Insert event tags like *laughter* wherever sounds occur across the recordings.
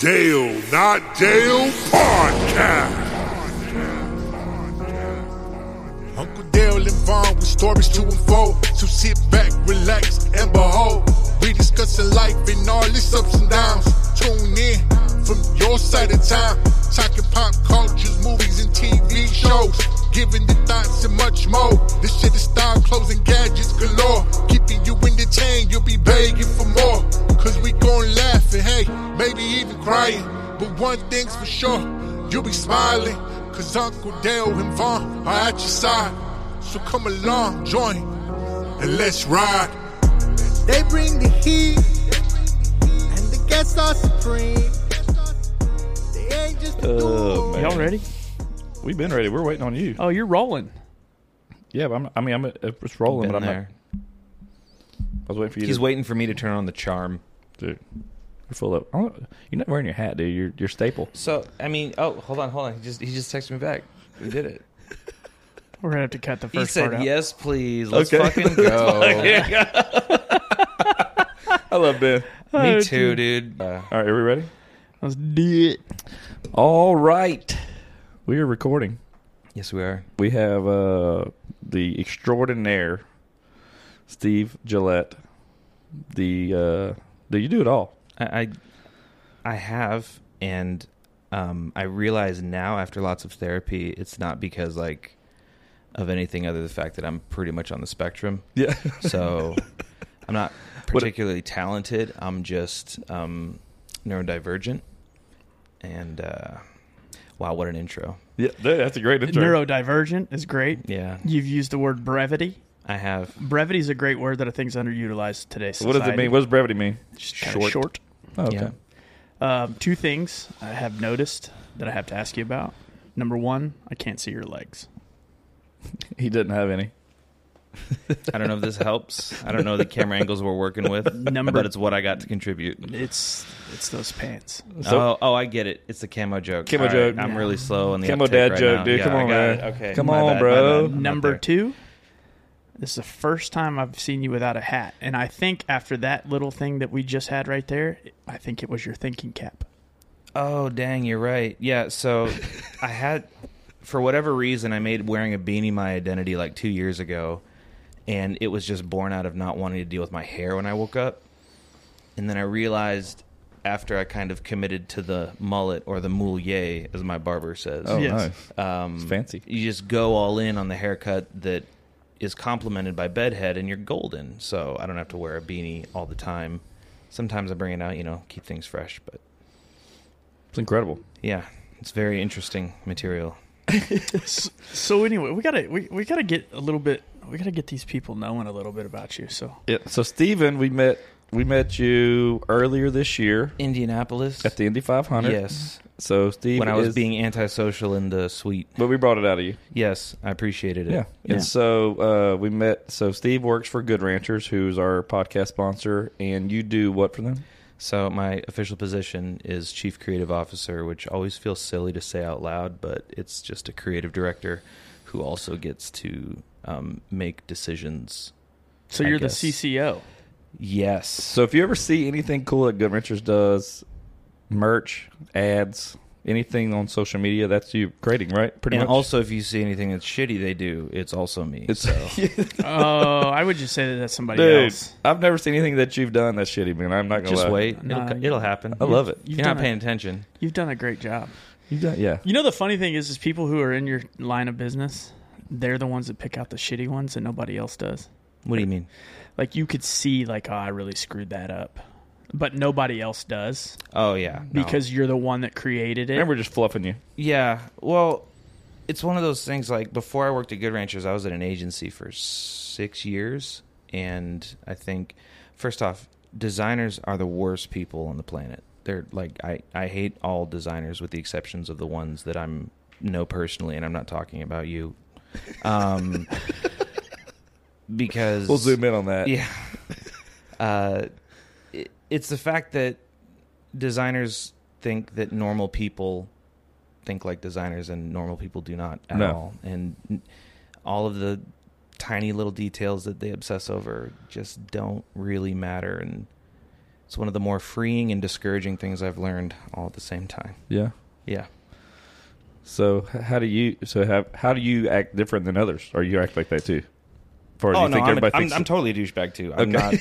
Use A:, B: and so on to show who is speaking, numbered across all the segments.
A: Dale Not Dale Podcast.
B: Uncle Dale and Vaughn with stories to unfold. So sit back, relax, and behold. We discussing life and all its ups and downs. Tune in from your side of town. Talking pop cultures, movies, and TV shows. Giving the thoughts and much more. This shit is style, clothes, and gadgets galore. Keeping you entertained, you'll be begging for more. Cause we gon' laugh and hey, maybe even crying. But one thing's for sure. You'll be smiling, cause Uncle Dale and Vaughn are at your side. So come along, join, and let's ride.
C: They bring the heat, and the guests are supreme. They ain't just a
D: Oh,
C: duo.
D: man.
E: Y'all ready?
D: We've been ready. We're waiting on you.
E: Oh, you're rolling.
D: Yeah, but I'm, I mean, I'm, it's rolling,
F: Been
D: but I'm
F: there.
D: not. I was waiting for you.
F: He's
D: to,
F: waiting for me to turn on the charm.
D: Dude, you're full of. I don't- You're not wearing your hat, dude. You're your staple.
F: So I mean, oh, hold on, hold on. He just he just texted me back. We did it.
E: We're gonna have to cut the
F: He
E: first part
F: said,
E: out.
F: "Yes, please. Let's
D: Okay.
F: fucking go." *laughs*
D: I love Ben.
F: me too, dude. Uh,
D: All right, are we ready?
E: Let's do it.
D: All right, we are recording.
F: yes, we are.
D: We have uh, the extraordinaire Steve Gillette. The uh, do you do it all?
F: I, I I have, and um, I realize now after lots of therapy, it's not because like of anything other than the fact that I'm pretty much on the spectrum.
D: Yeah.
F: *laughs* So I'm not
D: *laughs* What-
F: particularly talented. I'm just um, neurodivergent. And uh, wow, what an intro!
D: yeah, dude, that's a great intro.
E: Neurodivergent is great.
F: Yeah,
E: You've used the word brevity.
F: I have.
E: Brevity is a great word that I think is underutilized today.
D: what does it mean? What does brevity mean?
E: short? short.
D: Oh, okay.
F: Yeah.
E: Um, two things I have noticed that I have to ask you about. Number one, I can't see your legs.
D: He didn't have any.
F: I don't know if this helps. I don't know the camera angles we're
D: *laughs*
F: working with,
E: Number-
F: but it's what I got to contribute.
E: It's it's those pants.
D: So-
F: oh, oh, I get it. It's the camo joke.
D: Camo
F: All right,
D: joke.
F: I'm really slow on the
D: Camo dad
F: uptake right
D: joke,
F: now.
D: dude.
F: Yeah,
D: Come
F: I
D: on,
F: got
D: man.
F: it. Okay,
D: Come
F: my
D: on,
F: bad, my
D: bro.
F: bad. I'm not
E: Number
F: there.
E: two, this is the first time I've seen you without a hat, and I think after that little thing that we just had right there, I think it was your thinking cap.
F: Oh dang, you're right. Yeah, so
D: *laughs*
F: I had for whatever reason I made wearing a beanie my identity like 2 years ago and it was just born out of not wanting to deal with my hair when I woke up. And then I realized after I kind of committed to the mullet or the moulier as my barber says.
D: Oh,
E: Yes.
D: nice.
F: um
D: It's fancy.
F: You just go all in on the haircut that is complemented by bedhead and you're golden. So I don't have to wear a beanie all the time. Sometimes I bring it out, you know, keep things fresh, but
D: It's incredible.
F: yeah, it's very interesting material.
E: S- so anyway, we gotta we, we gotta get a little bit. We gotta get these people knowing a little bit about you. So
D: Yeah. So Steven, we met we met you earlier this year
F: Indianapolis.
D: at the Indy 500.
F: yes.
D: So Steve,
F: When I was
D: is-
F: being antisocial in the suite.
D: but we brought it out of you.
F: Yes, I appreciated it.
D: Yeah.
E: Yeah.
D: And so uh, we met. So Steve works for Good Ranchers, who's our podcast sponsor, and you do what for them?
F: So my official position is chief creative officer, which always feels silly to say out loud, but it's just a creative director who also gets to um, make decisions.
E: so
F: I
E: you're
F: guess.
E: the CCO.
F: *laughs* Yes.
D: So if you ever see anything cool that Good Ranchers does, merch, ads, anything on social media, that's you creating, right? Pretty
F: and
D: much.
F: also, if you see anything that's shitty they do, it's also me.
D: It's- *laughs*
F: so
E: Oh, I would just say that that's somebody
D: dude,
E: else.
D: I've never seen anything that you've done that's shitty, man. I'm not gonna
F: just
D: lie.
F: wait.
E: No,
F: it'll, it'll happen.
D: I love it.
E: You've
F: You're not
E: done a-
F: paying attention.
E: You've done a great job.
D: You done, yeah.
E: You know the funny thing is, is people who are in your line of business, they're the ones that pick out the shitty ones that nobody else does.
F: What do you mean?
E: Like you could see, like, oh, I really screwed that up, but nobody else does
F: Oh yeah, no.
E: because you're the one that created it.
D: Man, we're just fluffing you.
F: Yeah. Well, it's one of those things like before I worked at Good Ranchers, I was at an agency for six years. And I think, first off, designers are the worst people on the planet. They're like, I, I hate all designers with the exceptions of the ones that I'm know personally. And I'm not talking about you. Um, *laughs* because
D: We'll zoom in on that.
F: yeah. *laughs* Uh, it, it's the fact that designers think that normal people think like designers, and normal people do not at
D: No.
F: all. And n- all of the tiny little details that they obsess over just don't really matter. And It's one of the more freeing and discouraging things I've learned all at the same time.
D: Yeah.
F: Yeah.
D: So h- how do you? So how how do you act different than others? Or you act like that too? Or do
F: oh
D: you
F: no,
D: think
F: I'm, a,
D: everybody
F: I'm,
D: thinks
F: I'm totally a douchebag too. I'm not.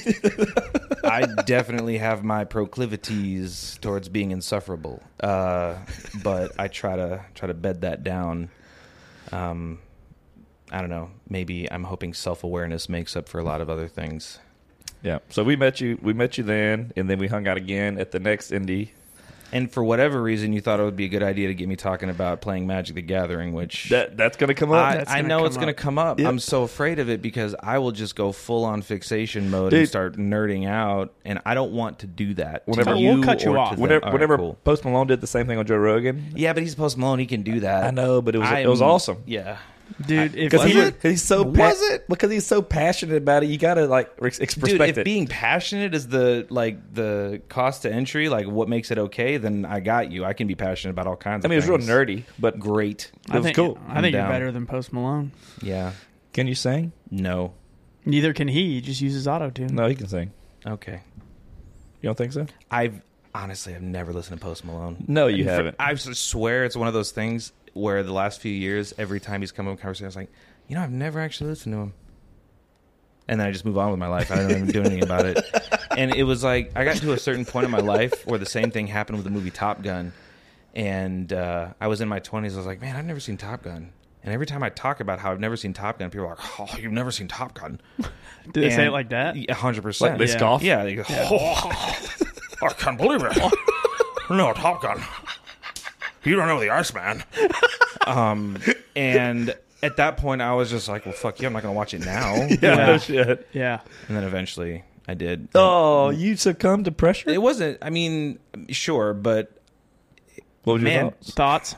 F: I definitely have my proclivities towards being insufferable, uh, but I try to try to bed that down. Um, I don't know. Maybe I'm hoping self awareness makes up for a lot of other things.
D: yeah. So we met you. We met you then, and then we hung out again at the next indie.
F: And for whatever reason, you thought it would be a good idea to get me talking about playing Magic the Gathering, which
D: That that's gonna come up.
F: I,
E: That's
F: I
E: gonna
F: know
E: come
F: it's going to
E: up.
F: come up.
D: Yep.
F: I'm so afraid of it because I will just go full on fixation mode
D: Dude.
F: and start nerding out, and I don't want to do that. to
D: Whenever- Oh,
E: we'll
F: you
E: cut you
F: or to
E: off.
F: them.
D: whenever
F: All right,
D: whenever
F: cool.
D: Post Malone did the same thing on Joe Rogan,
F: Yeah, but he's Post Malone. He can do that.
D: I know, but it was it
F: I'm-
D: was awesome.
F: Yeah.
E: dude. If
D: Because
E: he,
D: he was, he's so
F: Was it?
D: because he's so passionate about it. You gotta like ex- ex-
F: Dude,
D: respect
F: if
D: it.
F: being passionate is the like the cost to entry, like what makes it okay, then I got you. I can be passionate about all kinds.
D: I mean,
F: of
D: it's real
F: things.
D: nerdy, but
F: Great.
D: it was
E: I think,
D: cool.
E: I think
F: I'm
E: you're
F: down.
E: better than Post Malone.
F: Yeah.
D: Can you sing?
F: No.
E: Neither can he. He just uses auto tune.
D: No, he can sing.
F: Okay.
D: You don't think so?
F: I've honestly I've never listened to Post Malone.
D: No, you
F: And for-
D: haven't.
F: I s- swear it's one of those things where the last few years, every time he's come up with conversation, I was like, you know, I've never actually listened to him. And then I just move on with my life. I don't even
D: *laughs*
F: do anything about it. And it was like I got to a certain point in my life where the same thing happened with the movie Top Gun. And uh, I was in my twenties. I was like, man, I've never seen Top Gun. And every time I talk about how I've never seen Top Gun, people are like, oh, you've never seen Top Gun.
E: Did they say it
F: And-
E: like that?
F: Yeah, 100%.
D: Like they
E: Yeah.
D: scoff.
F: Yeah, they go, "Oh." I can't believe it. no, Top Gun.
A: You don't know the
F: *laughs*
A: Iceman.
F: Um, And at that point, I was just like, well, fuck you, I'm not going to watch it now.
D: Yeah, *laughs*
E: Yeah.
D: no shit.
E: Yeah.
F: And then eventually I did.
D: Oh, you succumb to pressure.
F: It wasn't, I mean, sure, but
D: What was your
F: Man,
D: thoughts?
E: Thoughts?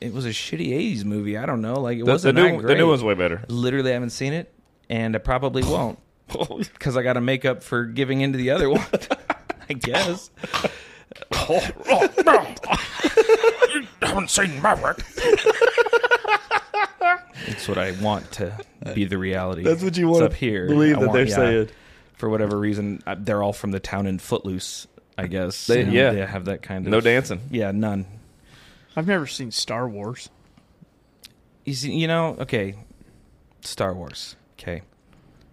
F: it was a shitty 80s movie. I don't know. Like, it
D: The, the
F: wasn't
D: new
F: that
D: the
F: great.
D: new one's way better.
F: Literally, I haven't seen it, and I probably won't because I got to make up for giving into the other one. *laughs* I guess.
A: Oh, no. you haven't seen Maverick.
F: That's what I want to be the reality.
D: That's what you
F: It's
D: wanna
F: up here.
D: believe
F: I
D: that they're
F: yeah.
D: saying.
F: For whatever reason, I- they're all from the town in Footloose. I guess
D: They-
F: You know,
D: yeah.
F: they have that kind of
D: No dancing.
F: Yeah, none.
E: I've never seen Star Wars.
F: You see, you know, okay, Star Wars. Okay,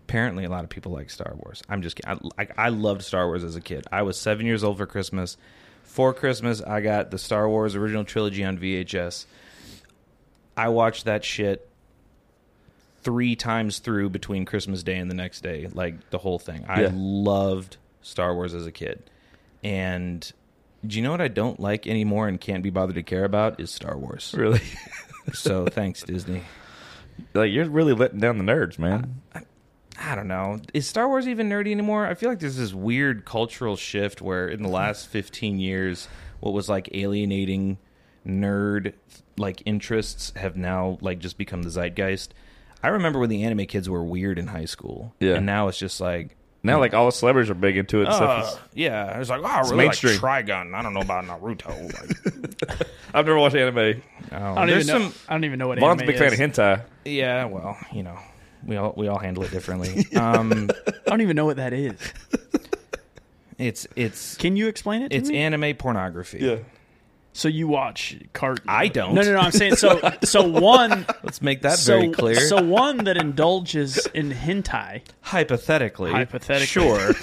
F: apparently a lot of people like Star Wars. I'm just kidding. I, I, I loved Star Wars as a kid. I was seven years old for Christmas. For Christmas, I got the Star Wars original trilogy on VHS. I watched that shit three times through between Christmas Day and the next day, like the whole thing. I
D: Yeah.
F: loved Star Wars as a kid. And do you know what I don't like anymore and can't be bothered to care about is Star Wars.
D: Really?
F: So thanks, Disney.
D: like you're really letting down the nerds, man.
F: I don't know. Is Star Wars even nerdy anymore? I feel like there's this weird cultural shift where in the
E: Mm-hmm.
F: last 15 years, what was like alienating nerd like interests have now like just become the zeitgeist. I remember when the anime kids were weird in high school.
D: Yeah.
F: And now it's just like,
D: now, like all the celebrities are big into it. And stuff.
F: uh, yeah. It's like, oh, I really
D: mainstream.
F: like Trigun. I don't know
E: *laughs*
F: about Naruto. Like,
D: I've never watched anime.
F: oh,
E: I don't
F: there's
E: even know.
F: some,
E: I don't even know what
D: Vaughn's a
E: anime
D: big fan
E: is.
D: of hentai.
F: yeah, well, you know, we all, we all handle
E: *laughs*
F: it differently. um,
E: I don't even know what that is.
F: it's, it's,
E: Can you explain it? To
F: it's
E: me?
F: anime pornography.
E: so you watch cart.
F: I don't.
E: No, no, no. I'm saying so.
F: *laughs*
E: So one.
F: Let's make that
E: so,
F: very clear.
E: So one that indulges in hentai
F: hypothetically,
E: Hypothetically. *laughs*
F: sure.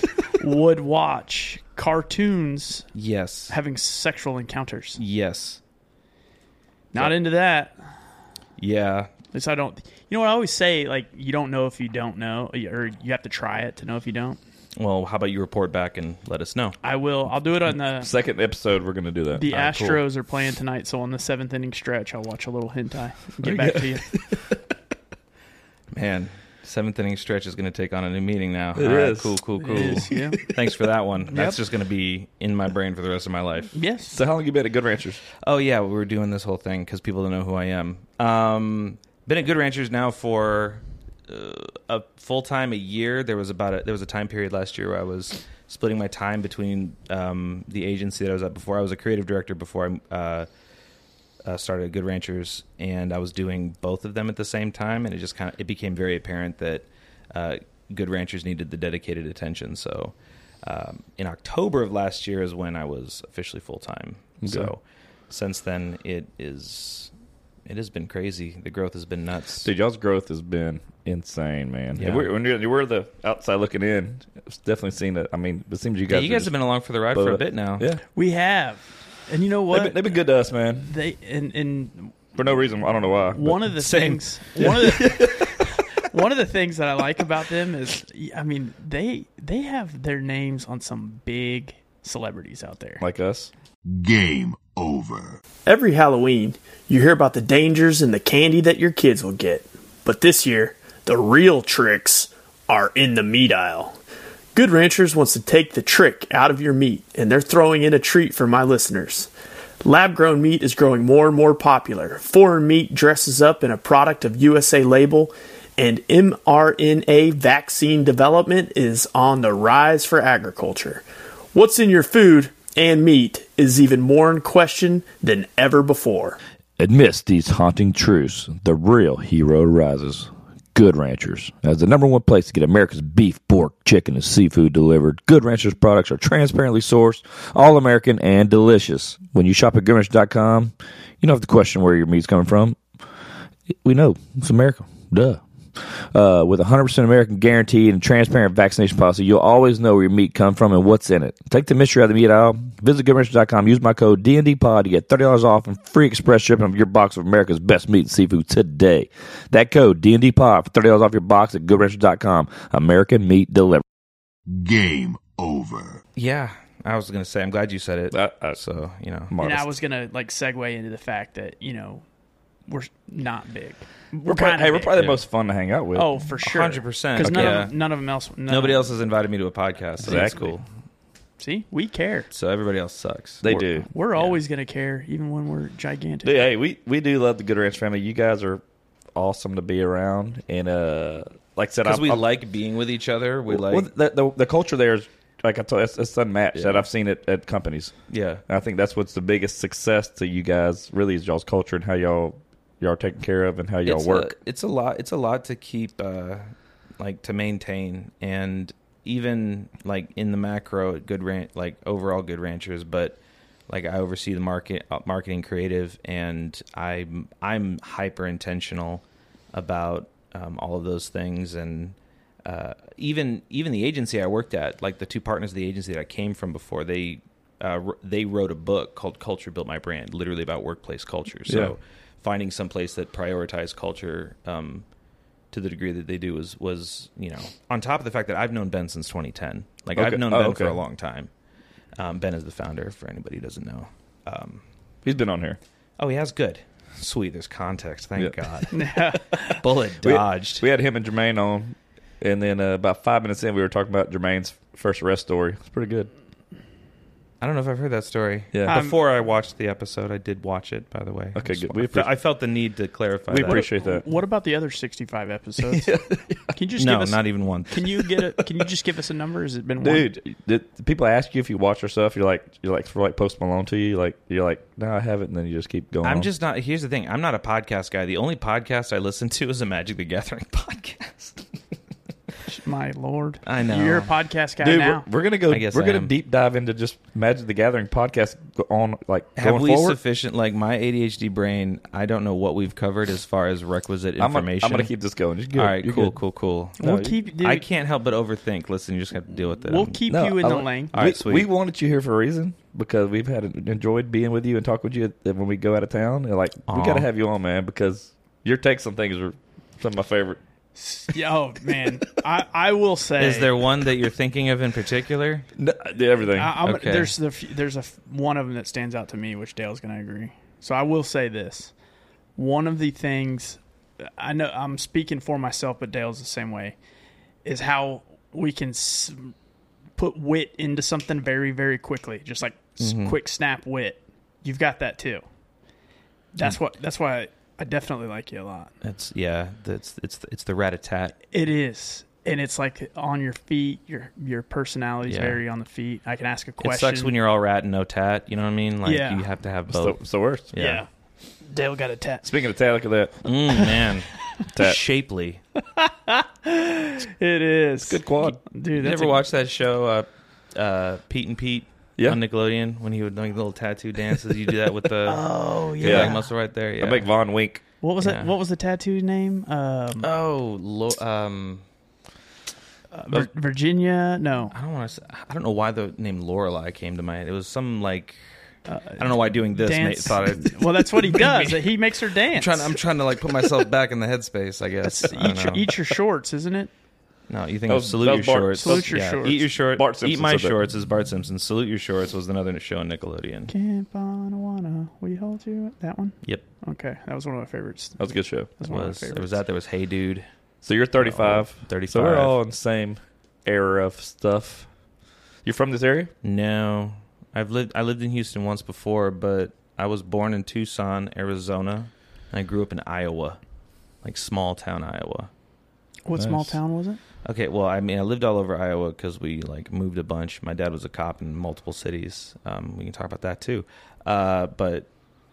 E: would watch cartoons
F: yes,
E: having sexual encounters.
F: yes,
E: Not into that.
F: yeah.
E: At least I don't. You know what I always say? Like you don't know if you don't know, or you have to try it to know if you don't.
F: Well, how about you report back and let us know?
E: I will. I'll do it on the.
D: Second episode, we're gonna do that.
E: The
F: Alright, cool.
E: Astros are playing tonight, so on the seventh inning stretch, I'll watch a little hentai. and Get back to you.
F: Man, seventh inning stretch is going to take on a new meaning now. It
D: is.
F: Cool, cool, *laughs*
E: *laughs*
F: cool. *laughs*
E: Yeah.
F: Thanks for that one. That's just going to be in my brain for the rest of my life.
E: Yes.
D: so how long you been at Good Ranchers?
F: Oh yeah, we were doing this whole thing because people don't know who I am. Um, been at Good Ranchers now for uh, a full time a year. There was about a, there was a time period last year where I was splitting my time between um, the agency that I was at before. I was a creative director before I uh, uh, started at Good Ranchers, and I was doing both of them at the same time. And it just kind of it became very apparent that uh, Good Ranchers needed the dedicated attention. So Um, in October of last year is when I was officially full time. So since then, it is it has been crazy. The growth has been nuts.
D: Dude, y'all's growth has been insane, man.
F: Yeah.
D: And We're, when you're, we're the outside looking in, it's definitely seen it. I mean, it seems you
F: Yeah,
D: guys.
F: you
D: are
F: guys
D: just-
F: have been along for the ride for a
D: but-
F: bit now.
D: Yeah,
E: We have, and you know
D: they've been,
E: what?
D: they've been good to us, man.
E: They and and
D: For no reason, I don't know why. but-
E: one of the
F: Same.
E: things one of the
F: *laughs*
E: one of the things that I like about them is I mean they they have their names on some big celebrities out
G: *laughs*
E: there.
D: like us.
B: Game over.
H: Every Halloween, you hear about the dangers and the candy that your kids will get. But this year, the real tricks are in the meat aisle. Good Ranchers wants to take the trick out of your meat, and they're throwing in a treat for my listeners. Lab grown meat is growing more and more popular. Foreign meat dresses up in a product of USA label, and mRNA vaccine development is on the rise for agriculture. What's in your food and meat is even more in question than ever before.
G: Amidst these haunting truths, the real hero arises. Good Ranchers. As the number one place to get America's beef, pork, chicken, and seafood delivered, Good Ranchers products are transparently sourced, all American, and delicious. When you shop at GoodRanch.com, you don't have to question where your meat's coming from. We know it's America. Duh. Uh, with 100% American guarantee and transparent vaccination policy, you'll always know where your meat come from and what's in it. Take the mystery out of the meat aisle. Visit GoodRanch.com. Use my code DNDPOD to get $30 off and free express shipping of your box of America's best meat and seafood today. That code DNDPOD for $30 off your box at GoodRanch.com. American meat delivered.
B: Game over.
F: Yeah, I was gonna say. I'm glad you said it.
D: I- I-
F: so you know,
E: and
D: Marvis.
E: I was gonna like segue into the fact that you know we're not big.
D: We're probably,
E: kinda
D: hey, we're
E: big.
D: probably the most fun to hang out with.
E: Oh, for sure,
F: 100%.
E: Because none, of
F: Okay.
E: none of them else, none
F: nobody
E: of-
F: else has invited me to a podcast. So That's
D: Exactly.
F: cool.
E: See, we care.
F: So everybody else sucks.
D: they
F: Or-
D: do.
E: We're always gonna care, even when we're gigantic.
D: Dude, hey, we, we do love the Good Ranch family. You guys are awesome to be around, and uh, like I said, I,
F: because we
D: I,
F: like being with each other. We like,
D: well, the, the the culture there is like I told it's, it's unmatched that I've seen it at companies.
F: yeah,
D: And I think that's what's the biggest success to you guys really is y'all's culture and how y'all y'all are taken care of and how y'all
F: it's uh,
D: work.
F: A, it's a lot. It's a lot to keep, uh, like to maintain, and even like in the macro, at good ran like overall good ranchers, but. Like I oversee the market, uh, marketing, creative, and I'm I'm hyper intentional about um, all of those things, and uh, even even the agency I worked at, like the two partners of the agency that I came from before, they uh, wr- they wrote a book called Culture Built My Brand, literally about workplace culture. So
D: Yeah.
F: finding some place that prioritized culture um, to the degree that they do was was you know on top of the fact that I've known Ben since 2010. Like
D: Okay.
F: I've known
D: Oh,
F: Ben
D: okay.
F: for a long time. Um, ben is the founder. For anybody who doesn't know, um,
D: He's been on here.
F: oh, he has good. Sweet, there's context.
D: *laughs*
F: Thank
D: Yeah.
F: God. Bullet
D: We-
F: dodged.
D: We had him and Jermaine on, and then uh, about five minutes in, we were talking about Jermaine's first arrest story. It's pretty good.
F: I don't know if I've heard that story.
D: Yeah. Um,
F: Before I watched the episode, I did watch it. By the way.
D: Okay,
F: I just-
D: good. We
F: I, fe-
D: appreci-
F: I felt the need to clarify.
D: We
F: that.
D: appreciate that.
E: What about the other
D: *laughs*
E: sixty-five episodes? Can you just
F: No,
E: give us,
F: not even one.
E: Can you get a? Can you just give us a number? Has it been
D: *laughs*
E: one?
D: Dude, the, the people ask you if you watch your stuff. You're like, you're like, for like Post Malone to you, like, you're like, no, I haven't. And then you just keep going.
F: I'm
D: on.
F: just not. Here's the thing. I'm not a podcast guy. The only podcast I listen to is a Magic the Gathering *laughs* podcast.
E: My lord,
F: I know.
E: you're a podcast guy
D: dude.
E: now.
D: We're, we're gonna go.
F: I guess
D: we're
F: I
D: gonna
F: am.
D: deep dive into just Magic the Gathering podcast go- on like
F: Have
D: going
F: we
D: forward.
F: sufficient? Like my ADHD brain, I don't know what we've covered as far as requisite
D: I'm gonna,
F: information.
D: I'm gonna keep this going. Just go.
F: All right,
D: You're
F: cool,
D: good.
F: cool, cool,
E: we'll keep. Dude,
F: I can't help but overthink. Listen, you just have to deal with it.
E: We'll
F: I'm-
E: keep
D: No,
E: you in
D: I
E: the
D: like- *laughs*
E: lane.
F: All right,
D: we,
F: sweet.
D: we wanted you here for a reason because we've had enjoyed being with you and talking with you at- when we go out of town. And like, we
F: Aw.
D: got to have you on, man, because your takes on things are some of my favorite.
E: Yeah, oh man, I, I will say.
F: Is there one that you're thinking of in particular?
D: No, uh, everything.
E: I, I'm,
F: Okay.
E: There's the f- there's a f- one of them that stands out to me, which Dale's going to agree. So I will say this: one of the things I know I'm speaking for myself, but Dale's the same way, is how we can s- put wit into something very very quickly, just like s-
F: Mm-hmm.
E: quick snap wit. You've got that too.
F: Mm.
E: That's what. That's why I, I definitely like you a lot.
F: That's yeah. That's it's it's the rat a tat.
E: It is. And it's like on your feet, your your personality's
F: Yeah.
E: very on the feet. I can ask a question.
F: It sucks when you're all rat and no tat. You know what I mean? Like
E: Yeah.
F: you have to have
D: it's, the,
F: both.
D: it's the worst.
E: yeah. Dale got a tat.
D: Speaking of tat, look at that.
F: Mm, *laughs* man,
D: Tat.
F: shapely.
E: It is
D: Good quad.
E: dude.
F: You
E: That's
F: ever
E: a-
F: watch that show? Uh, uh, Pete and Pete
D: Yeah.
F: on Nickelodeon when he would like little tattoo dances. You do that with the
E: *laughs* Oh yeah.
F: yeah. muscle right there. Yeah.
D: I make Von wink.
E: What was
F: Yeah.
E: that? What was the tattoo name? Um,
F: oh, lo- um,
E: Vir- Virginia? No.
F: Uh, I don't want to. I don't know why the name Lorelai came to mind. It was some like I don't know why doing this made,
E: Uh, Dance.
F: thought
E: *laughs*
F: it.
E: well, that's
F: *laughs*
E: what he does. He makes her
F: I'm
E: dance.
F: trying. I'm trying to like put myself back in the headspace. I guess.
E: That's
F: I don't
E: eat,
F: know.
E: your,
F: *laughs*
E: eat your shorts, isn't it?
F: No, you think
D: That
F: of
D: was-
F: salute
D: that
F: your
D: was Bart-
F: shorts.
E: Salute Your
F: Yeah,
E: Shorts.
F: Eat your shorts.
D: Bart
F: eat
D: Simpson
F: my
D: said that.
F: shorts is Bart Simpson. Salute your shorts was another show on Nickelodeon.
E: Camp Bonawana, we hold you. That one.
F: Yep,
E: Okay, that was one of my favorites.
D: That was a good show.
E: That's
F: it
E: one
F: was.
E: of my
F: It
E: favorites.
F: was that. There was Hey Dude.
D: So you're 35.
F: Oh, 35.
D: So we're all in the same era of stuff. You're from this area?
F: No, I've lived. I lived in Houston once before, but I was born in Tucson, Arizona. I grew up in Iowa, like small town Iowa.
E: what small
D: Nice.
E: town was it?
F: Okay, well, I mean, I lived all over Iowa because we like moved a bunch. My dad was a cop in multiple cities. Um, we can talk about that too. Uh, but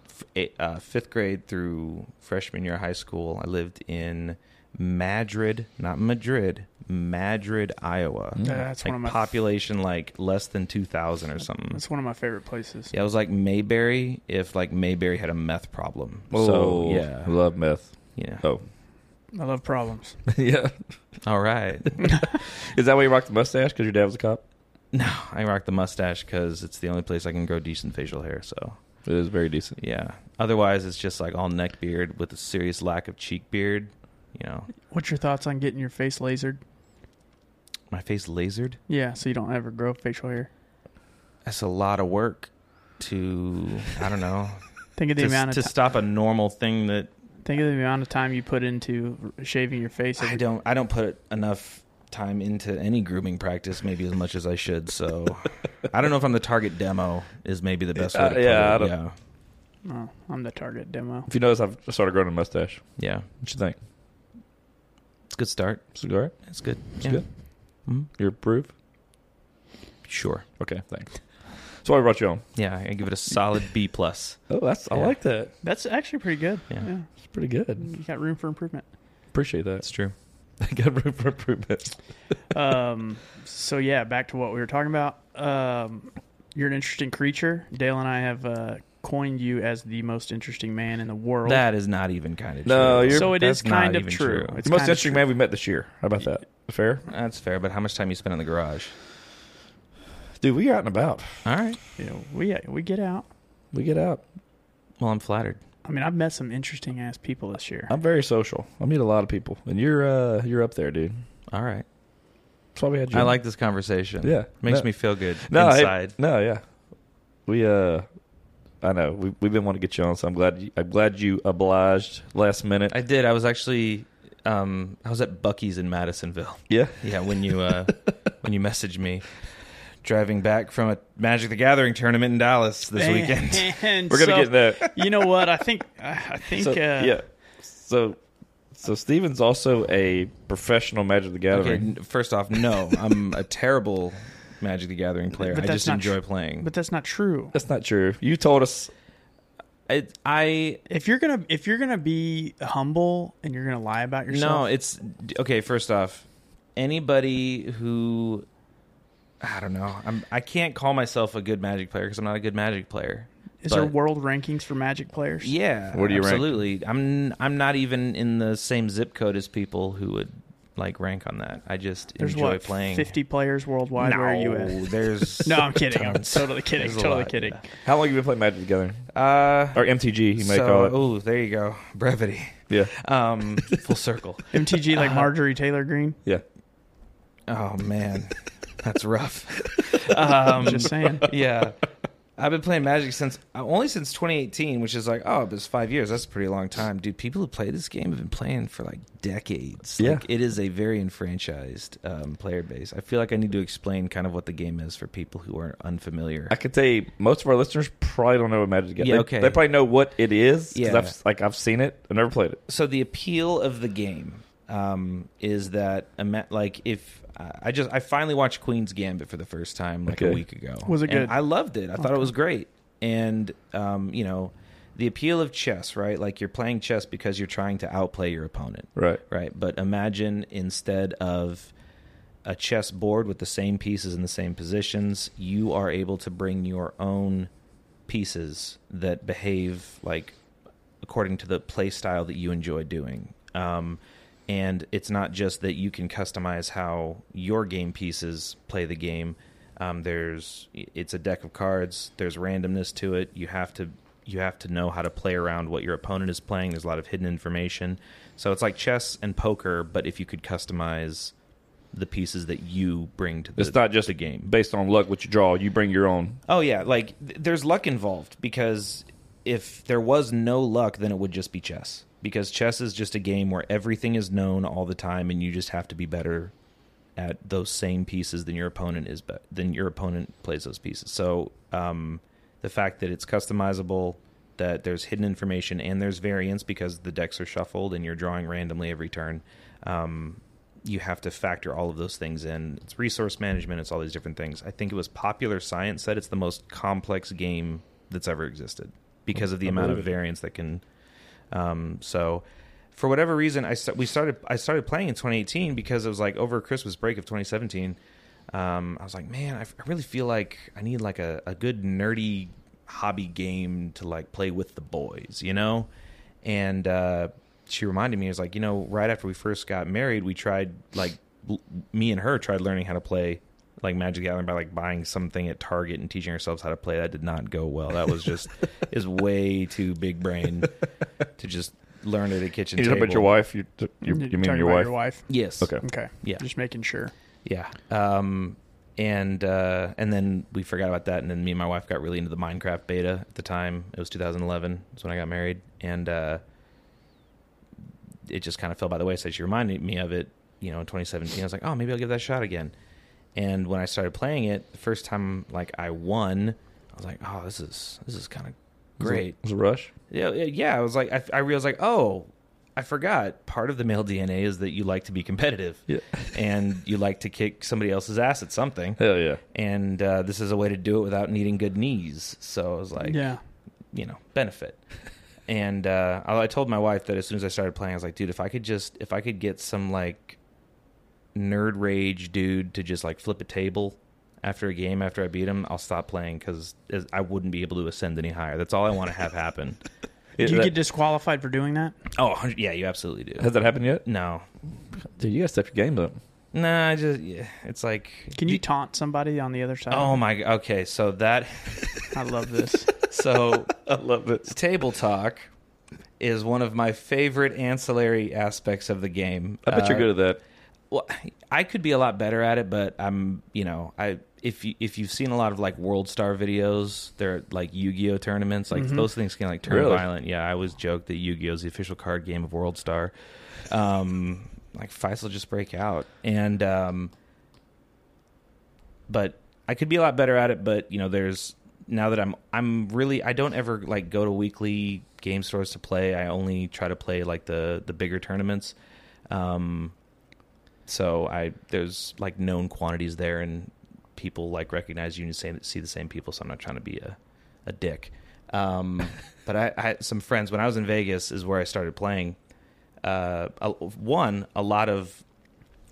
F: f- eight, uh, fifth grade through freshman year of high school, I lived in Madrid, not Madrid, Madrid, Iowa.
E: That's
F: like
E: one of my-
F: population like less than two thousand or something.
E: That's one of my favorite places.
F: Yeah, it was like Mayberry if like Mayberry had a meth problem.
D: Oh,
F: so yeah,
D: Love *laughs* meth.
F: yeah.
D: Oh.
E: I love problems.
D: yeah.
F: All right. *laughs*
D: Is that why you rocked the mustache? Because your dad was a cop?
F: no, I rock the mustache because it's the only place I can grow decent facial hair. So
D: It is very decent.
F: yeah. Otherwise, it's just like all neck beard with a serious lack of cheek beard. You know,
E: What's your thoughts on getting your face lasered?
F: my face lasered.
E: Yeah, so you don't ever grow facial hair.
F: That's a lot of work to I don't know
E: Think of *laughs* the
F: to,
E: amount
F: to
E: of ti-
F: stop a normal thing that
E: think of the amount of time you put into r- shaving your face.
F: I
E: every-
F: don't I don't put enough time into any grooming practice maybe as much as I
D: *laughs*
F: should. So I don't know if I'm the target demo is maybe the best way to
D: Uh,
F: put
D: yeah,
F: it.
D: I don't-
F: yeah.
E: No, I'm the target demo.
D: If you notice, I've started growing a mustache.
F: Yeah.
D: What you think?
F: It's a good start.
D: It's all right?
F: It's good. Mm-hmm.
D: It's
F: yeah.
D: good? You approve?
F: Sure.
D: Okay, thanks. That's why we brought you on.
F: Yeah, I give it a solid B plus.
D: Oh, that's I
F: Yeah.
D: like that.
E: That's actually pretty good.
F: Yeah.
E: yeah.
D: It's pretty good.
E: You got room for improvement.
D: Appreciate that.
F: That's true.
D: *laughs* I got room for improvement.
E: um, so yeah, back to what we were talking about. Um, you're an interesting creature. Dale and I have uh, coined you as the most interesting man in the world.
F: That is not even kind of
D: No,
F: true.
D: you're-
E: so it
F: That's
E: is kind
F: not
E: of
F: even
E: true.
F: true.
E: It's
D: the most
E: kind of
D: interesting
E: true.
D: man we met this year. How about that? Fair?
F: That's fair, but how much time you spend in the garage?
D: Dude, we out and about.
F: All right.
E: Yeah, we we get out.
D: We get out.
F: Well, I'm flattered.
E: I mean, I've met some interesting ass people this year.
D: I'm very social. I meet a lot of people, and you're uh, you're up there, dude.
F: All right.
D: That's why we had you.
F: I
D: on.
F: like this conversation.
D: Yeah.
F: Makes
D: No.
F: me feel good
D: no, hey,
F: inside.
D: no, yeah. We uh, I know we we've been wanting to get you on, so I'm glad you, I'm glad you obliged last minute.
F: I did. I was actually um I was at Bucky's in Madisonville.
D: yeah,
F: Yeah, when you uh *laughs* when you messaged me driving back from a Magic the Gathering tournament in
E: *laughs*
F: Dallas this weekend.
E: And
D: we're gonna
E: so-
D: get that.
F: *laughs*
E: You know what? I think I think
D: So,
E: uh,
D: yeah, so so Steven's also a professional Magic the
F: Okay,
D: Gathering.
F: n- first off, no, I'm a terrible Magic the Gathering player.
E: But
F: I
E: that's
F: just
E: not
F: enjoy
E: tr-
F: playing.
E: but
F: But
E: that's not true.
D: That's not true. You told us.
F: I, I
E: If you're gonna if you're gonna be humble and you're gonna lie about yourself,
F: no, it's okay, first off, anybody who I don't know. I'm I can't call myself a good Magic player cuz I'm not a good Magic player.
E: Is there
F: but-
E: world rankings for Magic players?
F: Yeah,
D: Where do you rank?
F: absolutely. I'm I'm not even in the same zip code as people who would like rank on that. I just
E: There's
F: enjoy
E: what
F: playing.
E: fifty players worldwide.
F: no,
E: Where are you at?
F: *laughs*
E: *laughs*
F: there's
E: No, I'm kidding. I'm totally kidding.
F: There's a
E: Totally
F: lot,
E: kidding.
D: How long have you been playing Magic the Gathering?
F: Uh,
D: Or MTG, you may
F: so,
D: call it.
F: Oh, there you go, brevity.
D: Yeah, *laughs*
F: Um, full circle.
E: MTG
F: Uh-huh.
E: like Marjorie Taylor Green.
D: yeah.
F: Oh man,
B: *laughs*
F: that's rough. Um,
E: I'm just saying.
F: yeah. I've been playing Magic since uh, only since 2018, which is like oh, it was five years. That's a pretty long time, dude. People who play this game have been playing for like decades.
D: Yeah.
F: like, it is a very enfranchised um, player base. I feel like I need to explain kind of what the game is for people who are unfamiliar.
D: I can tell you, most of our listeners probably don't know what Magic the Gathering.
F: Yeah,
D: they,
F: okay.
D: they probably know what it is. 'cause
F: Yeah.
D: I've, like I've seen it. I've never played it.
F: so the appeal of the game um, is that ima- like if I I just I finally watched Queen's Gambit for the first time like a
D: Okay.
F: week ago.
E: Was it
F: And
E: good?
F: I loved it. I thought it was great. And um, you know, the appeal of chess, right? Like you're playing chess because you're trying to outplay your opponent
D: Right.
F: right? But imagine instead of a chess board with the same pieces in the same positions. You are able to bring your own pieces that behave like according to the play style that you enjoy doing. Um, and it's not just that you can customize how your game pieces play the game. Um, there's it's a deck of cards. There's randomness to it. You have to you have to know how to play around what your opponent is playing. There's a lot of hidden information. So it's like chess and poker, but if you could customize the pieces that you bring to the
D: It's not just
F: the game.
D: based on luck what you draw. You bring your own.
F: Oh yeah, like th- there's luck involved because if there was no luck, then it would just be chess. Because chess is just a game where everything is known all the time, and you just have to be better at those same pieces than your opponent is. But than your opponent plays those pieces. So um, the fact that it's customizable, that there's hidden information, and there's variance because the decks are shuffled and you're drawing randomly every turn. Um, you have to factor all of those things in. It's resource management, it's all these different things. I think it was Popular Science said it's the most complex game that's ever existed because of the amount of variance that can. Um, so, for whatever reason, I st- we started I started playing in 2018 because it was like over Christmas break of 2017. Um, I was like, man, I, f- I really feel like I need like a, a good nerdy hobby game to like play with the boys, you know? and uh, she reminded me, I was like, you know, right after we first got married, we tried like l- me and her tried learning how to play like Magic the Gathering by like buying something at Target and teaching ourselves how to play. That did not go well. That was just is way too big brain to just learn at a kitchen
D: You
F: table.
D: talking about your wife? You, t- you, you mean
E: talking
D: your
E: about
D: wife?
E: your wife?
F: Yes.
D: Okay.
E: Okay.
F: Yeah.
E: Just making sure.
F: Yeah. Um, and uh, and then we forgot about that, and then me and my wife got really into the Minecraft beta at the time. It was 2011. That's when I got married, and uh, it just kind of fell by the wayside. She reminded me of it, you know, in 2017. I was like, oh, maybe I'll give that a shot again. And when I started playing it, the first time like I won, I was like, oh, this is this is kind of great.
D: Was it Rush?
F: Yeah, yeah, yeah. I was like, I, I realized like, oh, I forgot. Part of the male DNA is that you like to be competitive,
D: Yeah.
F: *laughs* and you like to kick somebody else's ass at something.
D: Hell yeah.
F: And uh, this is a way to do it without needing good knees. So I was like,
E: Yeah.
F: you know, benefit. *laughs* And uh, I, I told my wife that as soon as I started playing, I was like, dude, if I could just, if I could get some like nerd rage dude to just like flip a table after a game after I beat him, I'll stop playing because I wouldn't be able to ascend any higher. That's all I want to have
D: *laughs*
F: happen.
E: Do you
D: that-
E: get disqualified for doing that?
F: Oh, 100 yeah, you absolutely do.
D: Has that happened yet?
F: No,
D: Dude, you gotta step your game up.
F: nah, I just yeah, it's like.
E: Can you taunt somebody on the other side?
F: Oh my. Okay,
D: *laughs*
F: so that.
E: I
F: *laughs*
E: love this.
F: So I love it. Table talk is one of my favorite ancillary aspects of the game. Uh,
D: I bet you're good at that.
F: well, I could be a lot better at it, but I'm, you know, I if you if you've seen a lot of like World Star videos, they're like Yu-Gi-Oh tournaments, like those things can like turn
D: Really?
F: violent. Yeah, I always joke that Yu-Gi-Oh is the official card game of World Star. Um, like Faisal just break out, and um, but I could be a lot better at it. But you know, there's now that I'm I'm really I don't ever like go to weekly game stores to play. I only try to play like the the bigger tournaments. Um, so I there's like known quantities there, and people like recognize you and say, see the same people. So I'm not trying to be a a dick. Um, but I, I had some friends when I was in Vegas is where I started playing. Uh, a- one a lot of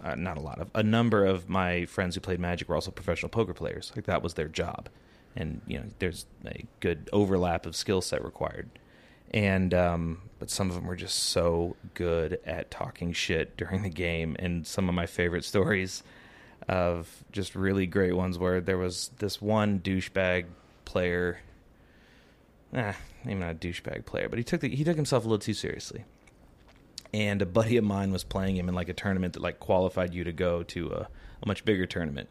F: uh, not a lot of a number of my friends who played Magic were also professional poker players. Like that was their job, and you know there's a good overlap of skill set required. And um, but some of them were just so good at talking shit during the game, and some of my favorite stories of just really great ones where there was this one douchebag player. Nah, maybe not a douchebag player, but he took the, he took himself a little too seriously and a buddy of mine was playing him in like a tournament that like qualified you to go to a, a much bigger tournament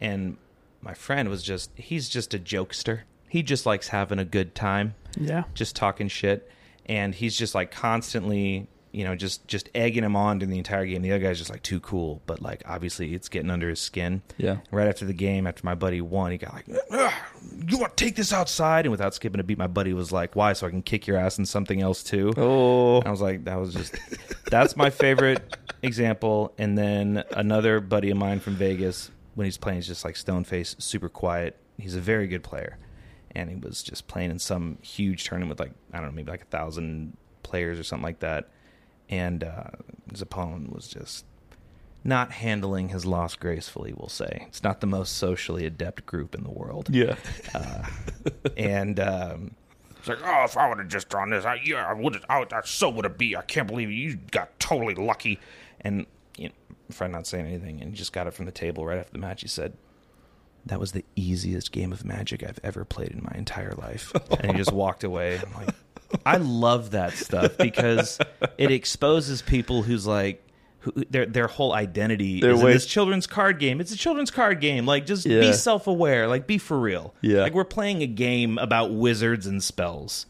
F: and my friend was just he's just a jokester he just likes having a good time
E: Yeah.
F: just talking shit and he's just like constantly you know just just egging him on during the entire game the other guy's just like too cool but like obviously it's getting under his skin
D: Yeah.
F: right after the game after my buddy won he got like "Ugh, you want to take this outside and without skipping a beat my buddy was like why so i can kick your ass in something else too
D: Oh,
F: I was like, that was just that's my favorite example. And then another buddy of mine from Vegas, when he's playing, he's just like stone face, super quiet. He's a very good player. And he was just playing in some huge tournament with like, I don't know, maybe like a thousand players or something like that. And uh, his opponent was just not handling his loss gracefully, we'll say. It's not the most socially adept group in the world. *laughs*
D: Yeah.
F: And um,
A: It's like, oh, if I would have just drawn this, I, yeah, I would. I, would- I so would have be. I can't believe you got totally lucky.
F: and you know, Fred not saying anything and just got it from the table right after the match. He said, "That was the easiest game of Magic I've ever played in my entire *laughs* life," and he just walked away. I'm like, I love that stuff because it exposes people who's like. Who, their their whole identity
D: Their
F: is in
D: way-
F: this children's card game. It's a children's card game. Like just
D: Yeah.
F: be self aware. Like be for real.
D: Yeah.
F: Like we're playing a game about wizards and spells.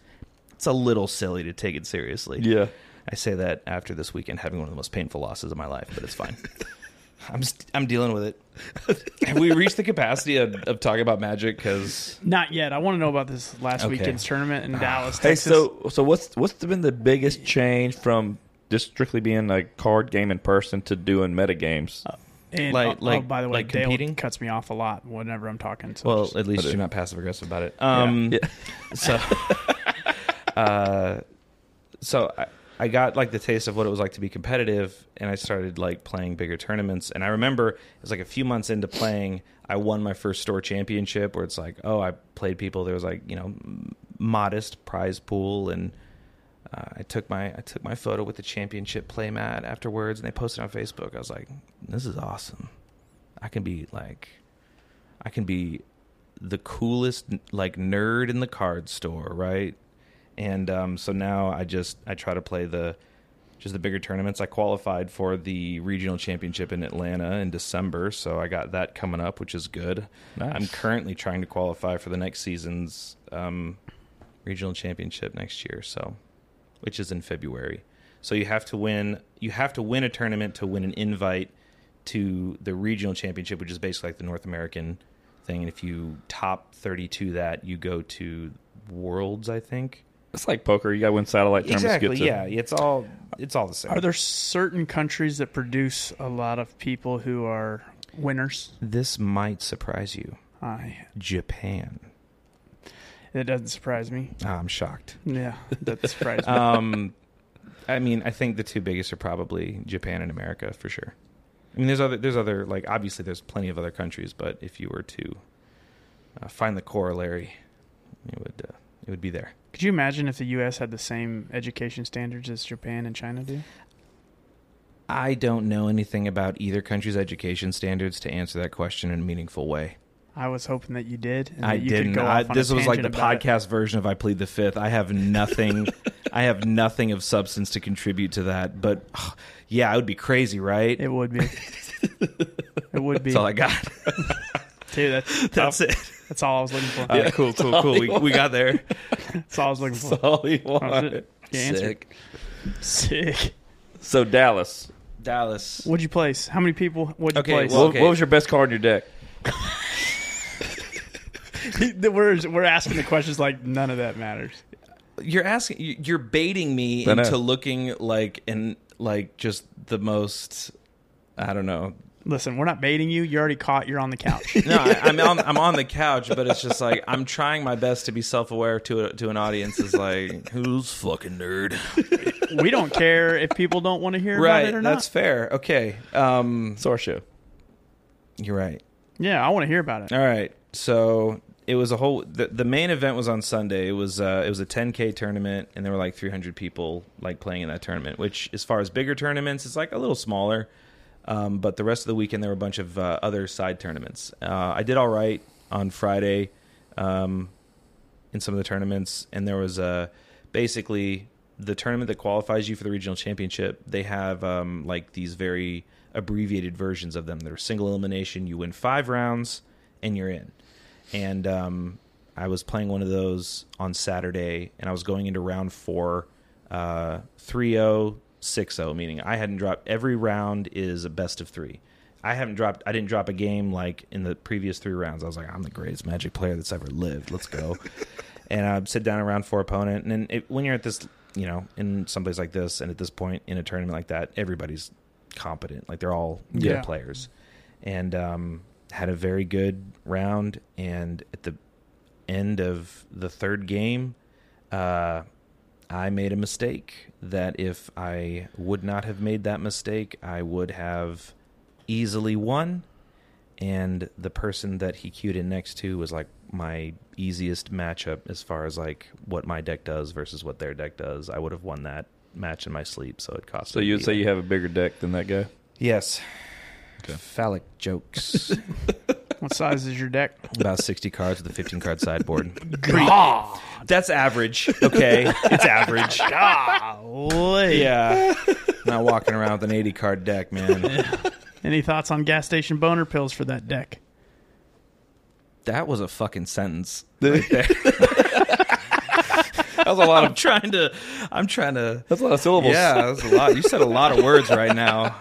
F: It's a little silly to take it seriously.
D: Yeah.
F: I say that after this weekend having one of the most painful losses of my life, but it's fine. *laughs* I'm st- I'm dealing with it. Have we reached the capacity of, of talking about magic? Because
E: Not yet. I want to know about this last
F: Okay. Ah.
E: weekend's tournament in Dallas,
D: Hey,
E: Texas.
D: so so what's what's been the biggest change from just strictly being a card game in person to doing metagames?
F: Uh,
E: and,
F: like-
E: oh, oh,
F: like-
E: by the way,
F: like
E: Dale
F: competing?
E: cuts me off a lot whenever I'm talking. So
F: well,
E: just-
F: at least
D: do.
F: you're not passive aggressive about it. Um,
D: Yeah.
F: *laughs* So, uh, so I, I got like the taste of what it was like to be competitive, and I started like playing bigger tournaments. And I remember it was like a few months into playing, I won my first store championship, where it's like, oh, I played people. There was like you know m- modest prize pool, and uh, I took my I took my photo with the championship playmat afterwards, and they posted it on Facebook. I was like, this is awesome. I can be like, I can be the coolest like nerd in the card store, right? And um, so now I just I try to play the just the bigger tournaments. I qualified for the regional championship in Atlanta in December, so I got that coming up, which is good.
D: Nice.
F: I'm currently trying to qualify for the next season's um, regional championship next year, so which is in February. So you have to win you have to win a tournament to win an invite to the regional championship, which is basically like the North American thing. And if you top thirty two that, you go to worlds, I think.
D: It's like poker. You got to win satellite tournaments. to
F: Exactly.
D: Get to,
F: Yeah. It's all it's all the same.
E: are there certain countries that produce a lot of people who are winners?
F: this might surprise you.
E: I
F: Japan.
E: it doesn't surprise me.
F: Ah, I'm shocked.
E: Yeah,
F: *laughs*
E: that surprised me.
F: Um I mean, I think the two biggest are probably Japan and America for sure. I mean, there's other, there's other, like obviously there's plenty of other countries, but if you were to uh, find the corollary, it would, uh, it would be there.
E: Could you imagine if the U.S. had the same education standards as Japan and China do?
F: I don't know anything about either country's education standards to answer that question in a meaningful way.
E: I was hoping that you did. And
F: I
E: that you
F: didn't.
E: Could go
F: I,
E: off on a
F: this was like the
E: tangent about it.
F: podcast version of "I Plead the Fifth. I
E: *laughs*
F: have nothing. I have nothing of substance to contribute to that. But *sighs* ugh, yeah, I would be crazy, right?
E: It would be.
F: *laughs*
E: it would be.
F: That's all I got. *laughs*
E: Dude, that's
F: That's it.
E: that's all I was looking
F: *laughs*
E: for.
F: All right, cool, cool, cool. We, we got there. Oh,
E: That's all I was looking for.
F: *laughs* That's all you
E: That was
F: want.
E: it.
F: *laughs*
E: You answered.
F: Sick.
E: Sick.
D: So Dallas.
F: Dallas.
E: What'd you place? How many people? What'd you
F: Okay,
E: place? *laughs*
F: well-
D: What, what was your best card in your deck?
E: we're we're asking the questions like none of that matters.
F: You're asking. you- You're baiting me
D: I know.
F: into looking like an like just the most. I don't know.
E: Listen, we're not baiting you. You already caught. You're on the
F: *laughs*
E: couch.
F: No, I, I'm on, I'm on the couch, but it's just like I'm trying my best to be self aware to a, to an audience. Is like *laughs* who's fucking nerd,
E: we don't care if people don't want to hear about
F: right?
E: it or
F: That's fair. Okay, um,
D: It's our show.
F: you're right.
E: not. Yeah, I want to hear about it.
F: All right. So it was a whole. The, the main event was on Sunday. It was uh, it was a 10k tournament, and there were like 300 people like playing in that tournament. Which, as far as bigger tournaments, it's like a little smaller. Um, but the rest of the weekend, there were a bunch of uh, other side tournaments. Uh, I did all right on Friday um, in some of the tournaments, and there was uh, basically the tournament that qualifies you for the regional championship. They have um, like these very abbreviated versions of them. They're single elimination. You win five rounds, and you're in. And um, I was playing one of those on Saturday, and I was going into round four, uh, 3-0, 6-0, oh, meaning I hadn't dropped every round is a best of three. I haven't dropped. I didn't drop a game like in the previous three rounds. I was like, I'm the greatest Magic player that's ever lived. Let's go. and I would sit down around for opponent. And then it, when you're at this, you know, in some place like this, and at this point in a tournament like that, everybody's competent. Like they're all good
E: Yeah.
F: players, and um, had a very good round. And at the end of the third game, uh, I made a mistake that if I would not have made that mistake, I would have easily won. And the person that he queued in next to was like my easiest matchup as far as like what my deck does versus what their deck does. I would have won that match in my sleep, so it cost.
D: So
F: me
D: you would say
F: either.
D: you have a bigger deck than that guy?
F: yes. Phallic
D: *laughs*
F: jokes.
E: What size is your
F: *laughs*
E: deck?
F: About sixty cards with a fifteen card sideboard. That's average. Okay, it's average.
E: Golly.
F: Yeah. *laughs* Not walking around with an 80 card deck, man.
E: Any thoughts on gas station boner pills for that deck?
F: That was a fucking sentence. *laughs*
D: That was a lot
F: I'm trying to I'm trying to
D: That's a lot of syllables.
F: Yeah, that's a lot. You said a lot of words right now.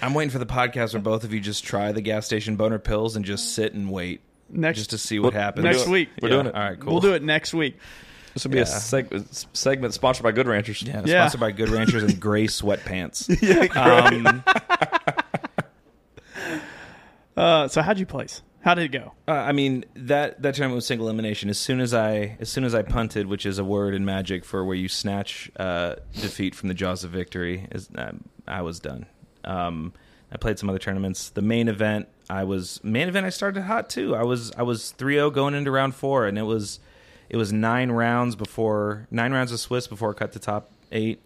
F: I'm waiting for the podcast where both of you just try the gas station boner pills and just sit and wait
E: Next
F: just to see what
D: Well,
F: happens.
E: next week.
D: We're
F: Yeah,
D: doing it.
F: All right, cool.
E: We'll do it next week.
D: This would be a seg- segment sponsored by Good Ranchers.
F: Yeah,
D: *laughs*
E: Yeah.
F: sponsored by Good Ranchers and gray sweatpants. um,
E: Uh, so how'd you place? How did it go?
F: Uh, I mean that that tournament was single elimination. As soon as I as soon as I punted, which is a word in Magic for where you snatch uh, defeat from the jaws of victory, is I, I was done. Um, I played some other tournaments. The main event, I was main event. I started hot too. I was I was 3-0 going into round four, and it was it was nine rounds before nine rounds of Swiss before I cut to top eight.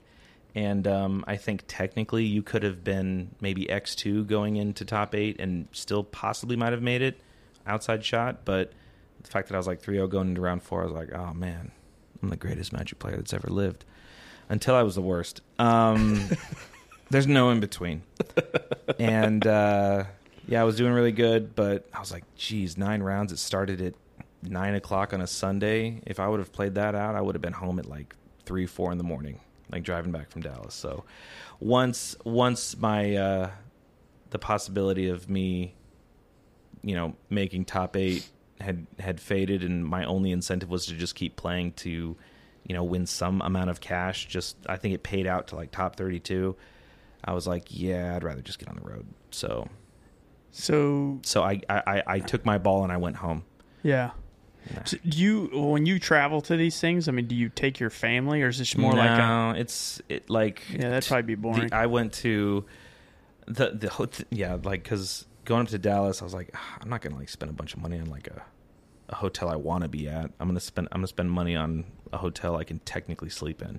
F: And um, I think technically you could have been maybe X two going into top eight and still possibly might have made it outside shot, but the fact that I was like 3-0 going into round 4, I was like, "Oh man, I'm the greatest Magic player that's ever lived." Until I was the worst. Um, *laughs*
D: Mm.
F: there's no in between. And uh, yeah, I was doing really good, but I was like, "Geez, nine rounds. It started at nine o'clock on a Sunday. If I would have played that out, I would have been home at like three, four in the morning, like driving back from Dallas." So once once my uh, the possibility of me you know making top eight had had faded and my only incentive was to just keep playing to you know win some amount of cash just i think it paid out to like top 32 i was like yeah i'd rather just get on the road so
E: So
F: so i i, I- I took my ball and i went home
E: yeah. So do you when you travel to these things? I mean, do you take your family, or is this more
F: no,
E: like uh, a,
F: it's it like
E: Yeah, that'd probably be boring.
F: The, I went to the the ho- th- yeah like because going up to Dallas, I was like, "Ah, I'm not gonna like spend a bunch of money on like a a hotel I want to be at. I'm gonna spend I'm gonna spend money on a hotel I can technically sleep in.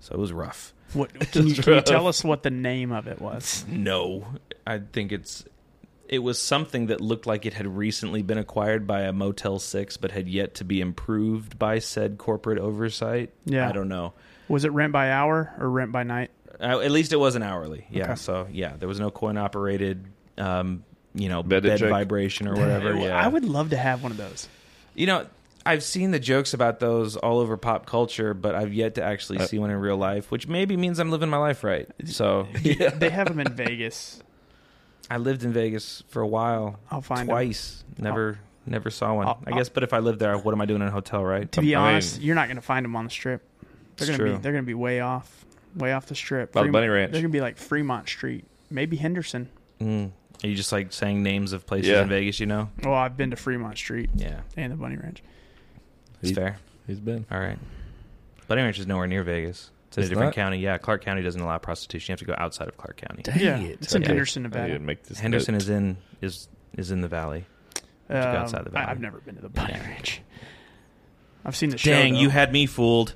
F: So it was rough. *laughs*
E: what? Can you, can you tell us what the name of it was?
F: No, I think it's it was something that looked like it had recently been acquired by a Motel Six, but had yet to be improved by said corporate oversight.
E: Yeah.
F: I don't know.
E: Was it rent by hour or rent by night?
F: Uh, at least it wasn't hourly. Yeah.
E: Okay.
F: So yeah, there was no coin operated, um, you know,
D: Bed
F: bed,
D: check.
F: vibration or whatever. yeah.
E: I would love to have one of
F: *laughs*
E: those.
F: You know, I've seen the jokes about those all over pop culture, but I've yet to actually
D: Uh,
F: see one in real life, which maybe means I'm living my life right.
D: *laughs*
F: So
E: They have them in Vegas.
F: I lived in Vegas for a while.
E: I'll find 'em.
F: twice. Never, never saw one.
E: I'll-
F: i guess. But if I lived there, what am I doing in a hotel, right?
E: To be
D: I mean-
E: honest, you're not going to find them on the strip. They're
F: It's
E: going to be
F: true.
E: they're going to be way off, way off the strip.
D: By the
E: Fremont-
D: Bunny Ranch.
E: They're going to be like Fremont Street, maybe Henderson.
F: Mm. Are you just like saying names of places
D: Yeah.
F: in Vegas? You know?
E: Oh, I've been to Fremont Street
F: Yeah,
E: and the Bunny Ranch.
F: it's
D: He-
F: fair.
D: He's been.
F: All right. Bunny Ranch is nowhere near Vegas. It's in
D: It's
F: a different
D: not?
F: county. Yeah, Clark County doesn't allow prostitution. You have to go outside of Clark County.
E: yeah, it's in
F: Okay.
D: I
E: Henderson, Nevada.
D: didn't make this
F: Henderson is in is is in the valley.
E: Um,
F: outside the
E: I,
F: valley.
E: have never been to the Bunny Ranch. I've seen the show.
F: Dang, you
E: though.
F: had me fooled.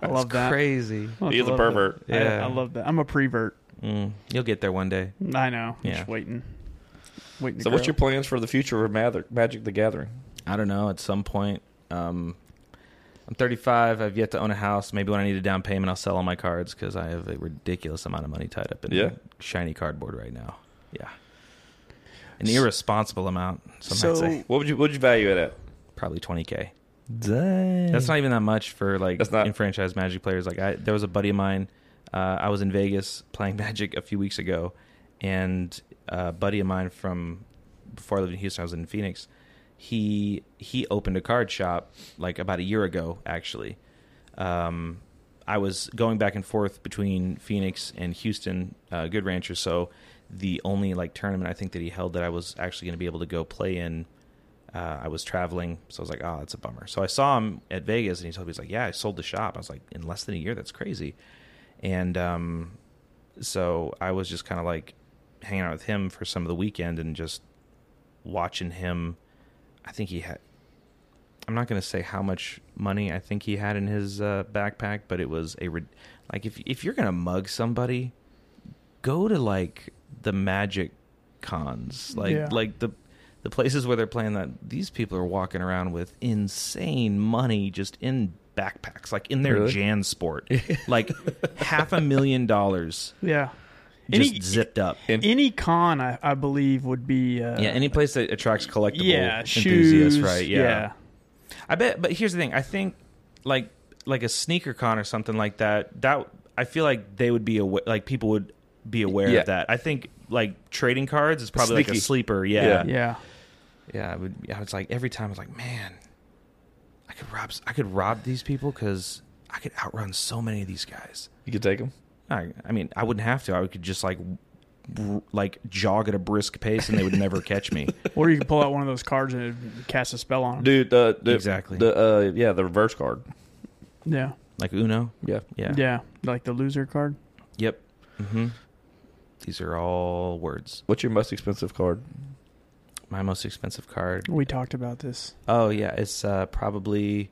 E: I love that.
F: Crazy.
E: I
D: He's a
E: love
D: pervert.
E: that. I-
F: Yeah.
E: I, love that. I'm a prevert.
F: Mm, you'll get there one day.
E: I know. I'm
F: Yeah.
E: Just waiting. Waiting. To
D: So, what's your
E: grow.
D: plans for the future of Mather- Magic the Gathering?
F: I don't know. At some point, um, I'm 35. I've yet to own a house. Maybe when I need a down payment, I'll sell all my cards because I have a ridiculous amount of money tied up in
D: Yeah.
F: shiny cardboard right now. Yeah, an irresponsible amount. Some might say
D: What would you What would you value it at?
F: probably 20k.
D: Dang.
F: That's not even that much for like
D: That's not-
F: enfranchised Magic players. Like I, there was a buddy of mine. Uh, I was in Vegas playing *laughs* Magic a few weeks ago, and a buddy of mine from before I lived in Houston, I was in Phoenix. He he opened a card shop like about a year ago, actually. Um, I was going back and forth between Phoenix and Houston, uh, Good Rancher. So the only like tournament I think that he held that I was actually going to be able to go play in uh, I was traveling, so I was like, "Oh, that's a bummer." So I saw him at Vegas, and he told me he's like, "Yeah, I sold the shop." I was like, "In less than a year, that's crazy." and um, so I was just kind of like hanging out with him for some of the weekend and just watching him. I think he had. I'm not going to say how much money I think he had in his uh, backpack, but it was a re- like if if you're going to mug somebody, go to like the magic cons, like
E: Yeah.
F: like the the places where they're playing that. These people are walking around with insane money just in backpacks, like in their
D: Really?
F: Jan *laughs* Sport, like half a million dollars
E: Yeah.
F: just
E: Any-
F: zipped up.
E: Any con, I, I believe, would be uh,
F: yeah, any place that attracts collectible
E: yeah
F: enthusiasts,
E: shoes,
F: right?
E: yeah.
F: I bet, but here's the thing. I think like like a sneaker con or something like that. That I feel like they would be aware. Like people would be aware
D: Yeah.
F: of that. I think like trading cards is probably like
D: Sneaky.
F: a sleeper. Yeah, yeah.
E: Yeah.
F: I would. I was like every time. I was like, man, I could rob. I could rob these people because I could outrun so many of these guys.
D: You could take them.
F: I, I mean, I wouldn't have to. I could just like r- like jog at a brisk pace and they would never catch *laughs* me.
E: Or you could pull out one of those cards and it'd cast a spell on them.
D: Dude, uh, the,
F: Exactly.
D: The uh, yeah, the reverse card.
E: Yeah.
F: Like Uno.
D: Yeah,
F: Yeah.
E: Yeah. Like the loser card.
F: Yep. hmm These are all words.
D: What's your most expensive card?
F: My most expensive card.
E: We talked about this.
F: Oh yeah, it's uh, probably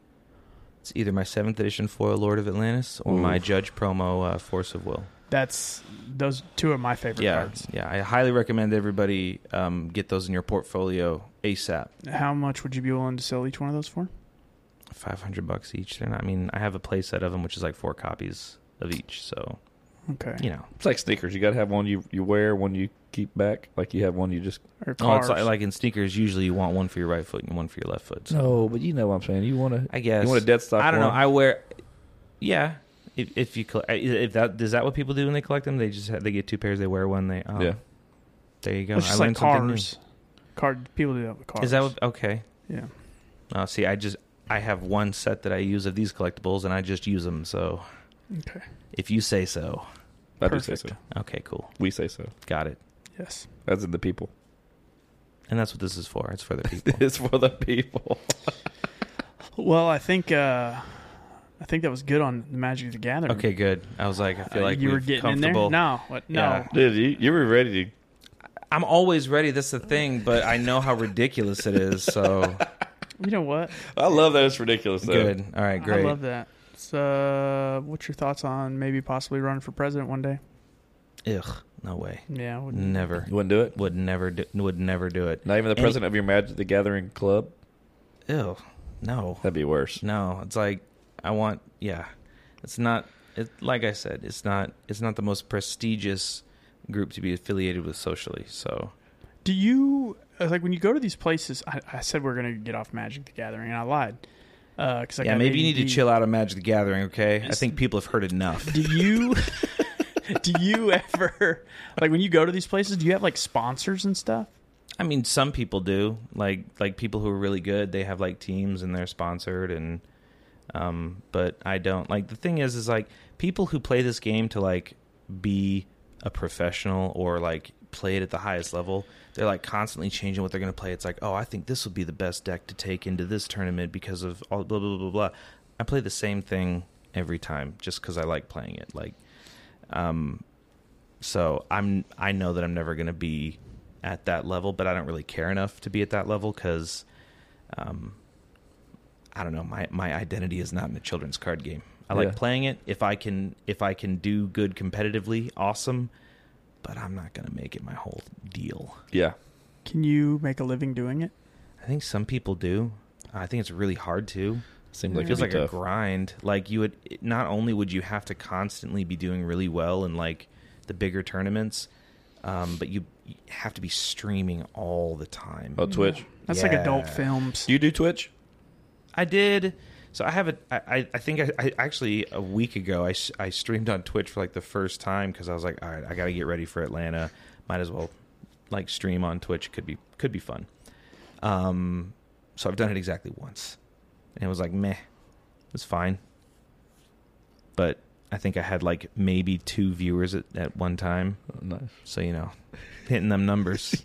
F: it's either my seventh edition foil Lord of Atlantis or my Judge promo uh, Force of Will.
E: That's those two are my favorite
F: Yeah,
E: cards.
F: yeah. I highly recommend everybody um, get those in your portfolio ASAP.
E: How much would you be willing to sell each one of those for?
F: Five hundred bucks each. They're not. I mean, I have a playset of them, which is like four copies of each. So
E: Okay.
F: you know,
D: It's like sneakers. You got to have one you, you wear, one you keep back. Like you have one you just.
E: Or
F: oh, it's
E: cards.
F: like, like in sneakers. Usually, you want one for your right foot and one for your left foot. So
D: No, but you know what I'm saying. You want to.
F: I guess
D: You want a dead stock.
F: I don't know.
D: one?
F: I wear. Yeah. If, if you coll- if that is that what people do when they collect them? They just have, they get two pairs. They wear one. They oh,
D: yeah.
F: There you go.
E: it's just
F: I
E: like
F: learned something new.
E: cars. Card people do that with cars.
F: Is that what, okay?
E: Yeah.
F: Oh, see, I just I have one set that I use of these collectibles, and I just use them. So
E: Okay.
F: if you say so,
D: I do say so.
F: okay, cool,
D: We say so.
F: got it.
E: Yes.
D: That's in the people.
F: And that's what this is for. It's for
E: *laughs*
F: the people.
D: *laughs* It's for the people.
E: Well, I think uh I think that was good on the Magic the Gathering.
F: okay, good. I was like, I
E: Uh,
F: feel like
E: you were
F: we've
E: getting in there.
F: comfortable.
E: No, what? No.
F: Yeah.
D: *laughs* Dude, you, you were ready to.
F: I'm always ready. That's the thing, but I know how ridiculous it
E: *laughs*
F: is. So
E: You know what?
D: I love that. It's ridiculous. Though.
F: good. All right, great.
E: I love that. So, what's your thoughts on maybe possibly running for president one day?
F: Ugh, no way,
E: Yeah. would-
F: never.
D: You wouldn't do it.
F: Would never do. Would never do it.
D: Not even the
F: Any-
D: president of your Magic the Gathering club.
F: Ew, no.
D: That'd be worse.
F: No, it's like I want. Yeah, it's not. It, like I said, it's not. It's not the most prestigious group to be affiliated with socially. So
E: Do you uh, like when you go to these places? I, I said we're gonna get off Magic the Gathering, and I lied. Uh, Because
F: yeah, maybe you need to chill out on Magic the Gathering. Okay, I think people have heard enough.
E: *laughs* Do you? *laughs* do you ever like when you go to these places? Do you have like sponsors and stuff?
F: I mean, some people do. Like like people who are really good, they have like teams and they're sponsored and. Um, but I don't like the thing is is like people who play this game to like be a professional or like play it at the highest level they're like constantly changing what they're going to play it's like oh i think this would be the best deck to take into this tournament because of all blah blah blah blah blah i play the same thing every time just because i like playing it like um so i'm i know that i'm never going to be at that level but i don't really care enough to be at that level because um I don't know. My my identity is not in a children's card game. I
D: Yeah.
F: like playing it. If I can if I can do good competitively, awesome. But I'm not gonna make it my whole deal.
D: Yeah.
E: Can you make a living doing it?
F: I think some people do. I think it's really hard to.
D: Seems
F: It
D: like
F: feels
D: it'd
F: like
D: be
F: a
D: tough.
F: grind. Like you would not only would you have to constantly be doing really well in like the bigger tournaments, um, but you you have to be streaming all the time.
D: Oh, Twitch.
E: That's like adult
F: Yeah.
E: films.
D: Do you do Twitch?
F: I did. So I have a. I I- I think I, I actually a week ago I, s- I streamed on Twitch for like the first time because I was like, all right, I got to get ready for Atlanta. Might as well like stream on Twitch. Could be could be fun. Um, so I've done it exactly once, and it was like meh, it's fine. But I think I had like maybe two viewers at, at one time.
D: Oh, nice.
F: So you know, hitting them numbers.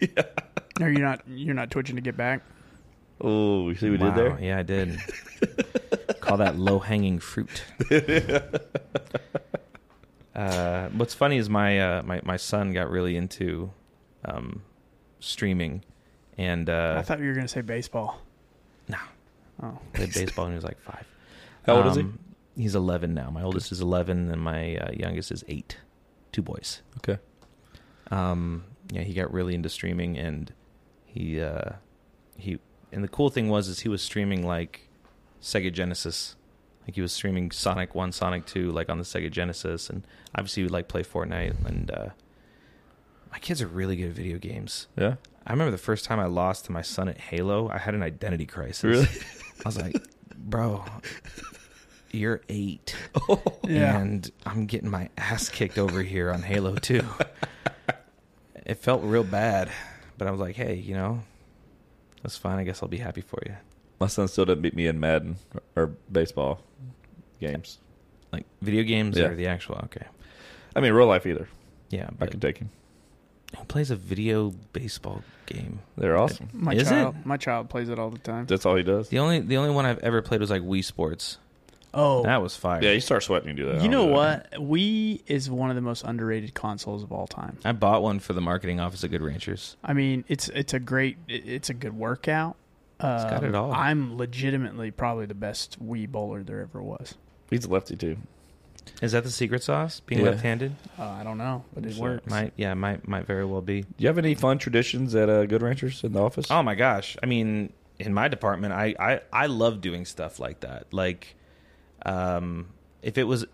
E: Are you not? You're not twitching to get back.
D: Oh, you see what we
F: Wow,
D: did there?
F: Yeah, I did.
D: *laughs*
F: *laughs* Call that low hanging fruit. Uh, what's funny is my, uh, my my son got really into um, streaming, and uh,
E: I thought you were going to say baseball.
F: No.
E: Oh.
F: played baseball when he was like five.
D: How old is he?
F: he? He's 11 now. My oldest is 11, and my uh, youngest is eight. Two boys.
D: Okay.
F: Um, yeah, he got really into streaming, and he uh, he and the cool thing was is he was streaming like Sega Genesis. Like he was streaming Sonic One, Sonic Two, like on the Sega Genesis, and obviously he would like play Fortnite. And uh, my kids are really good at video games.
D: Yeah.
F: I remember the first time I lost to my son at Halo, I had an identity crisis.
D: *laughs* Really?
F: I was like, bro, you're eight.
E: Yeah.
F: And I'm getting my ass kicked over here on
D: *laughs*
F: Halo 2. it felt real bad, but I was like, hey, you know, that's fine. I guess I'll be happy for you.
D: *laughs* My son still doesn't beat me in Madden or baseball games.
F: Like, video games
D: Yeah.
F: are the actual. Okay.
D: I mean, real life either.
F: Yeah.
D: I
F: But
D: can take him.
F: who plays a video baseball game?
D: They're awesome.
E: My
F: Is
E: child,
F: it?
E: my child plays it all the time.
D: That's all he does.
F: The only the only one I've ever played was like Wii Sports.
E: Oh,
F: That was fire.
D: Yeah, you start sweating, you do that. I
E: you
D: don't
E: know
D: do that.
E: what? Wii is one of the most underrated consoles of all time.
F: I bought one for the marketing office at Good Ranchers.
E: I mean, it's it's a great, it- it's a good workout. Uh,
F: got it all.
E: I'm legitimately probably the best Wii bowler there ever was.
D: He's a lefty too.
F: Is that the secret sauce? Being
D: Yeah.
F: left-handed?
E: Uh, I don't know, but it
D: So,
E: works.
F: Might, yeah, might might very well be.
D: Do you have any fun traditions at uh, Good Ranchers in the office?
F: Oh my gosh! I mean, in my department, I I I love doing stuff like that. Like, um, if it was,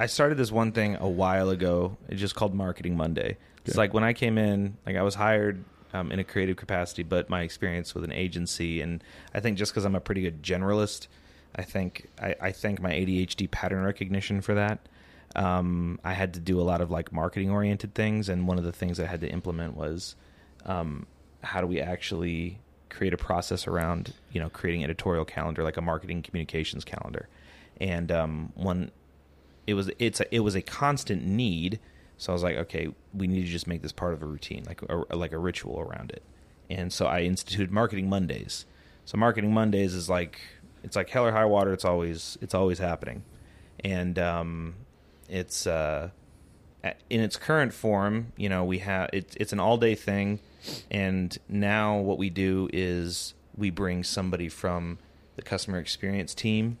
F: I started this one thing a while ago. It's just called Marketing Monday. It's
D: Okay.
F: like when I came in, like I was hired. Um, in a creative capacity, but my experience with an agency, and I think just because I'm a pretty good generalist, I think I, I thank my ADHD pattern recognition for that. Um, I had to do a lot of like marketing oriented things, and one of the things I had to implement was um, how do we actually create a process around you know creating editorial calendar like a marketing communications calendar and um, one it was it's a, it was a constant need so i was like okay we need to just make this part of a routine like a, like a ritual around it and so i instituted marketing mondays so marketing mondays is like it's like hell or high water it's always it's always happening and um, it's uh, at- in its current form, you know, we have it's it's an all day thing, and now what we do is we bring somebody from the customer experience team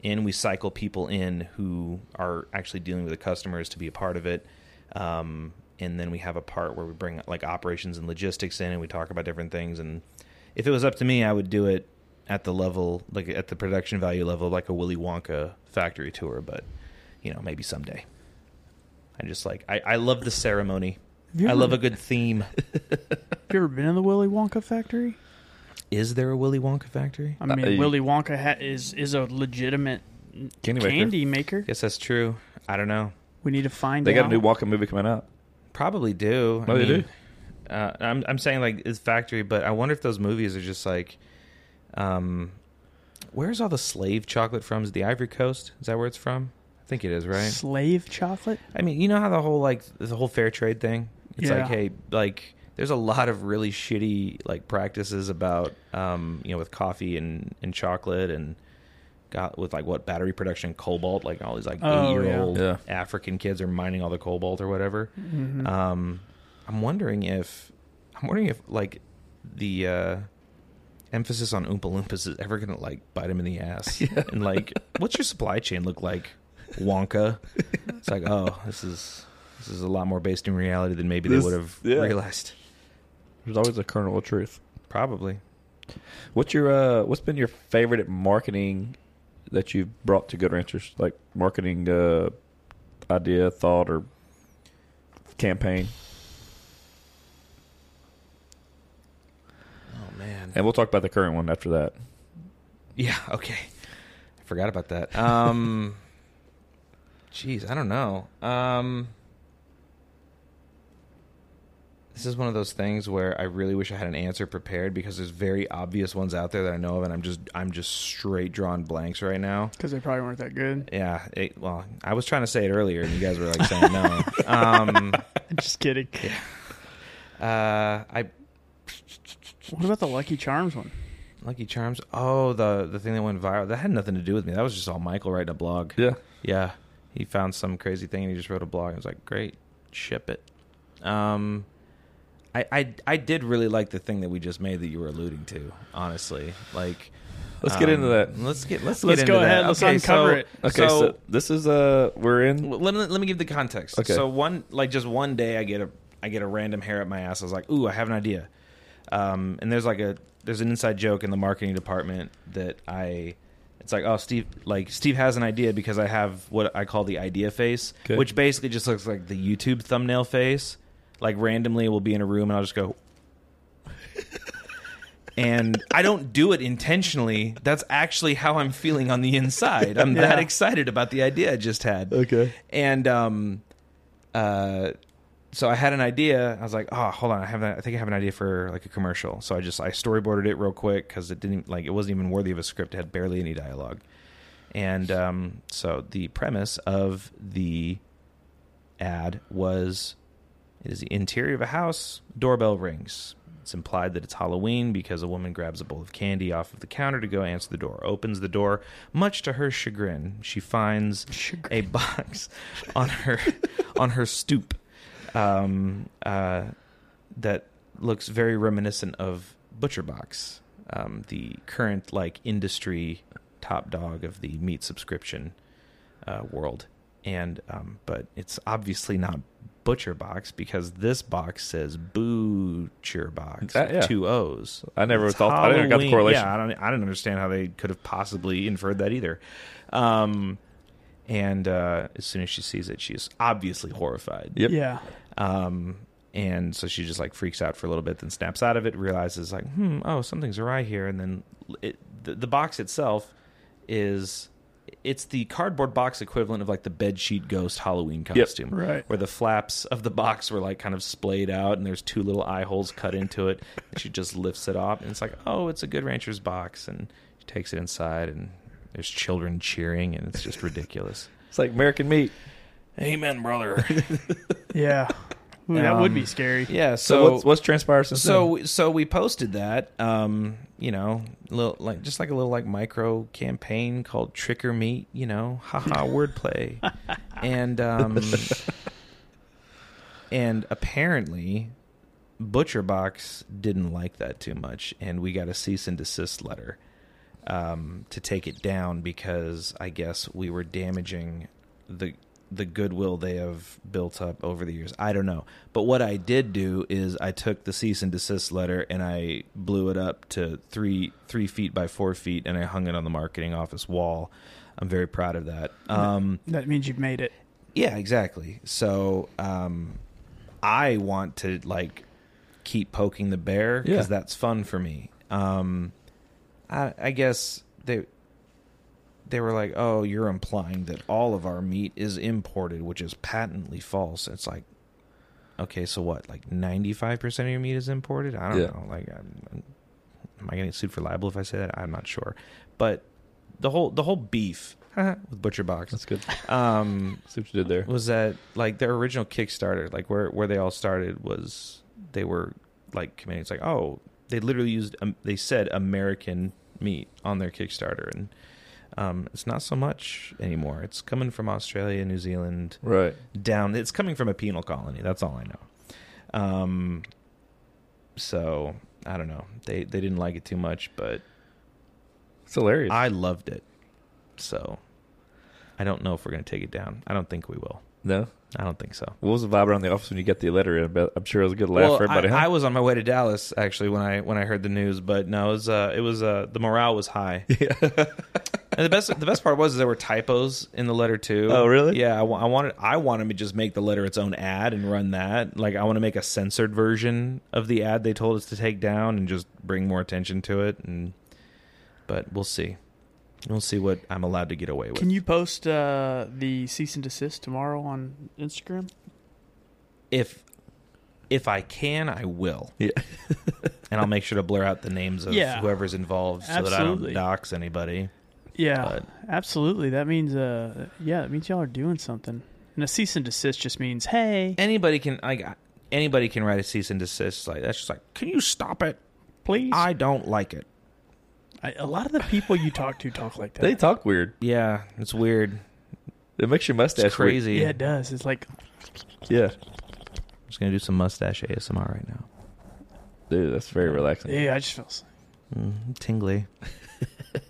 F: in. We cycle people in who are actually dealing with the customers to be a part of it, um, and then we have a part where we bring like operations and logistics in, and we talk about different things. And if it was up to me, I would do it at the level like at the production value level, like a Willy Wonka factory tour, but you know, maybe someday. I just like I, I love the ceremony.
E: Have you
F: I love
E: ever-
F: a good theme.
E: Have you ever been in the Willy Wonka factory?
F: *laughs* Is there a Willy Wonka factory?
E: I mean,
D: Uh, you-
E: Willy Wonka ha- is is a legitimate
D: Candy
E: candy,
D: maker.
E: maker.
F: guess that's true. I don't know.
E: We need to find.
D: they got a
E: out.
D: new Walking movie coming out.
F: Probably do.
D: No,
F: I
D: Oh, they
F: mean,
D: do.
F: Uh, I'm I'm saying like it's factory, but I wonder if those movies are just like, um, where's all the slave chocolate from? Is it the Ivory Coast? Is that where it's from? I think it is, right?
E: slave chocolate.
F: I mean, you know how the whole like the whole fair trade thing. It's
E: Yeah.
F: like, hey, like there's a lot of really shitty like practices about um, you know, with coffee and and chocolate and got with like what battery production cobalt, like all these like
E: Oh, yeah.
F: eight year old
D: Yeah.
F: African kids are mining all the cobalt or whatever.
E: Mm-hmm. Uh,
F: Um, I'm wondering if I'm wondering if like the uh emphasis on Oompa Loompas is ever gonna like bite him in the ass. And like, what's your supply chain look like, Wonka? It's like, oh, this is this is a lot more based in reality than maybe
D: This-
F: they would have
D: yeah.
F: realized.
D: There's always a kernel of truth.
F: Probably.
D: What's your uh, What's been your favorite marketing that you've brought to Good Ranchers? Like marketing uh, idea, thought, or campaign?
F: Oh man.
D: And we'll talk about the current one after that.
F: Yeah. *laughs* Okay. I forgot about that. Um. *laughs* Jeez, I don't know. Um. This is one of those things where I really wish I had an answer prepared because there's very obvious ones out there that I know of, and I'm just I'm just straight drawing blanks right now.
E: Because they probably weren't that good.
F: Yeah. It, well, I was trying to say it earlier, and you guys were like
E: *laughs*
F: saying no. Um.
E: Just kidding.
F: Uh. I
E: What about the Lucky Charms one?
F: Lucky Charms. Oh, the the thing that went viral. That had nothing to do with me. That was just all Michael writing a blog.
D: Yeah.
F: Yeah. He found some crazy thing and he just wrote a blog. I was like, great, ship it. Um, I, I I did really like the thing that we just made that you were alluding to. Honestly, like um,
D: Let's get into that.
F: Let's get let's
E: Let's
F: get into
E: go
F: that.
E: ahead, let's
F: Okay,
E: uncover
F: so-
E: it.
D: Okay, so,
F: so
D: this is uh we're in
F: L- let me, let me give the context.
D: Okay.
F: So one like just one day I get a I get a random hair up my ass. I was like, ooh, I have an idea. Um, and there's like a there's an inside joke in the marketing department that I it's like oh Steve like Steve has an idea because I have what I call the idea face,
D: Okay.
F: which basically just looks like the YouTube thumbnail face. Like randomly, we'll be in a room and I'll just go. *laughs* And I don't do it intentionally. That's actually how I'm feeling on the inside. I'm that excited about the idea I just had.
D: Okay.
F: And um, uh, so I had an idea. I was like, oh, hold on, I have, I think I have an idea for like a commercial. So I just I storyboarded it real quick because it didn't like it wasn't even worthy of a script. It had barely any dialogue. And um, so the premise of the ad was it is the interior of a house, doorbell rings. It's implied that it's Halloween because a woman grabs a bowl of candy off of the counter to go answer the door. Opens the door, much to her chagrin, she finds a box on her *laughs* on her stoop um, uh, that looks very reminiscent of Butcher Box, um, the current like industry top dog of the meat subscription uh, world. And um, but it's obviously not Butcher Box because this box says Butcher Box,
D: That- yeah.
F: two O's.
D: I never
F: It's
D: thought- I never got the
F: Halloween.
D: correlation.
F: Yeah, I don't. I don't understand how they could have possibly inferred that either. Um, and uh, as soon as she sees it, she's obviously horrified.
D: Yep.
E: Yeah.
F: Um, and so she just like freaks out for a little bit, then snaps out of it, realizes like, hmm, oh, something's awry here, and then it, the, the box itself is it's the cardboard box equivalent of like the bed sheet ghost Halloween costume,
E: right.
F: Where the flaps of the box were like kind of splayed out, and there's two little eye holes cut into it. And she just lifts it up, and it's like, oh, it's a Good Rancher's box, and she takes it inside, and there's children cheering, and it's just ridiculous.
D: it's like American meat.
F: Amen, brother.
E: Yeah. Ooh, that would be
F: Um,
E: scary.
F: *laughs* Yeah.
D: So,
F: So,
D: what's what's transpired since then?
F: so so we posted that um you know little like just like a little like micro campaign called trick or meat you know haha wordplay and um and apparently butcher box didn't like that too much and we got a cease and desist letter um to take it down because i guess we were damaging the the goodwill they have built up over the years. I don't know. But what I did do is I took the cease and desist letter and I blew it up to three three feet by four feet and I hung it on the marketing office wall. I'm very proud of that. Um,
E: That means you've made it.
F: yeah, exactly. So um, I want to like keep poking the bear
D: Yeah.
F: because that's fun for me. Um, I, I guess they they were like, "Oh, you're implying that all of our meat is imported, which is patently false." It's like, okay, so what? Like ninety five percent of your meat is imported? I don't
D: Yeah.
F: know. Like, I'm, am I going to get sued for libel if I say that? I'm not sure. But the whole the
D: *laughs*
F: whole beef with Butcher Box
D: That's good.
F: um,
D: See what you did there.
F: was that like their original Kickstarter, like where where they all started was they were like committing. It's like oh, they literally used um, they said American meat on their Kickstarter, and um, it's not so much anymore. It's coming from Australia, New Zealand,
D: Right.
F: down. It's coming from a penal colony. That's all I know. Um, so I don't know. They they didn't like it too much, but
D: It's hilarious.
F: I loved it. So I don't know if we're gonna take it down. I don't think we will.
D: no.
F: I don't think so.
D: What was the vibe around the office when you got the letter? in? But I'm sure it was a good laugh
F: Well,
D: for everybody.
F: I,
D: huh?
F: I was on my way to Dallas actually when I when I heard the news, but no, it was uh, it was uh, the morale
D: *laughs*
F: was high. and the best the best part was there were typos in the letter too.
D: Oh, really?
F: Yeah, I, wa- I wanted I wanted to just make the letter its own ad and run that. Like I want to make a censored version of the ad they told us to take down and just bring more attention to it. And but we'll see, we'll see what I'm allowed to get away with.
E: Can you post uh, the cease and desist tomorrow on Instagram?
F: if if I can, I will.
D: Yeah.
F: *laughs* and I'll make sure to blur out the names of
E: Yeah.
F: whoever's involved so
E: Absolutely.
F: that I don't dox anybody.
E: Yeah,
F: But-
E: absolutely. That means uh, yeah, that means y'all are doing something. And a cease and desist just means hey,
F: Anybody can like anybody can write a cease and desist. Like that's just like, can you stop it?
E: please.
F: I don't like it.
E: I, a lot of the people you talk to talk like that.
D: they talk weird.
F: Yeah, it's weird.
D: It makes your mustache
F: It's crazy.
E: Yeah, it does. It's like
D: weak. Yeah,
F: I'm just gonna do some mustache ASMR right now.
D: dude, that's very relaxing.
E: yeah, I just feel. s-
F: Mm, tingly.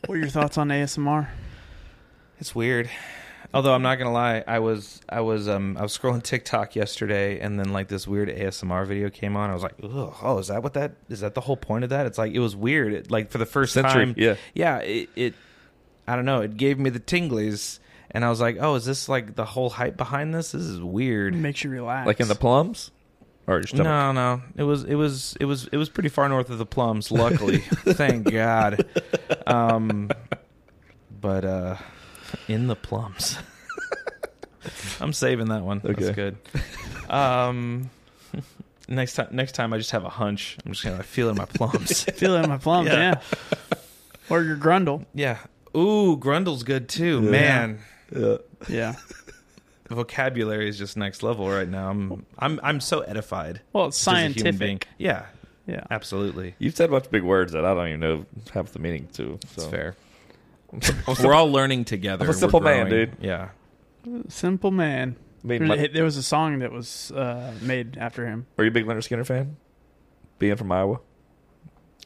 E: What are your thoughts on ASMR?
F: It's weird. Although I'm not gonna lie, I was I was um I was scrolling *laughs* TikTok yesterday, and then like this weird ASMR video came on. I was like, Ugh, oh, is that what that is? That the whole point of that? It's like it was weird. It, like for the first
D: Sensory,
F: time,
D: yeah.
F: yeah. It, it I don't know. It gave me the tinglies, and I was like, oh, is this like the whole hype behind this? This is weird.
E: It makes you relax.
D: Like in the plums, or your stomach.
F: No, no. It was it was it was it was pretty far north of the
D: *laughs*
F: plums, luckily. Thank God. Um but uh in the plums. *laughs* I'm saving that one.
D: Okay.
F: That's good. Um next time next time I just have a hunch. I'm just gonna feel in
D: *laughs*
F: my plums.
E: *laughs* feel it in my plums, yeah. Or your grundle,
F: yeah. Ooh, Grundle's good too. Man.
E: yeah.
F: Vocabulary is just next level right now. I'm I'm I'm so edified.
E: Well, it's
F: just as a human being.
E: scientific,
F: Yeah,
E: yeah.
F: absolutely.
D: You've said a bunch of big words that I don't even know half the meaning to. So.
F: It's fair. We're all learning together.
D: I'm a
F: We're
D: simple man,
F: growing.
D: dude.
F: Yeah.
E: Simple man.
D: Made
E: There-
D: my-
E: there was a song that was uh, made after him.
D: Are you a big Leonard Skinner fan? Being from Iowa,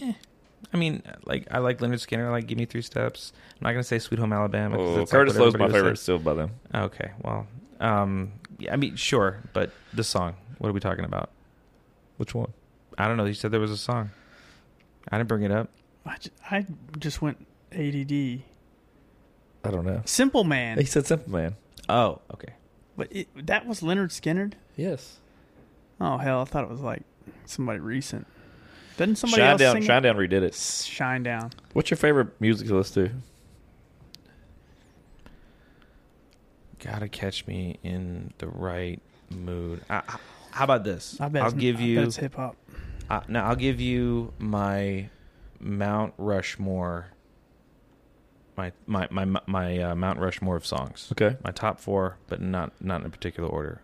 F: I mean, like I like Leonard Skinner. I like Give Me Three Steps. I'm not gonna say Sweet Home Alabama. 'cause
D: oh,
F: it's like
D: Curtis
F: what
D: Lowe's my
F: everybody
D: favorite
F: would say.
D: still by them.
F: Okay, well, um, yeah, I mean, sure, but the song. What are we talking about?
D: Which one?
F: I don't know. You said there was a song. I didn't bring it up.
E: I ju- I just went ADD.
D: I don't know.
E: Simple man.
D: He said Simple Man.
F: Oh, okay.
E: But it, that was Leonard Skinner.
D: Yes.
E: Oh hell, I thought it was like somebody recent. Doesn't somebody
D: Shine
E: else
D: down,
E: sing?
D: Shine down redid it.
E: S- Shine down.
D: What's your favorite music to listen to?
F: Gotta catch me in the right mood. I, I, how about this?
E: I bet.
F: I'll
E: it's-
F: give
E: I
F: you.
E: bet it's hip hop.
F: Uh, now I'll give you my Mount Rushmore. My my my my uh, Mount Rushmore of songs.
D: Okay.
F: My top four, but not not in a particular order.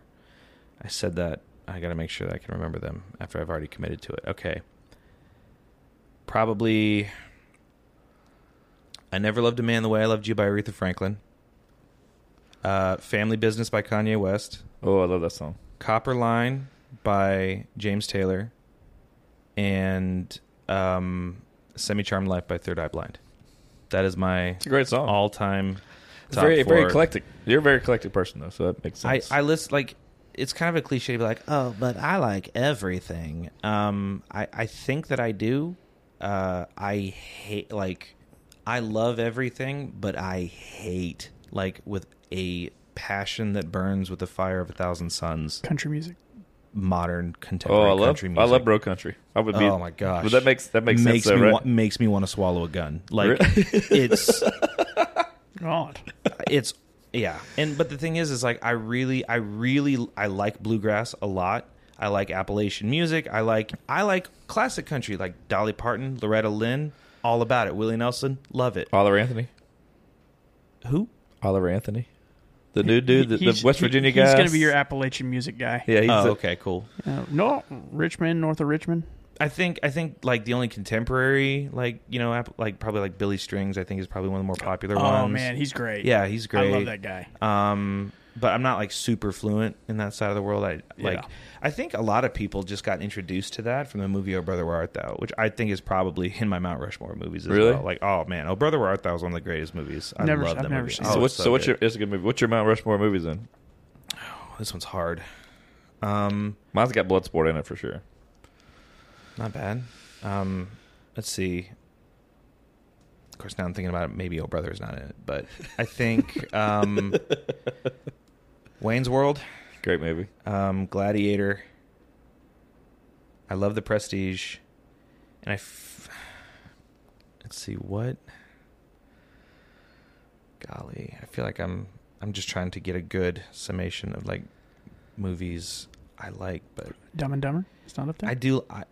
F: I said that I got to make sure that I can remember them after I've already committed to it. Okay. Probably. I never loved a man the way I loved you by Aretha Franklin. Uh, Family Business by Kanye West.
D: Oh, I love that song.
F: Copper Line by James Taylor and um, Semi Charmed Life by Third Eye Blind. That is my
D: It's a great song.
F: all time
D: Oh. it's
F: top
D: very, very
F: four.
D: eclectic. You're a very eclectic person though, so that makes
F: I,
D: sense.
F: I list like it's kind of a cliche to be like, oh, but I like everything. Um, I, I think that I do. Uh, I hate like I love everything, but I hate like with a passion that burns with the fire of a thousand suns.
E: Country music.
F: Modern
D: oh,
F: contemporary
D: I love,
F: country music.
D: I love bro country. I would be.
F: Oh my gosh!
D: But that makes that makes, sense
F: me
D: though, right?
F: wa- makes me want to swallow a gun. Like
D: Really? *laughs*
F: it's
E: God.
F: it's yeah. And but the thing is, is like I really, I really, I like bluegrass a lot. I like Appalachian music. I like I like classic country, like Dolly Parton, Loretta Lynn, all about it. Willie Nelson, love it.
D: Oliver Anthony.
F: Who?
D: Oliver Anthony. The new dude, the,
E: He-
D: the
E: he's-
D: West
E: he-
D: Virginia guy.
E: He's gonna be your Appalachian music guy.
D: Yeah, he's
F: oh,
D: a-
F: okay, cool.
E: Uh, no, Richmond, north of Richmond.
F: I think I think like the only contemporary, like you know, app- like probably like Billy Strings. I think is probably one of the more popular ones.
E: Oh man, he's great.
F: yeah, he's great.
E: I love that guy.
F: um but i'm not like super fluent in that side of the world i like
E: Yeah.
F: i think a lot of people just got introduced to that from the movie oh brother where art thou which i think is probably in my mount rushmore movies as
D: Really?
F: well like oh man oh brother where art thou is one of the greatest movies i
E: Never-
F: love that
E: I've never
F: movie
E: seen
F: Oh,
D: so
E: it.
F: it's
D: what's so what's
F: good.
D: your it's a good movie? What's your Mount Rushmore movies then?
F: this one's hard um
D: Mine's got Bloodsport in it for sure.
F: not bad um let's see of course now i'm thinking about it maybe oh brother is not in it but i think um *laughs* wayne's world
D: *laughs* Great movie.
F: um, Gladiator. I love the Prestige, and I. F- Let's see what. Golly, I feel like I'm. I'm just trying to get a good summation of like movies I like, but
E: Dumb and Dumber. It's not up there.
F: I do. I,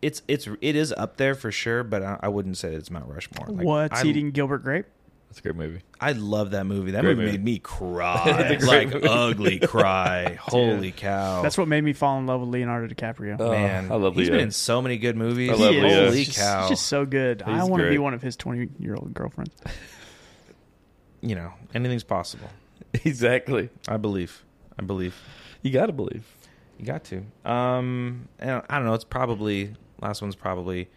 F: it's it's it is up there for sure, but I, I wouldn't say it's Mount Rushmore. Like,
E: What's
F: I,
E: eating Gilbert Grape?
D: That's a great movie.
F: I love that movie. That
D: Great
F: movie
D: movie.
E: *laughs*
F: made me cry, like ugly cry. Holy cow!
E: That's what made me fall in love with Leonardo DiCaprio.
D: Oh,
F: Man,
D: I love
F: He's
D: Leo.
F: been in so many good movies.
D: I love
E: He
D: Leo.
E: is.
F: Holy
E: He's just-
F: cow!
E: He's just so good. I
D: He's
E: want to be
D: great.
E: one of his twenty-year-old girlfriends.
F: you know, anything's possible.
D: *laughs* Exactly.
F: I believe. I believe.
D: You got to believe.
F: You got to. Um, and I don't know. It's probably last one's probably.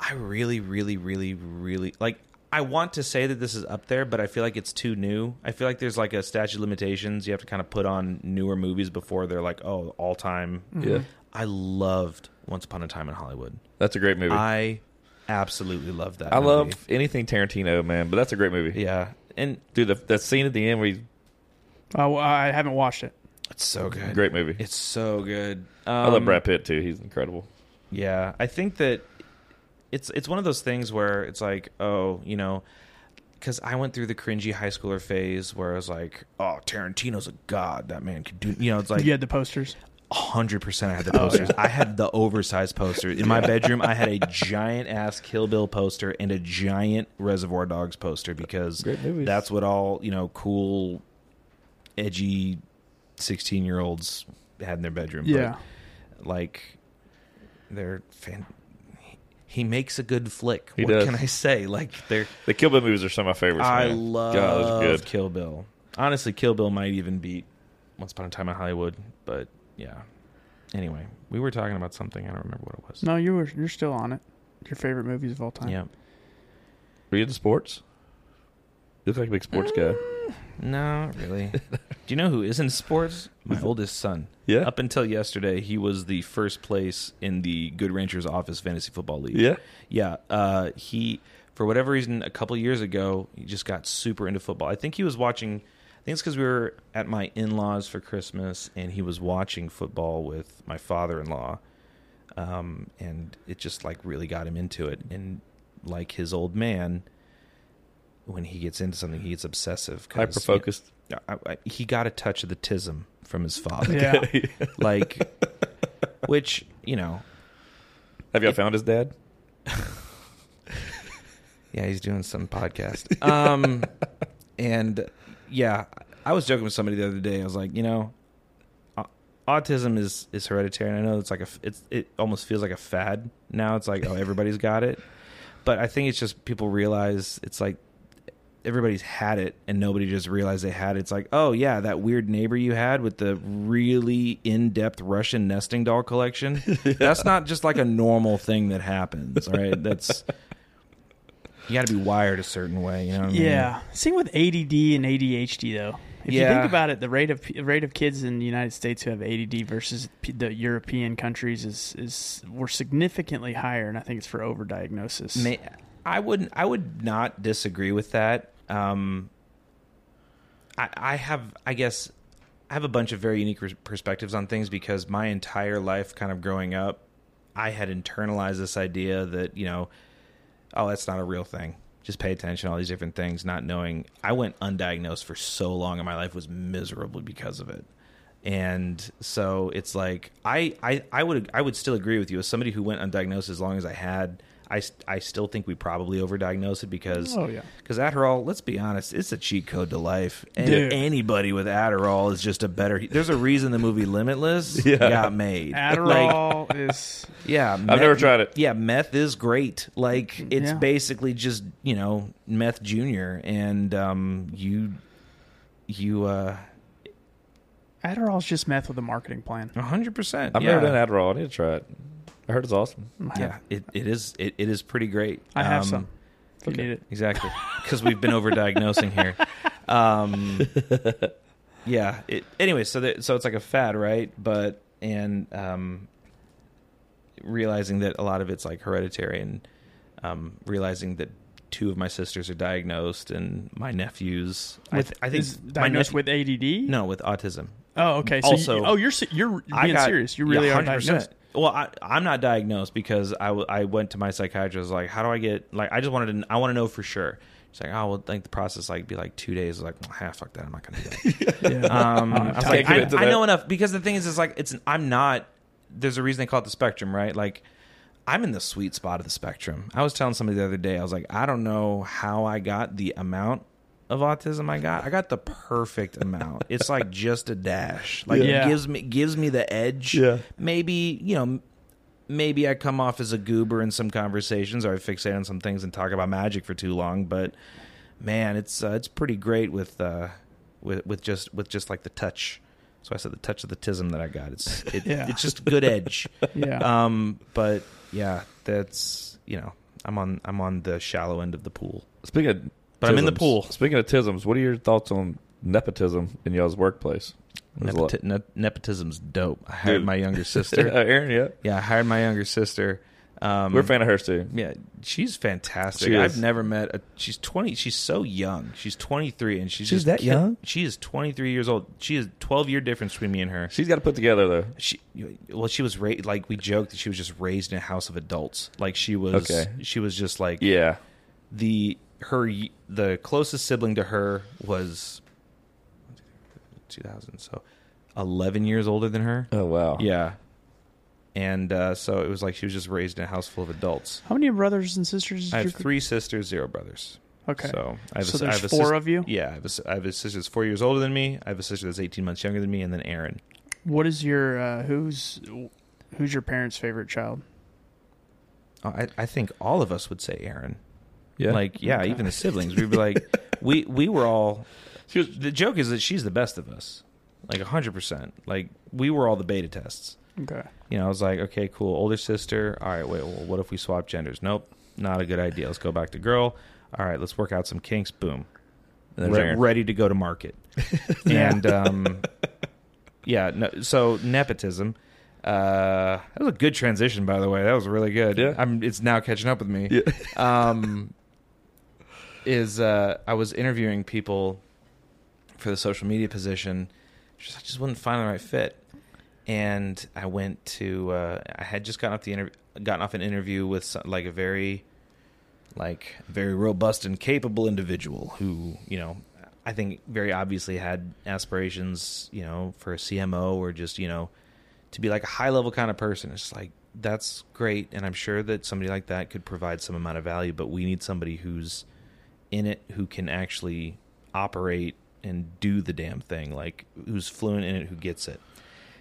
F: I really, really, really, really like. I want to say that this is up there, but I feel like it's too new. I feel like there's like a statute of limitations. You have to kind of put on newer movies before they're like, oh, all time.
E: Mm-hmm.
D: Yeah.
F: I loved Once Upon a Time in Hollywood.
D: That's a great movie. I,
F: I absolutely loved that. movie.
D: love anything Tarantino, man, but that's a great movie.
F: Yeah, and
D: Dude, the, that scene at the end where he's
E: Oh, I haven't watched it.
F: it's so good.
D: great movie.
F: It's so good. Um,
D: I love Brad Pitt too. He's incredible.
F: Yeah, I think that it's it's one of those things where it's like, oh, you know, because I went through the cringy high schooler phase where I was like, oh, Tarantino's a god. That man could do. You know, it's
E: *laughs*
F: like
E: You had the posters.
F: hundred percent. I had the
D: Oh,
F: posters. I had the oversized posters in my bedroom. I
D: *laughs*
F: had a giant ass Kill Bill poster and a giant Reservoir Dogs poster because
D: movies.
F: that's what all you know, cool, edgy, sixteen year olds had in their bedroom.
E: Yeah.
F: but, like they're fan. He makes a good flick.
D: He
F: what
D: does.
F: can I say? Like they're.
D: The Kill Bill movies are some of my favorites.
F: I
D: man.
F: love
D: God, that was good.
F: Kill Bill. Honestly, Kill Bill might even beat Once Upon a Time in Hollywood, but yeah. Anyway, we were talking about something. I don't remember what it was.
E: No, you were you're still on it. Your favorite movies of all time.
F: Yeah.
D: Were you into sports? You look like a big sports guy.
F: No, really.
D: *laughs*
F: *laughs* Do you know who is in sports? My oldest son.
D: Yeah.
F: Up until yesterday, he was the first place in the Good Ranchers Office Fantasy Football League.
D: Yeah.
F: Yeah. Uh, he, for whatever reason, a couple years ago, he just got super into football. I think he was watching. I think it's because we were at my in laws for Christmas, and he was watching football with my father in law, um, and it just like really got him into it. And like his old man, when he gets into something, he gets obsessive. 'cause,
D: Hyper
F: *laughs*
D: focused.
F: you know, I- I- he got a touch of the tism from his father,
D: *laughs*
E: Yeah.
F: like, *laughs* which you know,
D: Have y'all found his dad?
F: Yeah, he's doing
D: *laughs*
F: some podcast. Um, and yeah, I was joking with somebody the other day. I was like, you know, au- autism is is hereditary, and I know it's like a f- it's it almost feels like a fad now. It's like oh, everybody's got it, but I think it's just people realize it's like everybody's had it, and nobody just realized they had it. It's like oh yeah, that weird neighbor you had with the really in depth Russian nesting doll collection. That's not just like a normal thing that happens, all right? That's you got to be wired a certain way, you know. What I mean?
E: Yeah. Same with ADD and ADHD though. If you
F: Yeah.
E: think about it, the rate of rate of kids in the United States who have ADD versus p- the European countries is is were significantly higher, and I think it's for overdiagnosis.
F: May, I wouldn't. I would not disagree with that. Um, I, I have, I guess, I have a bunch of very unique res- perspectives on things because my entire life, kind of growing up, I had internalized this idea that you know, oh, that's not a real thing. Just pay attention, all these different things, not knowing. I went undiagnosed for so long, and my life was miserable because of it. And so it's like I, I, I would I would still agree with you as somebody who went undiagnosed as long as I had. I, st- I still think we probably overdiagnosed it because
E: Oh, yeah.
F: because Adderall let's be honest it's a cheat code to life and
E: Dude.
F: anybody with Adderall is just a better there's a reason the
E: *laughs*
F: movie Limitless
D: Yeah.
F: got made Like,
E: Adderall is
F: yeah, I've
D: never tried it.
F: Yeah, meth is great. Like it's
E: Yeah.
F: basically just you know meth junior, and um, you you uh
E: Adderall's just meth with a marketing plan.
F: hundred percent.
D: I've
F: yeah.
D: never done Adderall. I need to try it. I heard it's
F: *laughs*
D: awesome.
F: Yeah, it, it is it, it is pretty great.
E: I have
F: Um,
E: some. If you need it.
F: exactly because we've been
E: *laughs*
F: overdiagnosing here. Um, yeah. It, anyway, so that, so it's like a fad, right? But and um, realizing that a lot of it's like hereditary, and um, realizing that two of my sisters are diagnosed, and my nephews. I, th- I think
E: is
F: my
E: diagnosed
F: nep-
E: with ADD.
F: no with autism.
E: Oh, okay. So
F: Also-
E: you, oh, you're se- you're
F: I
E: being
F: got-
E: serious. You really
F: yeah,
E: are diagnosed.
F: Well, I, I'm not diagnosed because I, w- I went to my psychiatrist like, how do I get like I just wanted to I want to know for sure. She's like, oh well, like the process like be like two days. I was like, ah, fuck that, I'm not gonna do
D: *laughs*
E: *laughs*
F: that. Um, I, was like, I,
D: commit to
F: I
D: that.
F: know enough because the thing is, is like it's an, I'm not. There's a reason they call it the spectrum, right? Like I'm in the sweet spot of the spectrum. I was telling somebody the other day, I was like, I don't know how I got the amount of autism I got. I got the perfect amount. It's like just a dash. Like
E: Yeah.
F: it gives me gives me the edge.
D: Yeah.
F: Maybe you know. Maybe I come off as a goober in some conversations, or I fixate on some things and talk about magic for too long. But man, it's uh, it's pretty great with uh, with, with just with just like the touch. So I said the touch of the tism that I got. It's it,
E: Yeah.
F: it's just good edge.
E: Yeah.
F: Um, but yeah, that's you know I'm on I'm on the shallow end of the pool.
D: Speaking of,
F: But I'm in the
D: tisms-
F: pool.
D: Speaking of tisms, what are your thoughts on nepotism in y'all's workplace? There's a lot-
F: Nepoti- ne- nepotism's dope. I hired
D: Dude.
F: my
D: *laughs*
F: younger
D: Uh,
F: sister.
D: Aaron, yeah,
F: yeah, I hired my younger sister. Um,
D: we're a fan of hers too.
F: Yeah, she's fantastic.
D: She
F: I've
D: is.
F: never met a. She's twenty. She's so young. She's twenty three, and she's
D: She's
F: just
D: that
F: ki-
D: young?
F: She is twenty three years old. She is twelve year difference between me and her.
D: She's got to put together though.
F: She, well, she was raised like we joked that she was just raised in a house of adults. Like she was,
D: Okay.
F: she was just like
D: Yeah,
F: the her y- the closest sibling to her was two thousand, so eleven years older than her.
D: Oh wow.
F: Yeah, and uh, so it was like she was just raised in a house full of adults.
E: How many brothers and sisters? Did
F: I
E: you-
F: have three sisters, zero brothers.
E: Okay.
F: So I have
E: So
F: a, I
E: there's
F: have a
E: four
F: sis-
E: of you?
F: Yeah, I have, a, s- I have a sister that's four years older than me. I have a sister that's eighteen months younger than me, and then Aaron.
E: What is your uh, who's who's your parents' favorite child?
F: Oh, I, I think all of us would say Aaron.
D: yeah.
F: Like, yeah, even the siblings. We'd be like, *laughs* we we were all. She was, the joke is that she's the best of us, like hundred percent. Like we were all the beta tests.
E: Okay.
F: You know, I was like, okay, cool, older sister. All right, wait, well, what if we swap genders? Nope, not a good idea. Let's go back to girl. All right, let's work out some kinks. Boom,
D: There's
F: Re-
D: *laughs* Aaron.
F: ready to go to market. and um, yeah, no, so nepotism. Uh, that was a good transition, by the way. That was really good.
D: Yeah.
F: I'm, it's now catching up with me. *laughs* um, is uh, I was interviewing people for the social media position. Just, I just wouldn't find the right fit, and I went to. Uh, I had just gotten off the interview, gotten off an interview with some, like a very, like very robust and capable individual who you know I think very obviously had aspirations you know for a CMO or just you know to be like a high level kind of person. It's just like that's great, and I'm sure that somebody like that could provide some amount of value, but we need somebody who's in it who can actually operate and do the damn thing, like who's fluent in it, who gets it.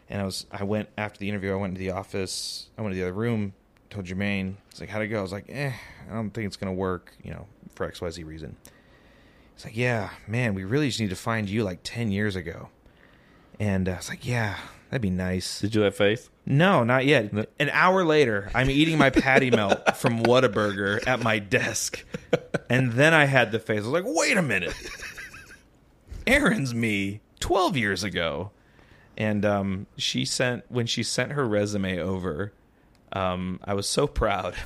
F: And I was, I went after the interview, I went to the office, I went to the other room, told Jermaine, it's like, how'd it go? I was like, eh, I don't think it's going to work, you know, for XYZ reason. It's like, yeah, man, we really just need to find you like 10 years ago. And uh, I was like, yeah, that'd be
D: *laughs*
F: nice.
D: Did you have faith?
F: No, not yet.
D: No.
F: An hour later, I'm eating my patty melt from Whataburger at my desk. And then I had the phase. I was like, wait a minute. Aaron's me 12 years ago. And um, she sent, when she sent her resume over, um, I was so proud. *laughs*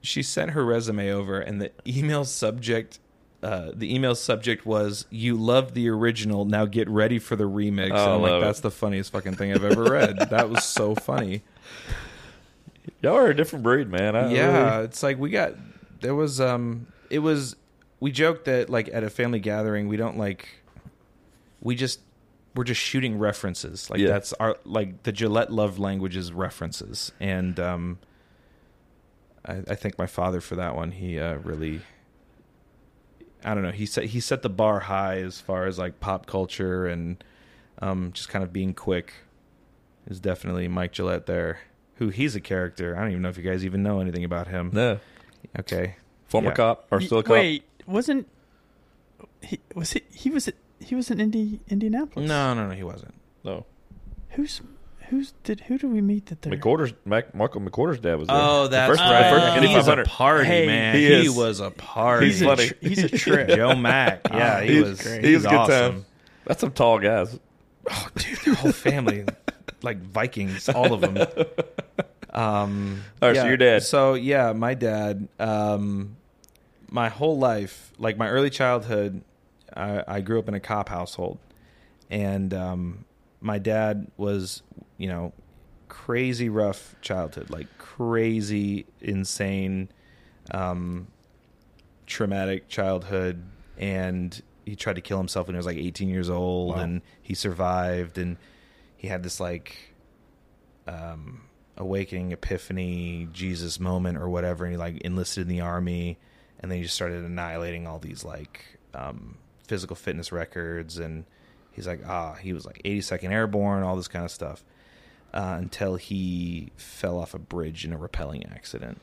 F: She sent her resume over, and the email subject. Uh, the email subject was "You love the original, now get ready for the remix." and I'm like,
D: Oh, love it.
F: "That's the funniest fucking thing I've
D: *laughs*
F: ever read." that was so funny.
D: Y'all are a different breed, man. I
F: Yeah,
D: really-
F: it's like we got there was um it was we joked that like at a family gathering we don't like we just we're just shooting references. Like
D: Yeah.
F: that's our like the Gillette love language is references. And um I, I thank my father for that one. He uh really I don't know, he set he set the bar high as far as like pop culture and um just kind of being quick is definitely Mike Gillette there. Who he's a character. I don't even know if you guys even know anything about him.
D: no
F: Okay.
D: former
F: Yeah.
D: cop or still a
E: Y-
D: cop.
E: Wait, wasn't he was he he was he was in Indi, Indianapolis?
F: No, no, no, he wasn't.
D: No,
E: Who's who's did who did we meet that there?
D: McCorder's Mac, Michael McCorder's dad was there.
F: Oh, that's
D: the first,
F: right.
D: the first Indy
F: He was a
D: 500.
F: party,
E: Hey,
F: man.
D: he
F: He,
D: is.
F: was a party.
D: He's
E: He's a,
D: funny.
E: tr-
F: *laughs*
E: he's a trip.
D: *laughs*
F: Joe Mack. Yeah, he,
D: He-
F: was
E: he
F: great.
D: He was a good
F: awesome.
D: time. That's some tall
F: *laughs*
D: guys.
F: Oh, dude, their whole family, like Vikings, all
D: *laughs*
F: of them. Um,
D: All right, so
F: yeah.
D: your dad.
F: So yeah, my dad. Um, my whole life, like my early childhood, I, I grew up in a cop household, and um, my dad was, you know, crazy rough childhood, like crazy insane, um, traumatic childhood, and he tried to kill himself when he was like 18 years old,
D: Wow.
F: and he survived, and he had this like um, awakening, epiphany, Jesus moment or whatever, and he like enlisted in the army, and then he just started annihilating all these like um, physical fitness records, and he's like, ah, he was like 82nd Airborne, all this kind of stuff, uh, until he fell off a bridge in a rappelling accident.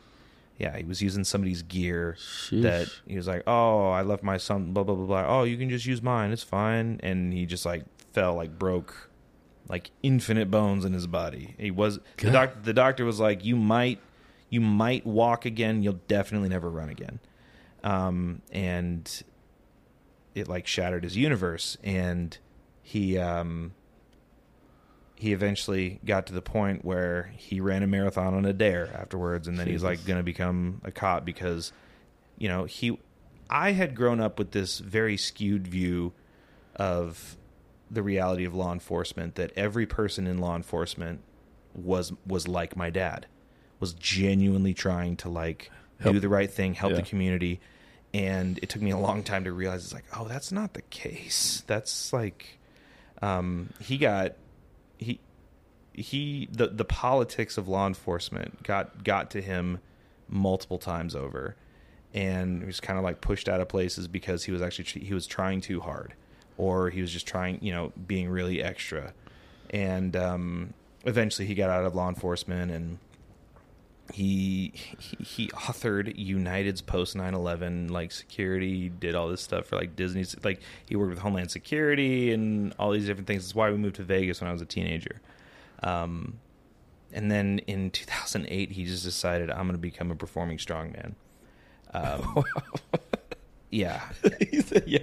F: Yeah, he was using somebody's gear that he was like, "Oh, I left my son." Blah blah blah blah. Oh, you can just use mine. It's fine. And he just like fell, like broke, like infinite bones in his body. He was the, doc- the doctor was like, "You might, you might walk again. You'll definitely never run again." Um, and it like shattered his universe and he um he eventually got to the point where he ran a marathon on a dare afterwards and then he's like going to become a cop because you know he i had grown up with this very skewed view of the reality of law enforcement that every person in law enforcement was was like my dad was genuinely trying to like do the right thing help
D: Yeah.
F: the community and it took me a long time to realize it's like oh that's not the case that's like um he got he he the the politics of law enforcement got got to him multiple times over and he was kind of like pushed out of places because he was actually tr- he was trying too hard or he was just trying you know being really extra and um eventually he got out of law enforcement and he he he authored United's post 9/11 like security did all this stuff for like Disney's like he worked with Homeland Security and all these different things. That's why we moved to Vegas when I was a teenager. Um and then in 2008 he just decided I'm going to become a performing strongman.
D: *laughs*
F: Um yeah.
D: yeah.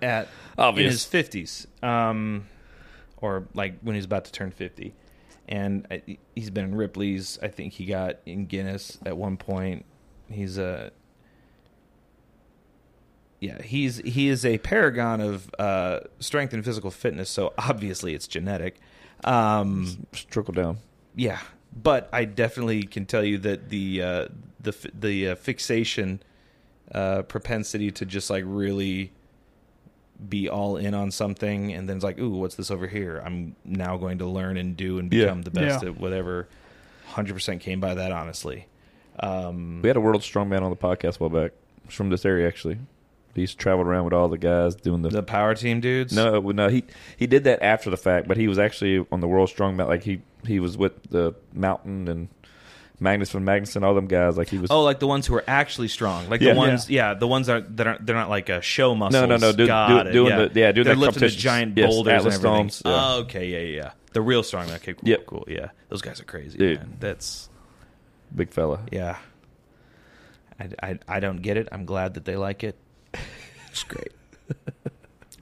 F: At
D: Obvious.
F: in his 50s. Um or like when he's about to turn 50. And I, he's been in Ripley's. I think he got in Guinness at one point. He's a yeah, he's he is a paragon of uh, strength and physical fitness. So obviously it's genetic. Um,
D: Just trickle down.
F: yeah, but I definitely can tell you that the uh, the f- the uh, fixation uh, propensity to just like really be all in on something, and then it's like, ooh, what's this over here? I'm now going to learn and do and
D: Yeah.
F: become the best
E: Yeah.
F: at whatever. Hundred percent came by that honestly. Um,
D: We had a world strongman on the podcast a while back. He's from this area actually. He's traveled around with all the guys doing the
F: the power team dudes.
D: No, well, no, he he did that after the fact, but he was actually on the World Strongman. Like he he was with the Mountain and Magnus from Magnuson, all them guys. Like he was.
F: Oh, like the ones who are actually strong, like
D: Yeah.
F: the ones, yeah, the ones that are, that aren't they're not like a show muscles.
D: no, no, do-
F: Got
D: do-
F: it.
D: doing the- yeah, doing
F: they're
D: the
F: lifting the
D: competitions.
F: giant
D: Yes,
F: boulders
D: Atlas
F: and everything.
D: Domes, yeah.
F: Oh, okay, yeah, yeah, yeah, the real strong. Okay, cool,
D: Yep.
F: cool, yeah, those guys are crazy,
D: Dude.
F: man. That's
D: big fella.
F: yeah. I, I, I don't get it. I'm glad that they like it. It's great.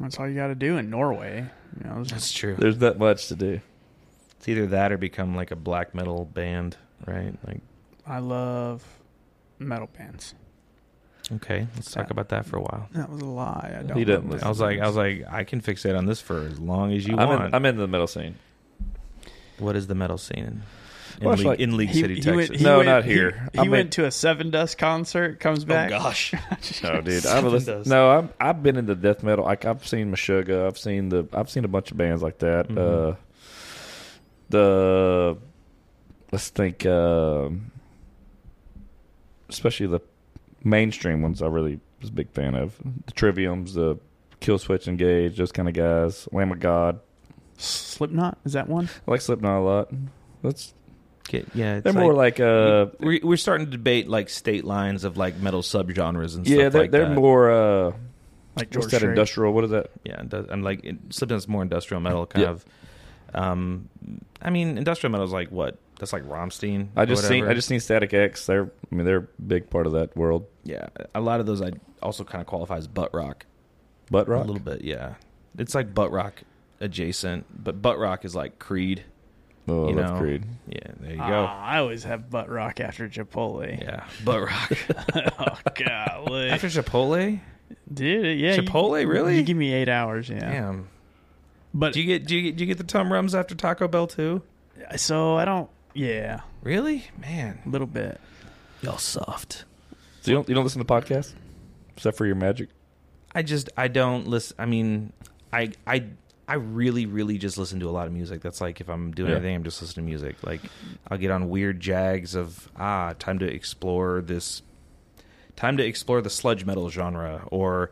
E: That's all you got to do in Norway. You know, it's-
F: That's true.
D: There's not much to do.
F: It's either that or become like a black metal band, right? Like,
E: I love metal bands.
F: okay, let's talk about that for a while.
E: That was a lie. I don't.
D: He doesn't
E: love
D: listen.
F: I was like, I was like, I can fixate on this for as long as you
D: I'm
F: want.
D: in, I'm in the metal scene.
F: What is the metal scene in, in,
D: Well, it's
F: League,
D: like-
F: in League
E: He-
F: City,
E: he
F: Texas?
E: went- he
D: No,
E: went-
D: not
E: he-
D: here.
E: He,
D: I mean-
E: went to a Seven Dust concert. Comes back.
F: Oh, *laughs* gosh.
D: Oh, No, dude, I've listened. No, I'm, I've been into death metal. Like I've seen Meshuggah. I've seen the. I've seen a bunch of bands like that.
F: Mm-hmm.
D: Uh, the let's think, um especially the mainstream ones. I really was a big fan of the Triviums, the Kill Switch Engage, those kind of guys. Lamb of God.
E: Slipknot is that one?
D: I like Slipknot a lot. That's
F: Okay, yeah, it's
D: they're more like uh,
F: we're, we're starting to debate like state lines of like metal subgenres and
D: yeah,
F: stuff
D: they're
F: like
D: they're
F: that.
D: more uh,
E: Like George
D: what's that
E: Strait.
D: industrial? What is that?
F: yeah, it does- and like it, sometimes more industrial metal kind
D: Yeah.
F: of. Um, I mean, industrial metal is like what? That's like Rammstein.
D: I
F: or
D: just seen
F: whatever.
D: I just seen Static X. They're I mean they're a big part of that world.
F: yeah, a lot of those I also kind of qualify as butt rock
D: Butt rock.
F: a little bit. Yeah, it's like butt rock adjacent, but butt rock is like Creed.
D: oh, I
F: you
D: love
F: know?
D: Creed.
F: Yeah, there you
E: Ah,
F: go.
E: I always have butt rock after Chipotle.
F: Yeah, butt rock
E: *laughs*
D: *laughs*
E: Oh golly,
F: *laughs* after Chipotle.
E: dude. Yeah, you-
F: Chipotle, really?
E: You give me eight hours. Yeah,
F: Damn.
E: but
F: Do you get do you get, do you get the Tum Rums after Taco Bell too?
E: so I don't. Yeah,
F: Really,
E: a
F: man,
E: little bit.
F: y'all soft.
D: So you don't you don't listen to podcasts except for your
F: *laughs*
D: magic.
F: I just I don't listen. I mean, I I I really really just listen to a lot of music. That's like if I'm doing
D: Yeah.
F: anything, I'm just listening to music. Like I'll get on weird jags of ah, time to explore this, time to explore the sludge metal genre, or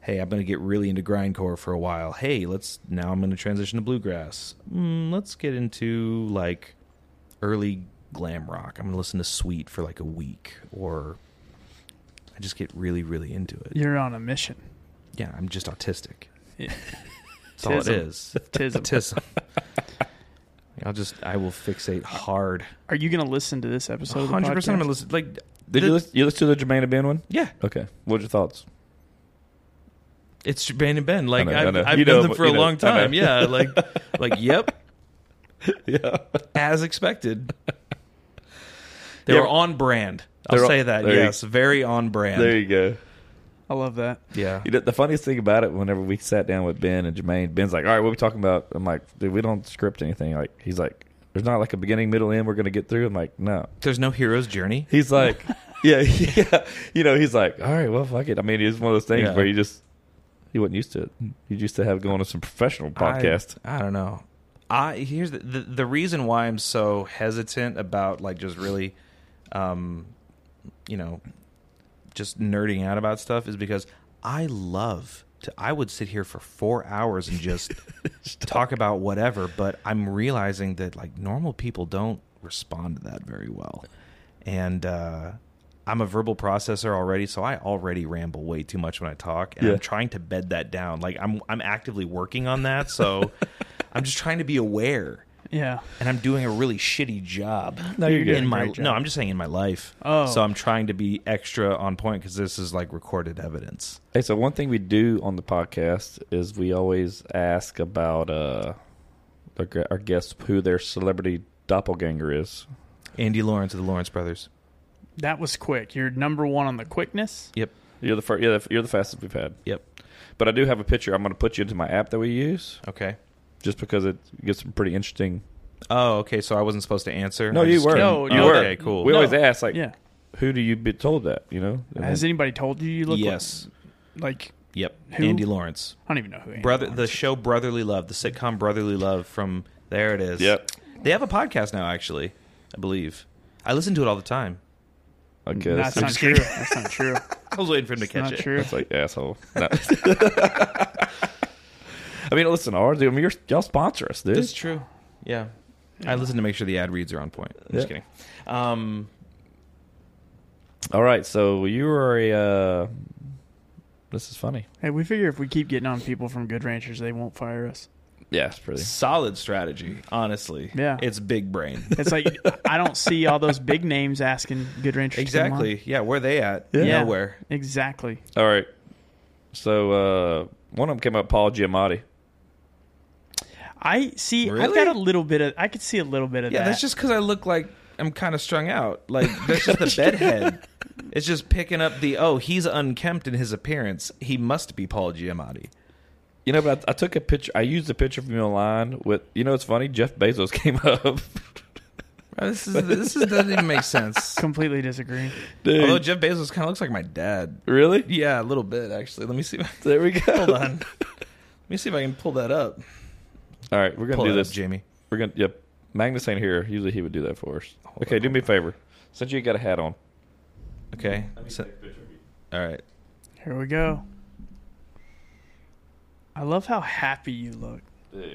F: hey, I'm going to get really into grindcore for a while. Hey, let's Hmm, now I'm going to transition to bluegrass. Mm, let's get into like early glam rock. I'm gonna listen to Sweet for like a week, or I just get really, really into it.
E: You're on a mission.
F: Yeah, I'm just
E: *laughs*
F: autistic.
E: Yeah.
F: That's all
E: Tism.
F: it is.
E: Tism.
F: *laughs* Autism. I'll just I will fixate hard.
E: Are you going to listen to this episode? of the
F: Hundred percent. I'm
E: podcast?
F: gonna listen. Like
D: Did
F: the-
D: you listen, you listen to the Jermaine Ben one?
F: Yeah,
D: Okay. What your thoughts?
F: it's Bane and Ben. Like
D: I
F: I
D: know, I
F: have
D: know.
F: I've
D: You
F: known
D: know,
F: them for a
D: you know,
F: long
D: I know.
F: time.
D: *laughs*
F: Yeah, like like yep. *laughs* Yeah,
D: *laughs*
F: as expected. They
D: Yeah.
F: were on brand. I'll
D: They're on-
F: say that.
D: there you-
F: Yes, very on brand.
D: you go.
E: I love that.
F: yeah,
D: You know, the funniest thing about it, whenever we sat down with Ben and Jermaine, Ben's like, "All right, what are we talking about?" I'm like, "Dude, we don't script anything." Like, he's like, "There's not like a beginning, middle, end. We're gonna get through." I'm like, "No."
F: there's no hero's journey.
D: He's like, "Yeah, *laughs* yeah." You know, he's like, "All right, well, fuck it." I mean, it's one of those things
F: Yeah.
D: where you just he wasn't used to it. He used to have going to some professional podcast.
F: I, I don't know. I here's the, the the reason why I'm so hesitant about like just really, um, you know, just nerding out about stuff is because I love to. I would sit here for four hours and *laughs* just talk about whatever, but I'm realizing that like normal people don't respond to that very well, and uh, I'm a verbal processor already, so I already ramble way too much when I talk, and
D: Yeah.
F: I'm trying to bed that down. Like I'm I'm actively working on that, so *laughs* I'm just trying to be aware.
E: Yeah.
F: And I'm doing a really shitty job.
E: No, you're doing
F: in
E: a
F: my
E: great job.
F: no. I'm just saying in my life.
E: Oh.
F: so I'm trying to be extra on point because this is like recorded evidence.
D: Hey, so one thing we do on the podcast is we always ask about uh, our, gu- our guests who their celebrity doppelganger is.
F: Andy Lawrence of the Lawrence Brothers.
E: That was quick. You're number one on the quickness.
F: Yep.
D: You're the first, yeah, you're the fastest we've had.
F: Yep.
D: But I do have a picture. I'm going to put you into my app that we use,
F: Okay.
D: just because it gets some pretty interesting.
F: Oh, okay. So I wasn't supposed to answer.
D: No,
F: I
D: you
F: just
D: were.
F: came-
E: No, you
F: oh,
E: were.
F: Okay, cool.
D: We
E: No.
D: always ask, like,
E: Yeah.
D: who do you be told that? You know, And
E: Has
D: then-
E: anybody told you you look like-
F: yes.
E: like,
F: Yep.
E: Who?
F: Andy Lawrence.
E: I don't even know who. Andy
F: Brother the
E: Lawrence is.
F: show Brotherly Love, the sitcom Brotherly Love from there it is.
D: Yep.
F: They have a podcast now actually, I believe. I listen to it all the time.
D: okay,
E: That's
D: that's,
E: not true. That's not true.
F: *laughs* I was waiting for him to catch
E: not
F: it.
E: true.
D: that's like asshole. No. *laughs* I mean, listen, ours. I mean, you're, y'all sponsor us, dude.
F: That's true. Yeah. I listen to make sure the ad reads are on point. I'm just
D: Yeah.
F: kidding. Um,
D: All right, so you are a. Uh, this is funny.
E: Hey, we figure if we keep getting on people from Good Ranchers, they won't fire us.
D: Yeah, it's pretty.
F: solid strategy, honestly.
E: Yeah.
F: It's
D: *laughs*
F: big brain.
E: It's
F: *laughs*
E: like I don't see all those big names asking Good Ranchers. to come on.
F: exactly. Yeah, where they at?
E: Yeah.
F: Nowhere.
E: Exactly.
D: All right, so uh, one of them came up, Paul Giamatti.
E: I see. I've
F: Really?
E: got a little bit of. I could see a little bit of
F: Yeah,
E: that.
F: that's just because I look like I'm kind of strung out. Like that's
D: *laughs*
F: just the bedhead. It's just picking up the oh, he's unkempt in his appearance. He must be Paul Giamatti.
D: You know, but I, I took a picture. I used a picture from you online with. You know, it's funny. Jeff Bezos *laughs* came up.
F: Uh, This is this is, doesn't even
D: *laughs*
F: make sense.
E: completely disagree.
D: Dude,
F: Although Jeff Bezos kind of looks like my dad.
D: really?
F: Yeah, a little bit actually. Let me see. if-
D: There we go.
F: Hold on. Let me see if I can pull that up.
D: *laughs* All right, we're gonna
F: Pull
D: do
F: that up,
D: this.
F: Jamie.
D: We're gonna. Yep. Magnus ain't here. Usually he would do that for us. okay, do me a favor. Since you got a hat on,
F: Okay. So- all right.
E: Here we go. I love how happy you look.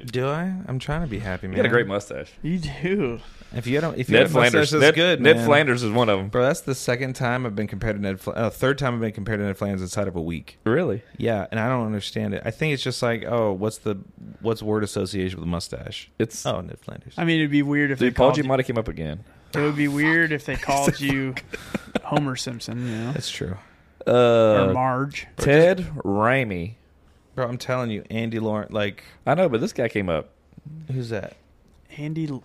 F: Do I? I'm trying to be happy, man.
D: you got a great mustache.
E: You do.
F: If you don't, if you
D: Ned
F: have a mustache,
D: Flanders.
F: that's
D: Ned,
F: good.
D: Ned
F: man.
D: Flanders is one of them.
F: Bro, that's the second time I've been compared to Ned. Fl- uh, third time I've been compared to Ned Flanders inside of a week.
D: Really?
F: Yeah, and I don't understand it. I think it's just like, oh, what's the what's word association with mustache?
D: It's
F: Oh, Ned Flanders.
E: I mean, it'd be weird if
D: dude.
E: they
D: Paul
E: called.
D: Giamatti came up again.
E: you, it would be weird if
D: *laughs*
E: they called you Homer Simpson, you know,
F: That's true,
E: or
D: Uh,
E: Marge.
D: Ted Raimi.
F: bro. I'm telling you, Andy Lawrence. Like,
D: I know, but this guy came up.
F: who's that?
E: Andy, L-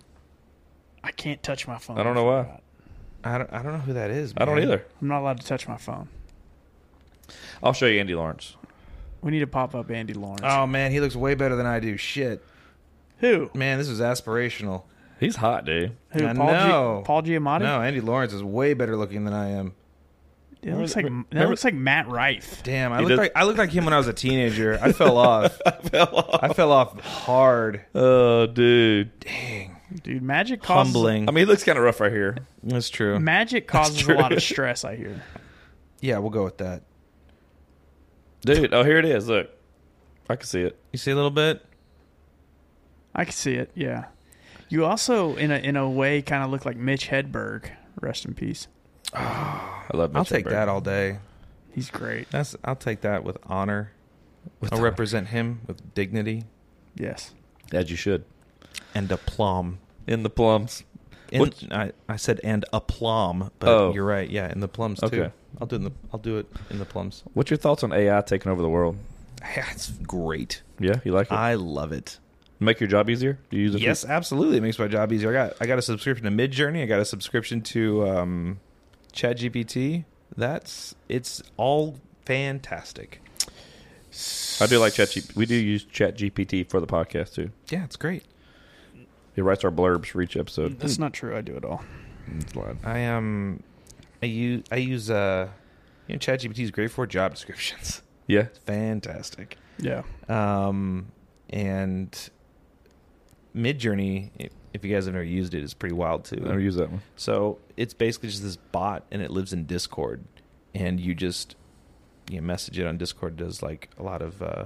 E: I can't touch my phone.
D: I don't know why.
E: forgot.
F: I don't. I don't know who that is.
D: I don't
F: man.
D: either.
E: I'm not allowed to touch my phone.
D: I'll show you Andy Lawrence.
E: We need to pop up Andy Lawrence.
F: Oh man, he looks way better than I do. Shit,
E: Who?
F: man, this is aspirational.
D: He's hot, dude.
E: Who?
F: I
E: Paul, Gi-
F: know.
E: Paul Giamatti.
F: No, Andy Lawrence is way better looking than I am.
E: It looks like
D: Remember-
E: that looks like Matt Rife.
F: Damn, I
D: He
F: looked
D: does-
F: like I looked like him when I was a teenager.
D: *laughs*
F: I fell off. I fell off. I fell off hard. Uh,
D: Oh, dude.
E: Dude, magic causes
F: Humbling.
D: I mean, he looks kind of rough right here.
F: that's true.
E: magic causes a lot of stress, I hear.
F: yeah, we'll go with that.
D: Dude, oh, here it is. Look. I can see it.
F: You see a little bit.
E: I can see it. Yeah. You also, in a in a way, kind of look like Mitch Hedberg. Rest in peace.
D: I love. Mitch
F: I'll take
D: Hedberg.
F: that all day.
E: He's great.
F: That's I'll take that with honor. I'll represent him with dignity
E: Yes.
D: As you should.
F: and aplomb.
D: In the plums.
F: In,
D: What-
F: I, I said and aplomb, but
D: Oh.
F: you're right. Yeah, in the plums too.
D: Okay.
F: I'll do it in the I'll do it in the plums.
D: What's your thoughts on AI taking over the world?
F: That's great.
D: Yeah, you like it?
F: I love it.
D: Make your job easier. Do you use it? for-
F: Yes, absolutely. It makes my job easier. I got I got a subscription to Midjourney. I got a subscription to um, ChatGPT. That's it's all fantastic.
D: I do like ChatGPT. We do use ChatGPT for the podcast too.
F: Yeah, it's great.
D: He writes our blurbs for each episode. Hmm.
E: That's not true. I do it all.
D: It's lying.
F: I um, I use I use uh, you know, ChatGPT is great for job descriptions. *laughs*
D: Yeah.
F: fantastic.
E: Yeah.
F: Um, and Midjourney, i- if you guys have never used it, is pretty wild too.
D: I never use that one.
F: So it's basically just this bot, and it lives in Discord, and you just you know, message it on Discord. Does like a lot of uh,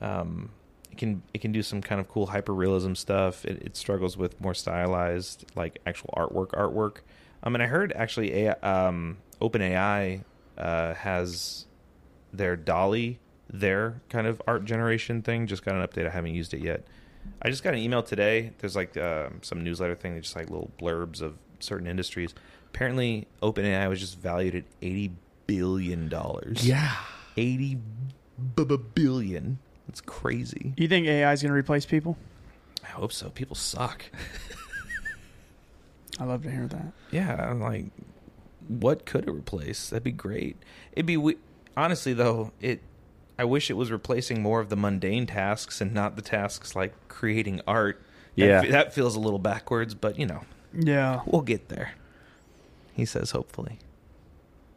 F: um, it can it can do some kind of cool hyper realism stuff. It, it struggles with more stylized like actual artwork artwork. Um, and I heard actually a um, OpenAI uh, has their Dolly their kind of art generation thing. Just got an update. I haven't used it yet. I just got an email today. There's like um, some newsletter thing. They're just like little blurbs of certain industries. Apparently, OpenAI was just valued at eighty billion dollars. Yeah, eighty b- b- billion. That's crazy.
E: You think AI is going to replace people?
F: I hope so. People suck.
E: I love to hear that.
F: Yeah, I'm like, what could it replace? That'd be great. It'd be we- honestly though. It. I wish it was replacing more of the mundane tasks and not the tasks like creating art. That
D: Yeah.
F: fe- that feels a little backwards, but you know,
E: Yeah.
F: we'll get there. He says, hopefully.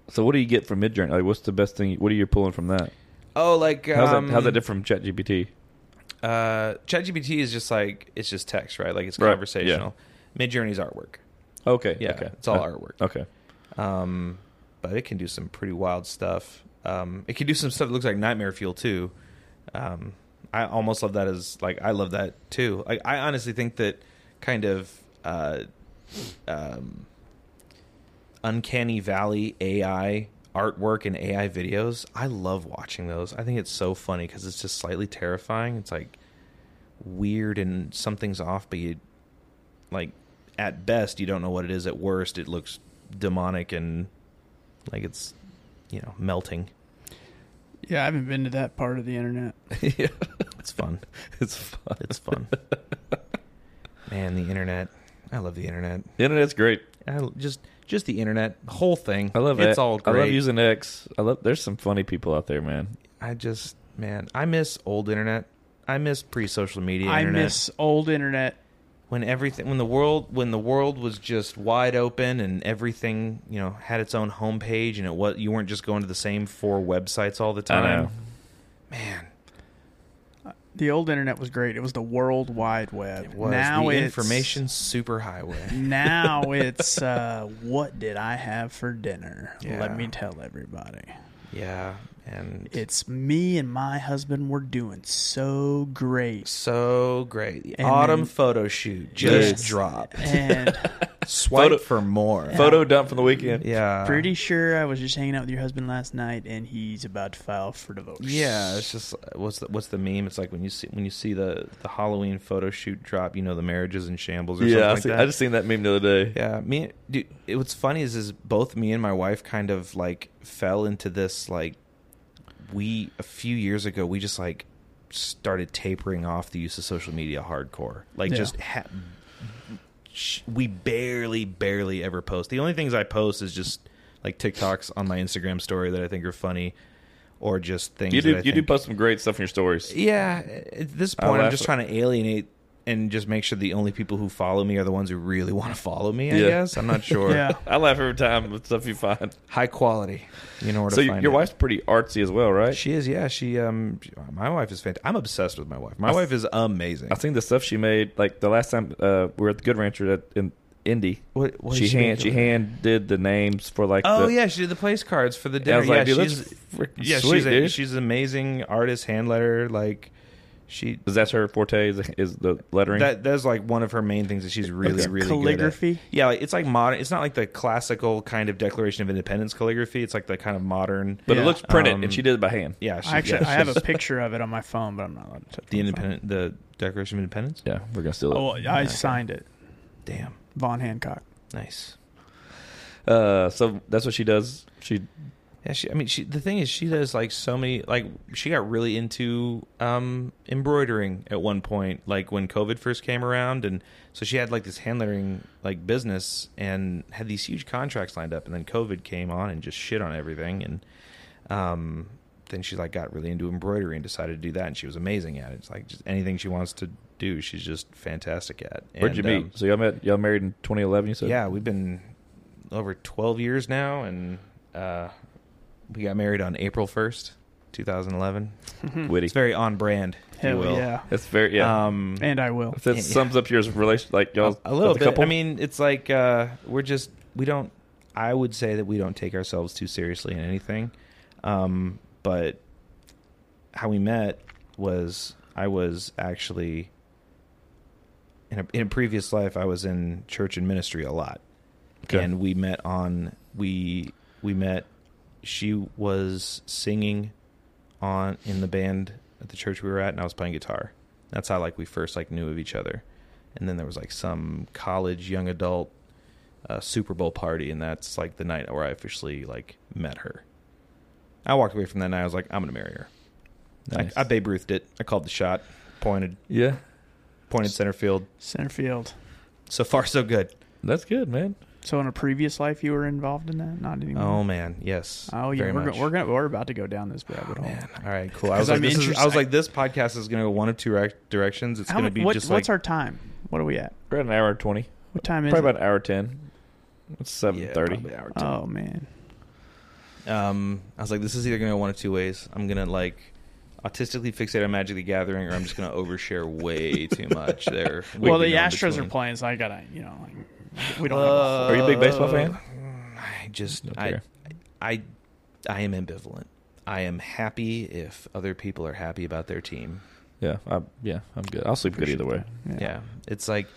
D: So what do you get from Midjourney? Like, what's the best thing? What are you pulling from that?
F: Oh, like
D: How's
F: um,
D: that? How's that different from ChatGPT?
F: Uh, ChatGPT is just like it's just text, right? Like it's
D: Right, yeah.
F: conversational. Midjourney's artwork,
D: Okay.
F: yeah,
D: Okay.
F: it's all
D: Uh,
F: artwork.
D: Okay.
F: um, but it can do some pretty wild stuff. Um, it can do some stuff that looks like nightmare fuel too. Um, I almost love that as like I love that too. Like I honestly think that kind of uh, um, uncanny valley AI artwork and AI videos. I love watching those. I think it's so funny because it's just slightly terrifying. It's like weird and something's off, but you like at best you don't know what it is. At worst, it looks demonic and like it's you know melting.
E: Yeah. I haven't been to that part of the internet.
D: *laughs* yeah. *laughs*
F: It's fun. it's fun. It's fun. Man, the internet. I love the internet.
D: The internet's great.
F: I l- just just the internet, the whole thing.
D: I love it.
F: It's all great.
D: I love using X. I love. There's some funny people out there, man.
F: I just man, I miss old internet. I miss pre-social media
E: I
F: internet.
E: miss old internet.
F: when everything when the world when the world was just wide open and everything you know had its own homepage and it was you weren't just going to the same four websites all the time.
D: know.
F: Man,
E: The old internet was great. It was the World Wide Web.
F: was
E: now
F: the
E: it's *laughs*
F: information superhighway. *laughs*
E: now it's uh, what did I have for dinner?
F: Yeah.
E: Let me tell everybody.
F: yeah, and
E: It's me and my husband were doing so great.
F: so great. The
E: And
F: autumn
E: then-
F: photo shoot just
E: Yes.
F: dropped. *laughs*
E: And
F: Swipe
D: Photo-
F: for more.
D: Photo dump from the weekend.
F: yeah,
E: pretty sure I was just hanging out with your husband last night and he's about to file for divorce.
F: Yeah, it's just what's the, what's the meme? It's like when you see when you see the the Halloween photo shoot drop, you know the marriage is in shambles or something
D: Yeah. I,
F: like
D: see,
F: that.
D: I just seen that meme the other day.
F: yeah, me dude, it, what's funny is is both me and my wife kind of like fell into this like we a few years ago we just like started tapering off the use of social media hardcore. Like
E: Yeah.
F: just ha- sh- we barely barely ever post. The only things I post is just like TikToks on my Instagram story that I think are funny or just things
D: You do.
F: that I
D: You do
F: think-
D: post some great stuff in your stories.
F: yeah, at this
D: Oh, I
F: point, I'm
D: laugh
F: just
D: at-
F: trying to alienate and just make sure the only people who follow me are the ones who really want to follow me. I
D: Yeah.
F: guess I'm not sure.
E: Yeah.
D: I laugh every time with stuff you find.
F: high quality. You know where
D: So y-
F: to find
D: your
F: it.
D: wife's pretty artsy as well, right?
F: She is. Yeah, she. Um, she- my wife is fantastic. I'm obsessed with my wife. My
D: I-
F: wife is amazing.
D: I think the stuff she made, like the last time uh, we were at the Good Rancher at, in Indy,
F: What- what
D: she
F: did she
D: hand
F: make
D: she
F: of it?
D: hand did the names for like.
F: Oh
D: the,
F: yeah, she did the place cards for the
D: Yeah,
F: dinner.
D: I was like,
F: yeah,
D: dude, that's
F: she's
D: freaking
F: yeah,
D: sweet,
F: she's a,
D: dude.
F: she's an amazing artist, hand letter. Like, She
D: 'Cause that's her forte is, is the lettering.
F: that that's like one of her main things that she's really
D: Okay.
F: really Good
E: Calligraphy?
F: at. Yeah, like, it's like modern. It's not like the classical kind of Declaration of Independence calligraphy. It's like the kind of modern.
D: but it
E: Yeah.
D: looks printed,
F: Um,
D: and she did it by hand.
F: yeah, she,
E: I actually,
F: yeah,
E: I have
F: she's-
E: a picture of it on my phone, but I'm not allowed to touch
F: the
E: my
F: independent the Declaration of Independence.
D: Yeah, we're gonna steal it.
E: Phone. Oh, I signed it,
F: Damn,
E: Von Hancock.
F: nice. Oh,
D: Uh, so that's what she does. She
F: Yeah, she, I mean, she, the thing is, she does like so many. Like, she got really into um, embroidering at one point, like when COVID first came around, and so she had like this hand lettering like business and had these huge contracts lined up, and then COVID came on and just shit on everything, and um, then she like got really into embroidery and decided to do that, and she was amazing at it. It's like just anything she wants to do, she's just fantastic at.
D: where'd you
F: And,
D: meet?
F: um,
D: so y'all met y'all married in 2011. You said
F: yeah, we've been over 12 years now, and uh, we got married on April 1st, 2011.
D: witty.
F: It's very on brand. if you
E: Hell
F: will.
E: yeah,
D: That's very yeah.
F: Um,
E: and I will.
D: that
F: yeah.
D: sums up your relation, like y'all
F: a little
D: as
F: bit.
D: couple?
F: I mean, it's like uh, we're just we don't. I would say that we don't take ourselves too seriously in anything, um, but how we met was I was actually in a, in a previous life I was in church and ministry a lot,
D: Okay.
F: and we met on we we met. She was singing on in the band at the church we were at, and I was playing guitar. That's how like we first like knew of each other, and then there was like some college young adult uh, Super Bowl party, and that's like the night where I officially like met her. I walked away from that night. I was like, I'm gonna marry her.
D: Nice.
F: I, I Babe Ruthed it. I called the shot, pointed,
D: yeah,
F: pointed center field.
E: Center field.
F: So far, so good.
D: that's good, man.
E: So in a previous life, you were involved in that? Not
F: Oh
E: anymore.
F: man, yes.
E: Oh, yeah,
F: very
E: we're,
F: much. Oh,
E: go- we're gonna we're about to go down this rabbit hole.
F: Man, all right, cool. I
E: 'Cause
F: was like,
E: I'm
F: this is, I was
E: interested-
F: like, this podcast is gonna go one of two rec- directions. It's
E: How
F: gonna
E: mu-
F: be
E: what-
F: just
E: what's
F: like
E: our time? What are we at?
D: We're at an hour and twenty,
E: What time is
D: probably
E: it?
D: about an hour ten. It's seven thirty.
F: probably hour two.
E: Oh man,
F: um, I was like, this is either gonna go one of two ways. I'm gonna like autistically fixate on Magic the Gathering, or I'm just gonna overshare way too
E: *laughs*
F: much. There.
E: well,
F: We
E: the
F: can go
E: Astros are
F: in between. Uh,
E: playing, so I gotta, you know, like, we don't.
D: Are you a big baseball fan?
F: I just,
D: Don't
F: I,
D: care.
F: I, I am ambivalent. I am happy if other people are happy about their team.
D: Yeah, I, yeah, I'm good. I'll sleep good either way.
E: have a,
F: Yeah, it's like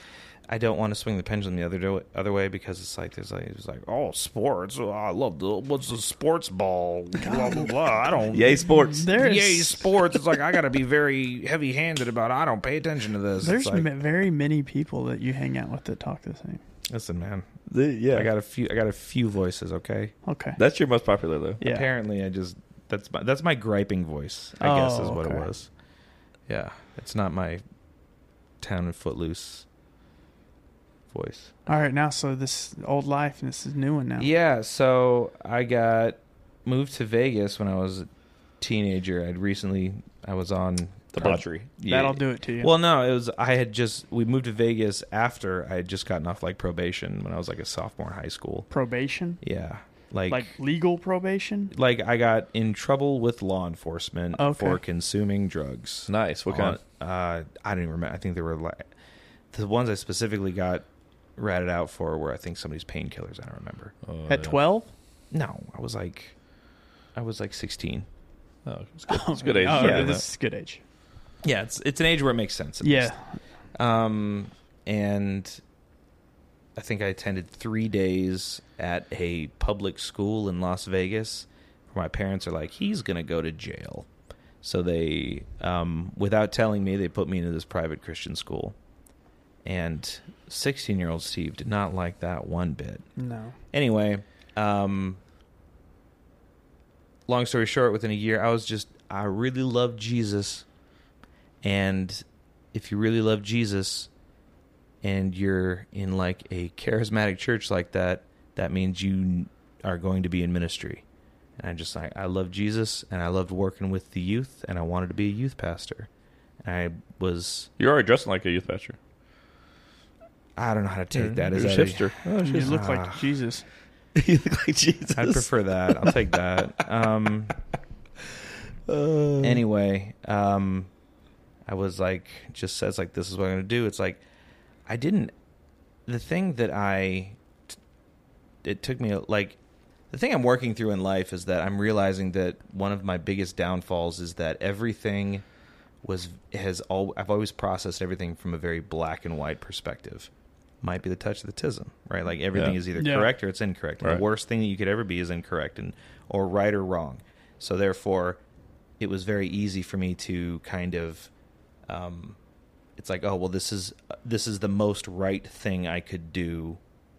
F: I don't want to swing the pendulum the other do- other way because it's like there's like it's like
A: Oh, sports. Oh, I love the what's the sports ball? Blah blah blah. I
F: *laughs*
A: don't.
D: Yay, sports.
E: There's
A: Yay, sports. It's like I got to be very heavy handed about. it. I don't pay attention to this.
E: there's
A: it's like,
E: ma- very many people that you hang out with that talk the same.
F: listen, man,
D: The- yeah,
F: I got a few I got a few voices. Okay,
E: Okay.
D: that's your most popular though.
E: yeah.
F: apparently I just that's my that's my griping voice. I guess is
E: Oh,
F: what
E: okay.
F: it was. Yeah, it's not my town and footloose voice.
E: All right, now so this old life and this is new one now.
F: Yeah, so I got moved to Vegas when I was a teenager. I'd recently I was on
D: Debauchery.
F: Yeah.
E: That'll do it to you.
F: Well, no, it was I had just we moved to Vegas after I had just gotten off like probation when I was like a sophomore in high school.
E: probation,
F: Yeah. Like
E: like
F: like,
E: legal probation.
D: Oh,
F: I got in trouble with law enforcement
E: Okay.
F: for consuming drugs.
D: Nice. What kind?
F: On- uh I don't even remember. I think there were like the ones I specifically got ratted out for were I think somebody's painkillers, I don't remember.
D: Oh,
E: At twelve,
F: No, I was like I was like 16.
D: Oh, it's good. It's good age.
E: Oh,
F: Yeah,
E: yeah,
F: that-
E: this is good age.
F: Yeah, it's it's an age where it makes sense. at
E: Yeah,
F: Um, and I think I attended three days at a public school in Las Vegas. Where my parents are like, he's gonna go to jail. So they, um, without telling me, they put me into this private Christian school. And sixteen-year-old Steve did not like that one bit.
E: no.
F: Anyway, um, long story short, within a year, I was just I really loved Jesus, and if you really love Jesus, and you're in like a charismatic church like that, that means you are going to be in ministry. And I just like I love Jesus, and I loved working with the youth, and I wanted to be a youth pastor. And I was
D: You're already dressing like a youth pastor.
F: I don't know how to take that.
D: Mm, You're
F: Is
D: a
F: that a-
D: hipster. Oh,
E: You
D: shit. *laughs*
E: look like Jesus.
D: you look like Jesus.
F: *laughs* I'd prefer that. I'll take that.
D: *laughs*
F: Um,
D: Uh.
E: Mm.
F: anyway, um, I was like, just says like, this is what I'm going to do. It's like, I didn't. The thing that I, it took me like, the thing I'm working through in life is that I'm realizing that one of my biggest downfalls is that everything was has all I've always processed everything from a very black and white perspective. Might be the touch of the tism, right? Like everything
D: Yeah.
F: is either
E: Yeah.
F: correct or it's incorrect. And
D: Right.
F: The worst thing that you could ever be is incorrect and or right or wrong. So therefore, it was very easy for me to kind of um, it's like, oh well, this is this is the most right thing I could do,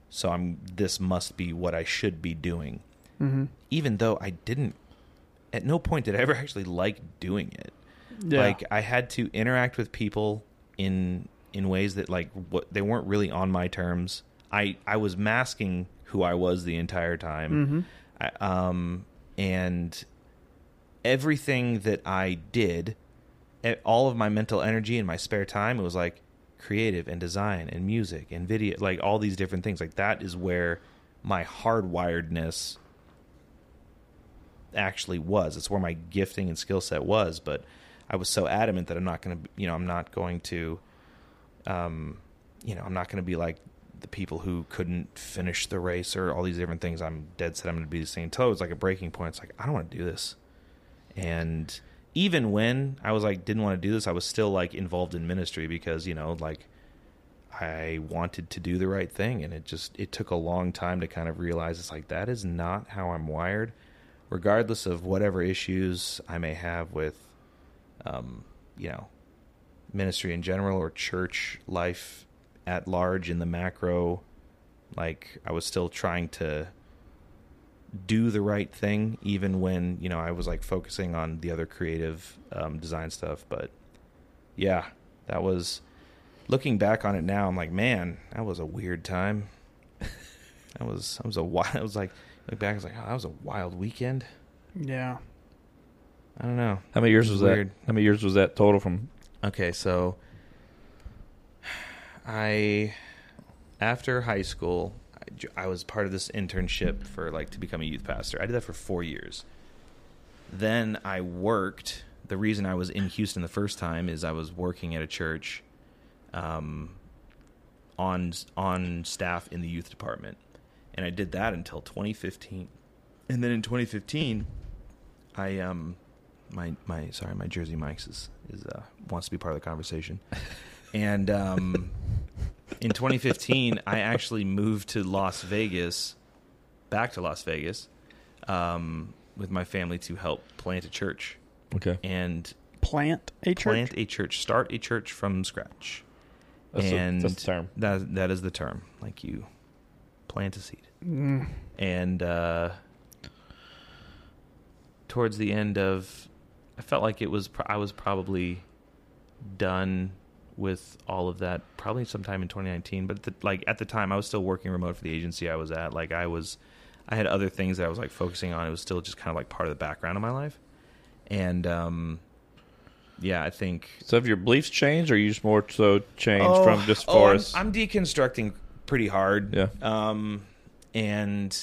F: so I'm this must be what I should be doing.
E: Mm-hmm.
F: Even though I didn't, at no point did I ever actually like doing it.
E: Yeah.
F: Like I had to interact with people in in ways that like what they weren't really on my terms. I I was masking who I was the entire time, I, um, and everything that I did, e- all of my mental energy and my spare time, it was like creative and design and music and video, like all these different things. Like that is where my hardwiredness actually was. It's where my gifting and skill set was. But I was so adamant that I'm not going to, you know, I'm not going to, um, you know, I'm not going to be like the people who couldn't finish the race or all these different things. I'm dead set. I'm going to be the same until it was like a breaking point. It's like I don't want to do this. And even when I was like didn't want to do this, I was still like involved in ministry because you know like I wanted to do the right thing and it just it took a long time to kind of realize it's like that is not how I'm wired regardless of whatever issues I may have with um you know ministry in general or church life at large in the macro like I was still trying to do the right thing even when you know I was like focusing on the other creative um, design stuff but yeah that was looking back on it now I'm like man that was a weird time *laughs* that was that was a wild I was like look back I was like oh that was a wild weekend
E: yeah.
F: I don't know
D: How many years was
F: Weird.
D: that? How many years was that total from?
F: Okay, so *sighs* I after high school, I j- I was part of this internship for like to become a youth pastor. I did that for 4 years. Then I worked. The reason I was in Houston the first time is I was working at a church um on on staff in the youth department. And I did that until 2015. And then in 2015, I um my my sorry my Jersey Mike's is is uh, wants to be part of the conversation, and um, in 2015 I actually moved to Las Vegas, back to Las Vegas, um, with my family to help plant a church
D: Okay,
F: and
E: Plant a church.
F: plant a church, start a church from scratch,
D: That's the-
F: and
D: that's the term.
F: that that is the term. Like you plant a seed,
E: Mm.
F: and uh, towards the end of, I felt like it was pro- I was probably done with all of that probably sometime in 2019 but the, like at the time I was still working remote for the agency I was at like I was I had other things that I was like focusing on it was still just kind of like part of the background of my life and um yeah I think
D: So have your beliefs changed, or you just more so changed
F: Oh,
D: from just
F: oh,
D: far
F: I'm-
D: as?
F: I'm, deconstructing pretty hard.
D: Yeah.
F: Um, and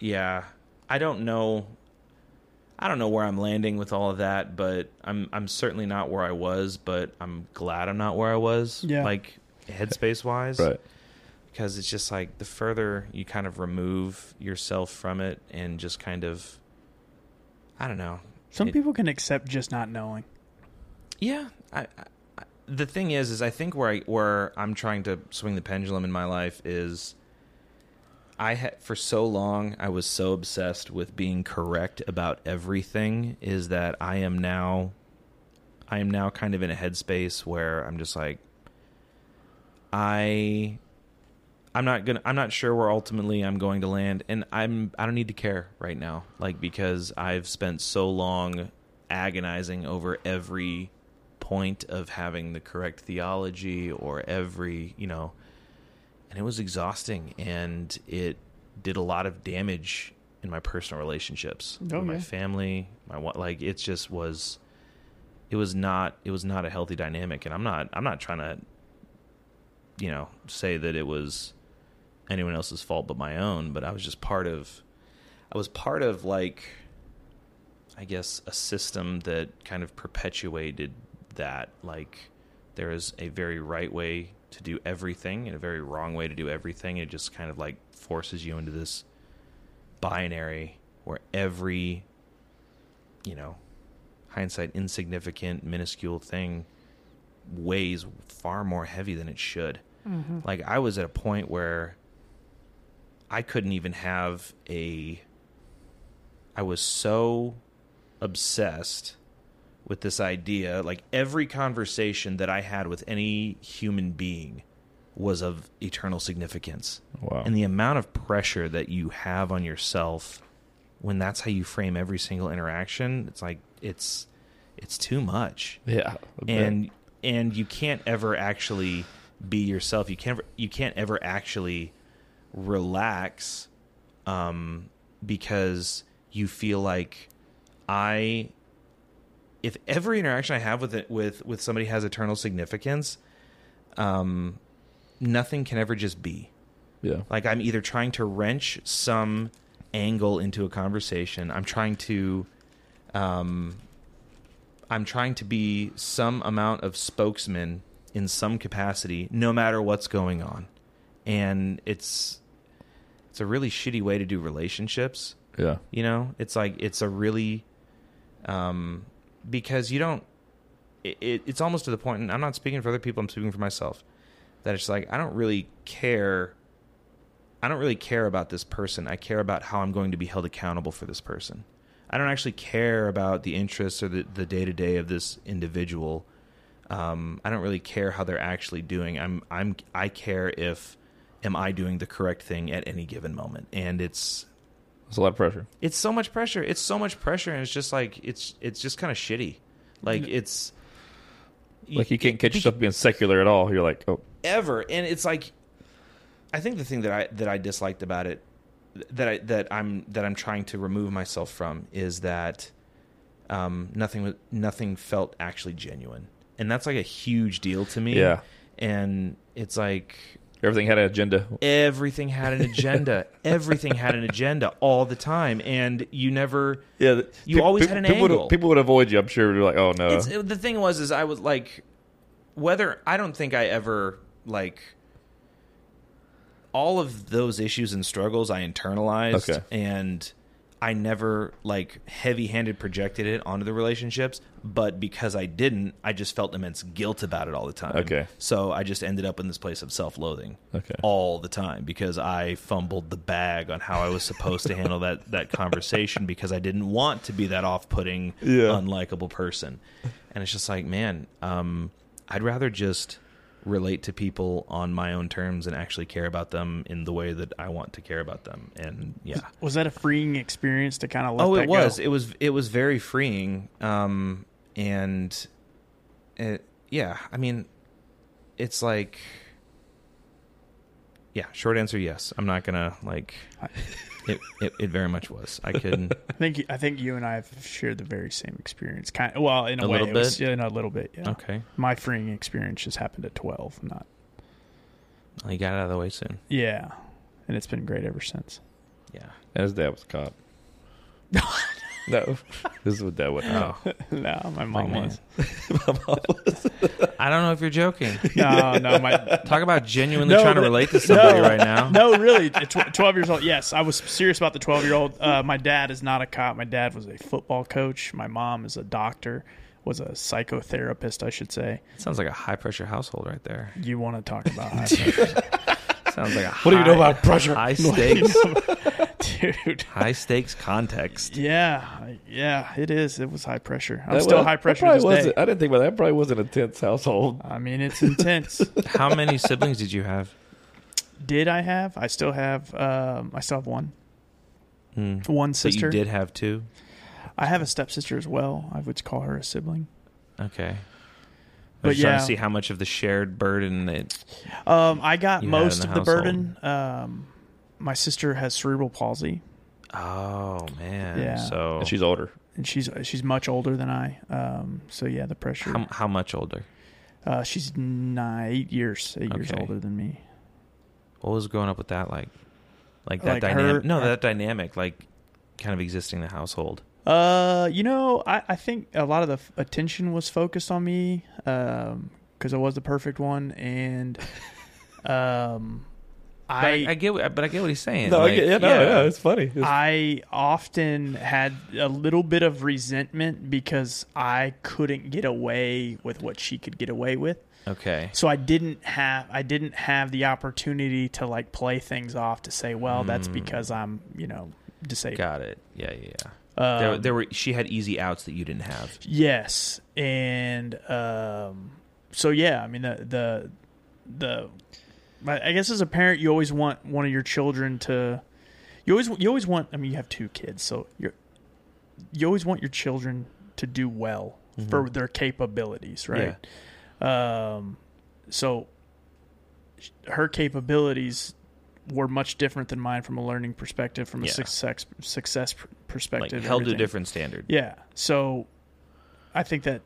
F: yeah, I don't know. I don't know where I'm landing with all of that, but I'm I'm certainly not where I was. But I'm glad I'm not where I was.
E: Yeah.
F: Like headspace wise,
D: right.
F: because it's just like the further you kind of remove yourself from it and just kind of, I don't know.
E: Some
F: It-
E: people can accept just not knowing.
F: yeah, I, I, I- the thing is, is I think where I where I'm trying to swing the pendulum in my life is, I had for so long I was so obsessed with being correct about everything. Is that I am now, I am now kind of in a headspace where I'm just like, I. I'm not gonna. I'm not sure where ultimately I'm going to land, and I'm. I don't need to care right now, like because I've spent so long agonizing over every point of having the correct theology or every you know and it was exhausting and it did a lot of damage in my personal relationships with my
E: yeah.
F: family my wa- like it just was it was not it was not a healthy dynamic and i'm not i'm not trying to you know say that it was anyone else's fault but my own but i was just part of i was part of like I guess, a system that kind of perpetuated that. Like, there is a very right way to do everything and a very wrong way to do everything. It just kind of like forces you into this binary where every, you know, hindsight insignificant, minuscule thing weighs far more heavy than it should. Like I was at a point where I couldn't even have a I was so obsessed with this idea like every conversation that I had with any human being was of eternal significance.
D: Wow.
F: And the amount of pressure that you have on yourself when that's how you frame every single interaction, it's like it's it's too much
D: Yeah. I bet.
F: and and you can't ever actually be yourself. You can't you can't ever actually relax um, because you feel like I if every interaction I have with it with with somebody has eternal significance, um, nothing can ever just be.
D: yeah.
F: Like I'm either trying to wrench some angle into a conversation. I'm trying to um I'm trying to be some amount of spokesman in some capacity no matter what's going on. And it's it's a really shitty way to do relationships.
D: Yeah.
F: You know, it's like it's a really um because you don't it, it it's almost to the point and I'm not speaking for other people, I'm speaking for myself that it's like I don't really care I don't really care about this person. I care about how I'm going to be held accountable for this person. I don't actually care about the interests or the day to day of this individual. Um, I don't really care how they're actually doing. I'm I'm I care if am I doing the correct thing at any given moment. And it's
D: It's a lot of pressure.
F: it's so much pressure. It's so much pressure, and it's just like it's it's just kind of shitty. Like it's
D: Like you can't catch yourself being secular at all. You're like, oh,
F: ever, and it's like I think the thing that I that I disliked about it that I that I'm that I'm trying to remove myself from is that um, nothing was- nothing felt actually genuine, and that's like a huge deal to me.
D: Yeah.
F: and it's like
D: everything had an agenda.
F: everything had an
D: *laughs*
F: agenda. everything had an agenda all the time, and you never.
D: Yeah, the-
F: You
D: peop-
F: always
D: peop-
F: had an
D: people
F: angle.
D: Would, people would avoid you. I'm sure. They're like, oh no.
F: it's, it- the thing was is I was like whether I don't think I ever like all of those issues and struggles I internalized
D: Okay.
F: and I never like heavy-handed projected it onto the relationships, but because I didn't, I just felt immense guilt about it all the time.
D: Okay.
F: So I just ended up in this place of self-loathing
D: Okay.
F: all the time because I fumbled the bag on how I was supposed to handle that that conversation because I didn't want to be that off-putting
D: *laughs* Yeah.
F: unlikable person. And it's just like, man, um, I'd rather just relate to people on my own terms and actually care about them in the way that I want to care about them. And yeah.
E: Was that a freeing experience to kind of *laughs* let
F: Oh,
E: that
F: it was.
E: go?
F: It was it was very freeing. Um and it, yeah, I mean it's like yeah, short answer yes. I'm not going to like it, it it very much was. I couldn't
E: I think I think you and I have shared the very same experience. Kind of, well, in a,
F: A
E: way,
F: little
E: it was,
F: bit?
E: yeah, in a little bit. *laughs* Yeah.
F: Okay.
E: My freeing experience just happened at twelve, not
F: I got out of the way soon.
E: yeah, and it's been great ever since.
F: Yeah.
D: and his dad was a cop. no, *laughs* this is what dad was.
F: Oh.
E: no, my mom
F: man.
E: was.
F: I don't know if you're joking.
E: *laughs* *laughs* No, no, my
F: Talk about genuinely
E: No,
F: trying to
E: but-
F: relate to somebody
E: no.
F: right now.
E: no, really, t- tw- twelve years old. Yes, I was serious about the twelve year old. Uh, my dad is not a cop. My dad was a football coach. My mom is a doctor. Was a psychotherapist, I should say.
F: It sounds like a high pressure household right there.
E: You want to talk about
F: Sounds like a
D: What do you know about pressure? *laughs*
F: high stakes
E: dude?
F: high
D: *laughs*
F: stakes context.
E: Yeah, yeah, it is. It was high pressure. I'm
D: That
E: still
D: was-
E: high
D: that
E: pressure to
D: probably
E: this day.
D: wasn't- I didn't think about that. That Probably wasn't a tense household.
E: I mean, it's intense.
F: How many siblings did you have?
E: did I have? I still have. Um, I still have one.
F: Hmm.
E: One
F: But
E: sister.
F: you did have two.
E: I have a stepsister as well. I would call her a sibling.
F: Okay. I
E: But
F: was just trying
E: yeah.
F: to see how much of the shared burden that
E: Um, I got
F: You had in
E: most
F: the
E: of the burden. Um, my sister has cerebral palsy,
F: Oh man.
E: Yeah.
F: So
D: And she's older.
E: and she's she's much older than I. Um, so yeah, the pressure.
F: how, how much older?
E: uh, she's nine, eight years, eight years
F: Okay.
E: older than me.
F: What was growing up with that like? Like that
E: Like her-
F: dynamic no,
E: her-
F: that dynamic, like kind of existing in the household.
E: Uh, you know, I, I think a lot of the f- attention was focused on me because I was the perfect one, and *laughs* um,
F: But I, I
E: I
F: get, what- but I get what he's saying.
D: No, I
F: Like,
D: get- yeah, no, yeah. it's funny. It's-
E: I often had a little bit of resentment because I couldn't get away with what she could get away with.
F: Okay.
E: so I didn't have I didn't have the opportunity to like play things off to say, well, that's because I'm you know disabled.
F: Got it. Yeah, yeah, yeah.
E: Um,
F: there, there were she had easy outs that you didn't have.
E: Yes, and um, so yeah, I mean the the the I I guess as a parent, you always want one of your children to you always you always want. I mean, you have two kids, so you you always want your children to do well
F: Mm-hmm.
E: for their capabilities, right? Um, so sh- her capabilities were much different than mine from a learning perspective, from a
F: Yeah.
E: success success pr-
F: Like
E: perspective.
F: held to a
E: everything.
F: different standard.
E: Yeah. So I think that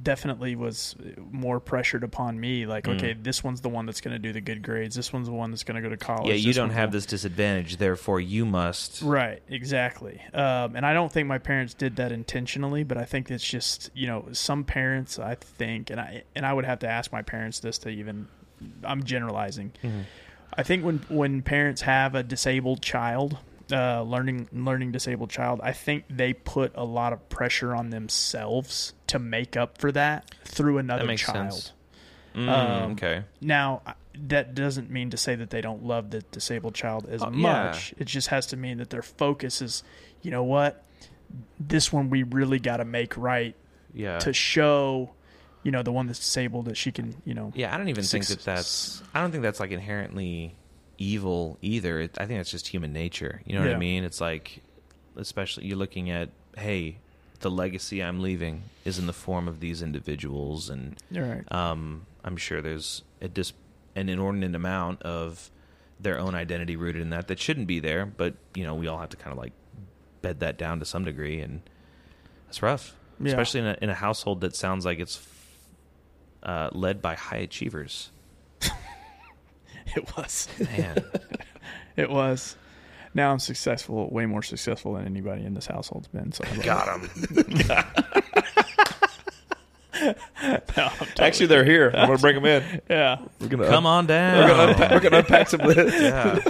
E: definitely was more pressured upon me. Like, okay, this one's the one that's going to do the good grades. This one's the one that's going to go to college.
F: Mm. Yeah, you
E: this
F: don't
E: one's
F: have
E: the-
F: this disadvantage, therefore you must.
E: Right. Exactly. Um, and I don't think my parents did that intentionally, but I think it's just you know some parents. I think, and I and I would have to ask my parents this to even. I'm generalizing.
F: Mm-hmm.
E: I think when when parents have a disabled child, uh, learning learning disabled child, I think they put a lot of pressure on themselves to make up for that through another
F: That makes
E: child. Um,
F: sense. Mm, okay.
E: Now, I- that doesn't mean to say that they don't love the disabled child as
F: Oh, yeah.
E: much. It just has to mean that their focus is, you know what, this one we really got to make right
F: Yeah.
E: to show, you know, the one that's disabled that she can, you know.
F: yeah, I don't even
E: Six-
F: think that that's. I don't think that's like inherently evil either. It, I think that's just human nature. You know what
E: Yeah.
F: I mean? It's like, especially you're looking at, hey, the legacy I'm leaving is in the form of these individuals, and
E: You're right.
F: um, I'm sure there's a dis- an inordinate amount of their own identity rooted in that that shouldn't be there. But you know, we all have to kind of like bed that down to some degree, and that's rough,
E: Yeah.
F: especially in a, in a household that sounds like it's uh, led by high achievers.
E: *laughs* It was.
D: *laughs*
F: Man,
E: It was. Now I'm successful, way more successful than anybody in this household's been.
F: *laughs*
E: So got him.
D: Actually, they're here. I'm gonna bring them in.
E: Yeah.
D: We're gonna
F: come on down.
D: unpack, we're gonna unpack some lists.
F: *laughs* Yeah.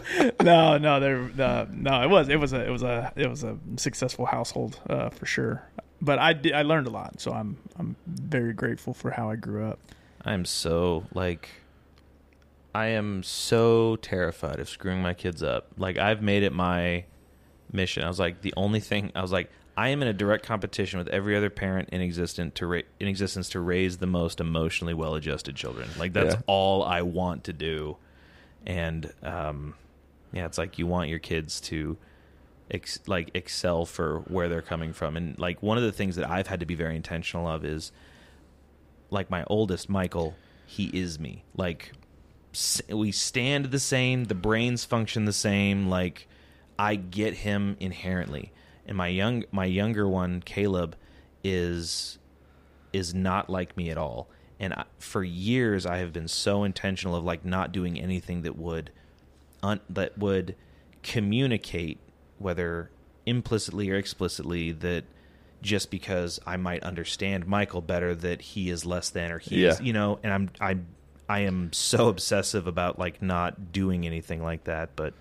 E: no, no, there, no, no. It was, it was a, it was a, it was a successful household uh, for sure. But I, did, I learned a lot, so I'm, I'm very grateful for how I grew up.
F: I'm so like I am so terrified of screwing my kids up. Like I've made it my mission. I was like the only thing I was like I am in a direct competition with every other parent in existence to ra- in existence to raise the most emotionally well-adjusted children. Like that's
D: Yeah.
F: all I want to do. And um yeah, it's like you want your kids to ex- like excel for where they're coming from. And like one of the things that I've had to be very intentional of is like my oldest Michael, he is me. Like s- we stand the same, the brains function the same. Like I get him inherently, and my young my younger one Caleb is is not like me at all. And I, for years, I have been so intentional of like not doing anything that would un, that would communicate, whether implicitly or explicitly, that just because I might understand Michael better, that he is less than or he is,
D: Yeah.
F: you know. And I'm I I am so obsessive about like not doing anything like that. But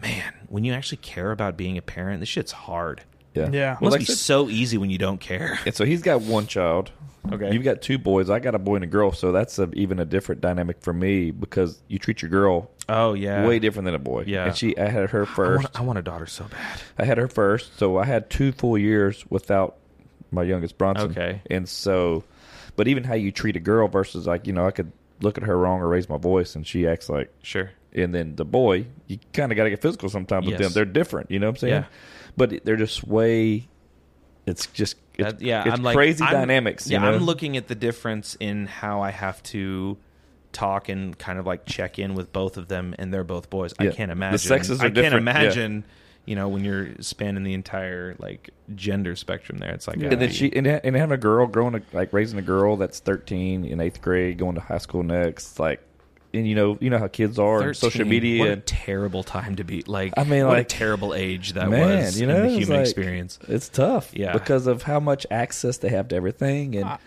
F: man, when you actually care about being a parent, this shit's hard.
E: Yeah.
F: It
D: like
F: must
D: I
F: be
D: said-
F: so easy when you don't care.
D: And so he's got one child.
F: Okay.
D: You've got two boys. I got a boy and a girl. So that's a, even a different dynamic for me because you treat your girl
F: Oh yeah,
D: way different than a boy.
F: Yeah.
D: And she, I had her
F: I
D: first.
F: want, I want a daughter so bad.
D: I had her first, so I had two full years without my youngest Bronson.
F: Okay.
D: And so, but even how you treat a girl versus like you know, I could look at her wrong or raise my voice, and she acts like.
F: Sure.
D: And then the boy, you kind of got to get physical sometimes with
F: Yes.
D: them. They're different, you know what I'm saying?
F: Yeah.
D: But they're just way. It's just it's,
F: That- yeah,
D: it's
F: I'm like
D: crazy
F: I'm-
D: dynamics.
F: Yeah,
D: you know?
F: I'm looking at the difference in how I have to talk and kind of like check in with both of them, and they're both boys.
D: Yeah.
F: I can't
D: The
F: imagine.
D: sexes are
F: I can't
D: different, yeah.
F: imagine. You know, when you're spanning the entire like gender spectrum, there, it's like
E: Yeah.
F: gotta
D: And then
F: be-
D: she and, ha- and having a girl growing a, like raising a girl that's thirteen in eighth grade going to high school next like and you know you know how kids are and social
F: 13.
D: media
F: What a
D: and-
F: terrible time to be like.
D: I mean,
F: what
D: like-
F: a terrible age that
D: man
F: was
D: you know
F: in the
D: it's
F: human
D: like-
F: experience.
D: it's tough
F: Yeah.
D: because of how much access they have to everything and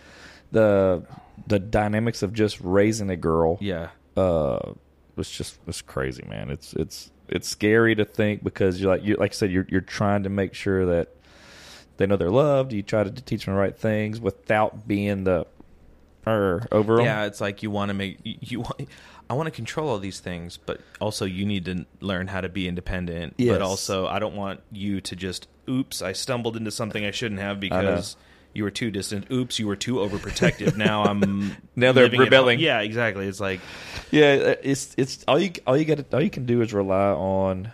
D: the the dynamics of just raising a girl
F: Yeah,
D: uh it's just it's crazy, man. It's it's it's scary to think because you're like you like I said you're you're trying to make sure that they know they're loved. You try to teach them the right things without being the er, over 'em.
F: Yeah, it's like you want to make you, you want. I want to control all these things, but also you need to learn how to be independent.
D: Yes.
F: But also, I don't want you to just oops, I stumbled into something I shouldn't have because you were too distant. Oops, you were
D: *laughs*
F: too overprotective. now I'm
D: Now they're
F: living it out.
D: rebelling.
F: Yeah, exactly. It's like
D: Yeah, uh, it's it's all you all you got all you can do is rely on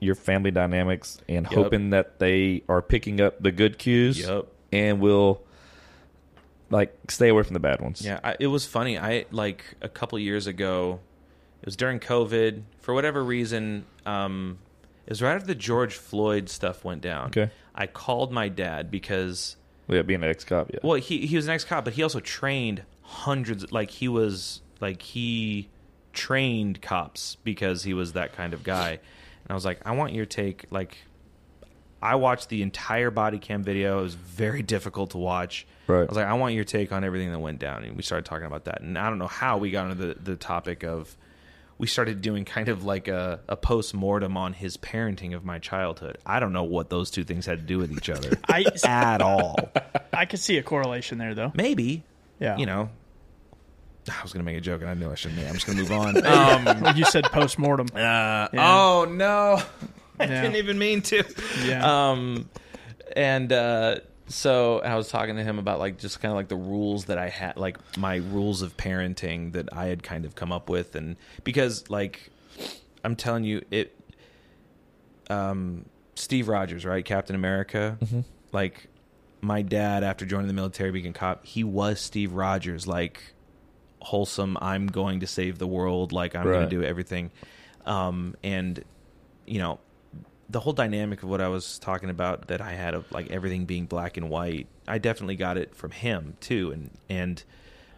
D: your family dynamics and
F: Yep.
D: hoping that they are picking up the good cues
F: Yep.
D: and will like stay away from the bad ones.
F: Yeah, I, it was funny. I like a couple years ago. It was during COVID. For whatever reason, um, it was right after the George Floyd stuff went down.
D: Okay.
F: I called my dad because
D: yeah being an ex cop. Yeah,
F: well, he he was an ex cop, but he also trained hundreds. Like he was like he trained cops because he was that kind of guy. And I was like, I want your take. Like, I watched the entire body cam video. It was very difficult to watch.
D: Right.
F: I was like, I want your take on everything that went down, and we started talking about that. And I don't know how we got into the the topic of. We started doing kind of like a, a post mortem on his parenting of my childhood. I don't know what those two things had to do with each other
E: I,
F: at all.
E: I could see a correlation there, though.
F: Maybe.
E: Yeah.
F: You know, I was going to make a joke and I knew I shouldn't. I'm just going to move on.
E: Oh,
F: um,
E: you said post mortem.
F: uh,
E: Yeah.
F: Oh, no. *laughs* I
E: Yeah.
F: didn't even mean to.
E: Yeah.
F: Um, and uh, so I was talking to him about like just kind of like the rules that I had, like my rules of parenting that I had kind of come up with. And because, like, I'm telling you, it. Um, Steve Rogers, right? Captain America. Like, my dad, after joining the military, being a cop, he was Steve Rogers. Like, wholesome. I'm going to save the world. Like I'm going
D: Right.
F: to do everything. Um, and you know, the whole dynamic of what I was talking about that I had of like everything being black and white. I definitely got it from him too. And and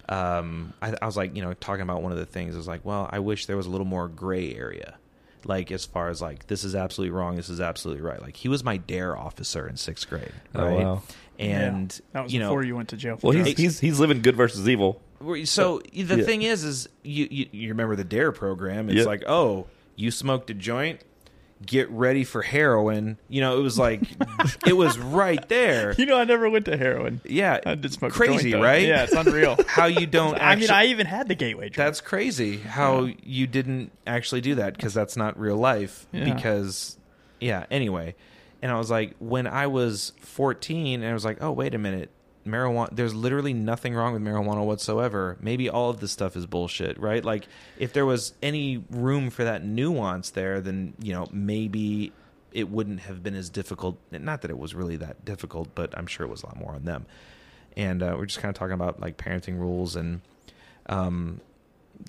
F: um, I, I was like, you know, talking about one of the things I was like, well, I wish there was a little more gray area. Like as far as like this is absolutely wrong, this is absolutely right. Like he was my dare officer in sixth grade,
D: Oh,
F: right?
D: wow.
F: And
E: that was
F: you know,
E: before you went to jail. For
D: well he's
E: drugs.
D: he's he's living good versus evil.
F: where- So the
D: Yeah.
F: thing is, is you, you you remember the Dare program? It's
D: Yeah.
F: like, oh, you smoked a joint, get ready for heroin. You know, it
E: *laughs*
F: was like, it was right there.
E: you know, I never went to heroin.
F: Yeah,
E: I did smoke a
F: crazy,
E: joint, though.
F: right?
E: Yeah, it's unreal.
F: *laughs* how you don't.
E: *laughs* I mean,
F: actu-
E: I even had the gateway drug.
F: that's crazy. How you didn't actually do that because that's not real life.
E: Yeah.
F: Because yeah. Anyway, and I was like, when I was 14, and I was like, oh wait a minute, marijuana. There's literally nothing wrong with marijuana whatsoever. Maybe all of this stuff is bullshit, right? Like, if there was any room for that nuance there, then you know maybe it wouldn't have been as difficult. Not that it was really that difficult, but I'm sure it was a lot more on them. And uh, we're just kind of talking about like parenting rules and um,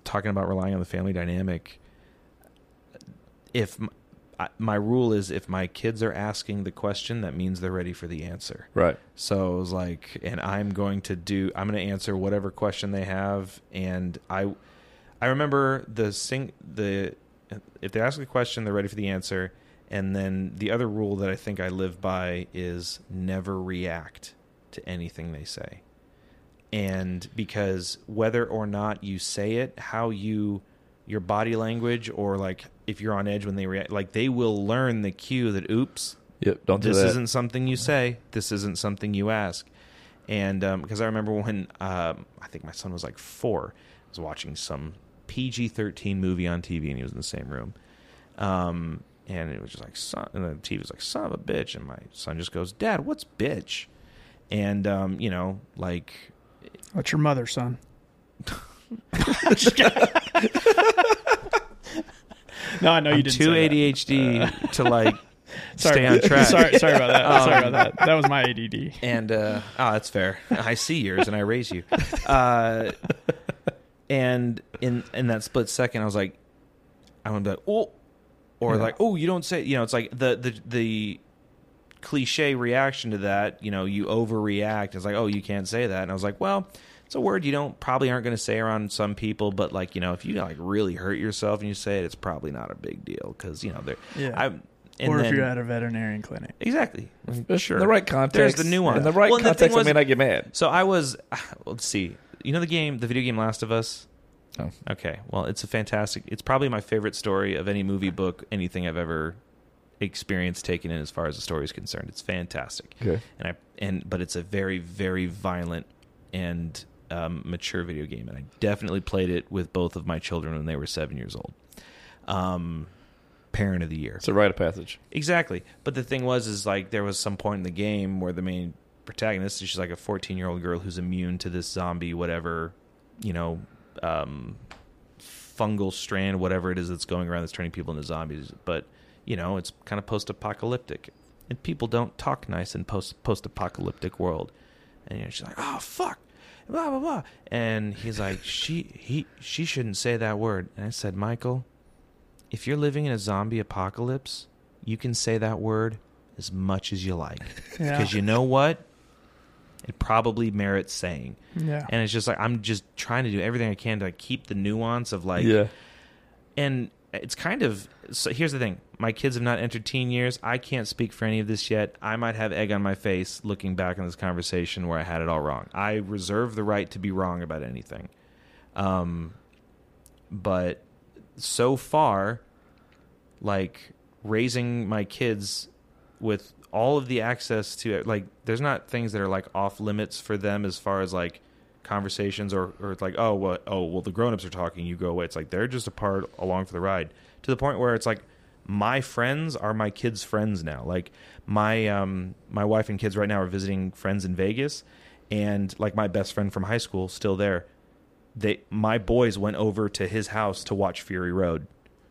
F: talking about relying on the family dynamic if m- I- my rule is if my kids are asking the question that means they're ready for the answer
D: Right.
F: so it was like and i'm going to do i'm going to answer whatever question they have and i i remember the sing the if they ask a question they're ready for the answer and then the other rule that i think i live by is never react to anything they say and because whether or not you say it how you your body language or like if you're on edge when they react like they will learn the cue that oops
D: Yep. Don't do
F: this
D: that.
F: isn't something you say this isn't something you ask and because i remember when um, i think my son was like four i was watching some pg-13 movie on tv and he was in the same room um, and it was just like son and the tv was like son of a bitch and my son just goes dad what's bitch and um, you know like
E: What's your mother, son? *laughs* no, I know you
F: I'm
E: didn't.
F: too
E: say that.
F: adhd to like stay on
E: about-
F: track
E: *laughs*
F: Um,
E: Sorry, sorry about that. sorry about that. That was my ADD.
F: and uh, oh, that's fair. I see yours, and I raise you.
E: *laughs*
F: Uh, and in in that split second, I was like, I want to be like, oh, or like, oh, you don't say, you know, it's like the the the cliche reaction to that, you know, you overreact. It's like, oh, you can't say that, and I was like, well. It's a word you don't probably aren't going to say around some people, but like you know, if you like really hurt yourself and you say it, it's probably not a big deal because you know they're.
E: Yeah.
F: I, and
E: or if
F: then-
E: you're at a veterinarian clinic.
F: exactly, sure.
D: In the right context.
F: There's the nuance.
D: In the right
F: Well, and the thing
D: context, I
F: was- *sighs*
D: may not get mad.
F: so I was. Let's see. You know the game, the video game Last of Us.
D: No.
F: Okay. Well, it's a fantastic. It's probably my favorite story of any movie, book, anything I've ever experienced taken in as far as the story is concerned. It's fantastic.
D: Okay.
F: And I and but it's a very very violent and um, mature video game, and I definitely played it with both of my children when they were seven years old. Um, parent of the year.
D: It's a rite of passage.
F: Exactly. But the thing was, is like there was some point in the game where the main protagonist, she's like a 14 year old girl who's immune to this zombie, whatever, you know, um, fungal strand, whatever it is that's going around that's turning people into zombies. But, you know, it's kind of post apocalyptic. And people don't talk nice in post post apocalyptic world. And you know, she's like, oh, fuck. Blah blah blah, and he's like, she he she shouldn't say that word. And I said, Michael, if you're living in a zombie apocalypse, you can say that word as much as you like.
E: Yeah.
F: Because you know what? It probably merits saying.
E: Yeah.
F: And it's just like I'm just trying to do everything I can to like keep the nuance of like
D: yeah.
F: and it's kind of so here's the thing. My kids have not entered teen years. I can't speak for any of this yet. I might have egg on my face looking back on this conversation where I had it all wrong. I reserve the right to be wrong about anything. Um but so far like raising my kids with all of the access to like there's not things that are like off limits for them as far as like conversations or or it's like oh what oh well the grown-ups are talking you go away it's like they're just a part along for the ride to the point where it's like my friends are my kids friends now like my um my wife and kids right now are visiting friends in Vegas and like my best friend from high school still there they my boys went over to his house to watch Fury Road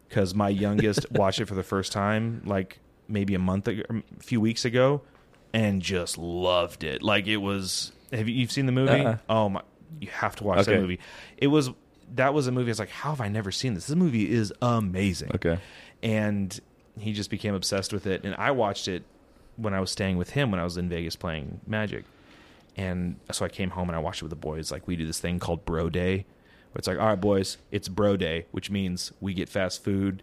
F: because
D: *laughs*
F: my youngest watched it for the first time like maybe a month ago, a few weeks ago, and just loved it. Like it was. Have you you've seen the movie?
D: Uh-uh.
F: Oh my! You have to watch that
D: Okay.
F: movie. It was that was a movie. I was like, how have I never seen this? This movie is amazing.
D: Okay.
F: and he just became obsessed with it. And I watched it when I was staying with him when I was in Vegas playing Magic. And so I came home and I watched it with the boys. Like we do this thing called Bro Day. Where it's like, all right, boys, it's Bro Day, which means we get fast food.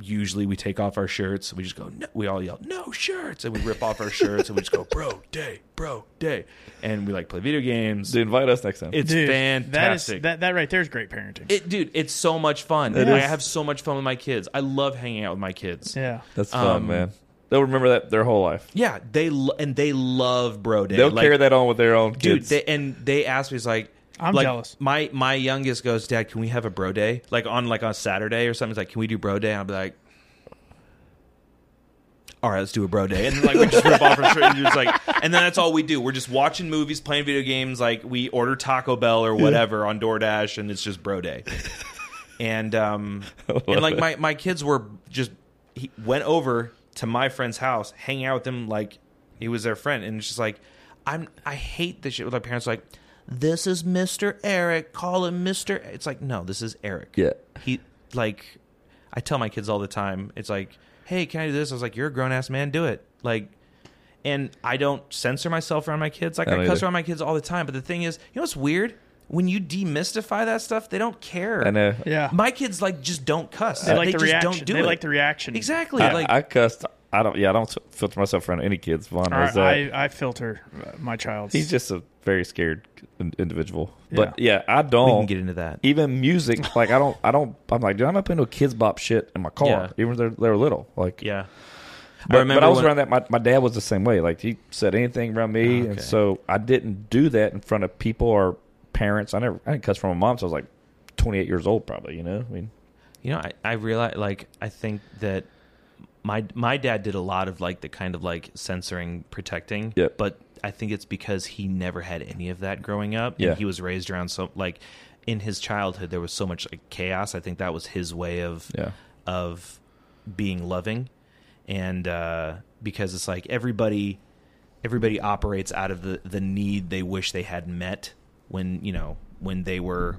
F: Usually we take off our shirts. We just go. No, we all yell, "No shirts!" and we rip off our shirts and we just go, "Bro Day, Bro Day," and we like play video games.
D: So invite us next time.
F: it's
E: Dude, That,
F: fantastic.
E: is, that, that right there is great parenting.
F: it, dude, it's so much fun.
D: It
F: I
D: is.
F: have so much fun with my kids. I love hanging out with my kids.
E: yeah.
D: That's fun,
F: um,
D: man. They'll remember that their whole life.
F: Yeah, they lo- and they love Bro Day.
D: They'll
F: Like,
D: carry that on with their own
F: dude.
D: kids.
F: They, and they asked me, he's like,
E: I'm
F: like,
E: jealous.
F: My my youngest goes, Dad, can we have a Bro Day? Like on like on Saturday or something. He's like, can we do Bro Day? And I'll be like. All right, let's do a bro day, and then, like we just rip off our shirt and just like, and then that's all we do. We're just watching movies, playing video games, like we order Taco Bell or whatever on DoorDash, and it's just bro day and um and like my my kids were just he went over to my friend's house hang out with them like he was their friend and it's just like i'm i hate this shit with my parents like this is mr eric call him mr it's like no this is eric
D: Yeah.
F: he like i tell my kids all the time it's like hey can i do this i was like you're a grown-ass man do it like and i don't censor myself around my kids like
D: I don't
F: i cuss
D: either.
F: around my kids all the time but the thing is you know what's weird when you demystify that stuff they don't care
D: I know.
E: Yeah.
F: my kids like just don't cuss.
E: They like the
F: just
E: reaction.
F: don't do
E: they
F: it.
E: like the reaction.
F: Exactly.
D: I,
F: like
D: I cussed. I don't. Yeah, I don't filter myself around any kids. Vaughn
E: Or
D: was that.
E: I, I filter uh, my child's.
D: he's just a very scared in- individual. But yeah, I don't. E-
F: we can get into that.
D: even music, like I don't, I don't, I'm like, dude, I'm not putting no kids bop shit in my car,
F: Yeah.
D: even if they're, they're little. Like,
F: Yeah.
D: but but I,
F: remember
D: was
F: when-
D: around that. My, my dad was the same way. Like, he said anything around me, and so I didn't do that in front of people or parents. I never, I didn't cuss from my mom. So I was like 28 years old, probably. You know, I mean,
F: You know, I, I realize like I think that my my dad did a lot of like the kind of like censoring, protecting.
D: Yep.
F: But I think it's because he never had any of that growing up. and
D: Yeah.
F: he was raised around so like in his childhood there was so much like chaos. I think that was his way of
D: Yeah.
F: of being loving. And uh because it's like everybody everybody operates out of the the need they wish they had met when, you know, when they were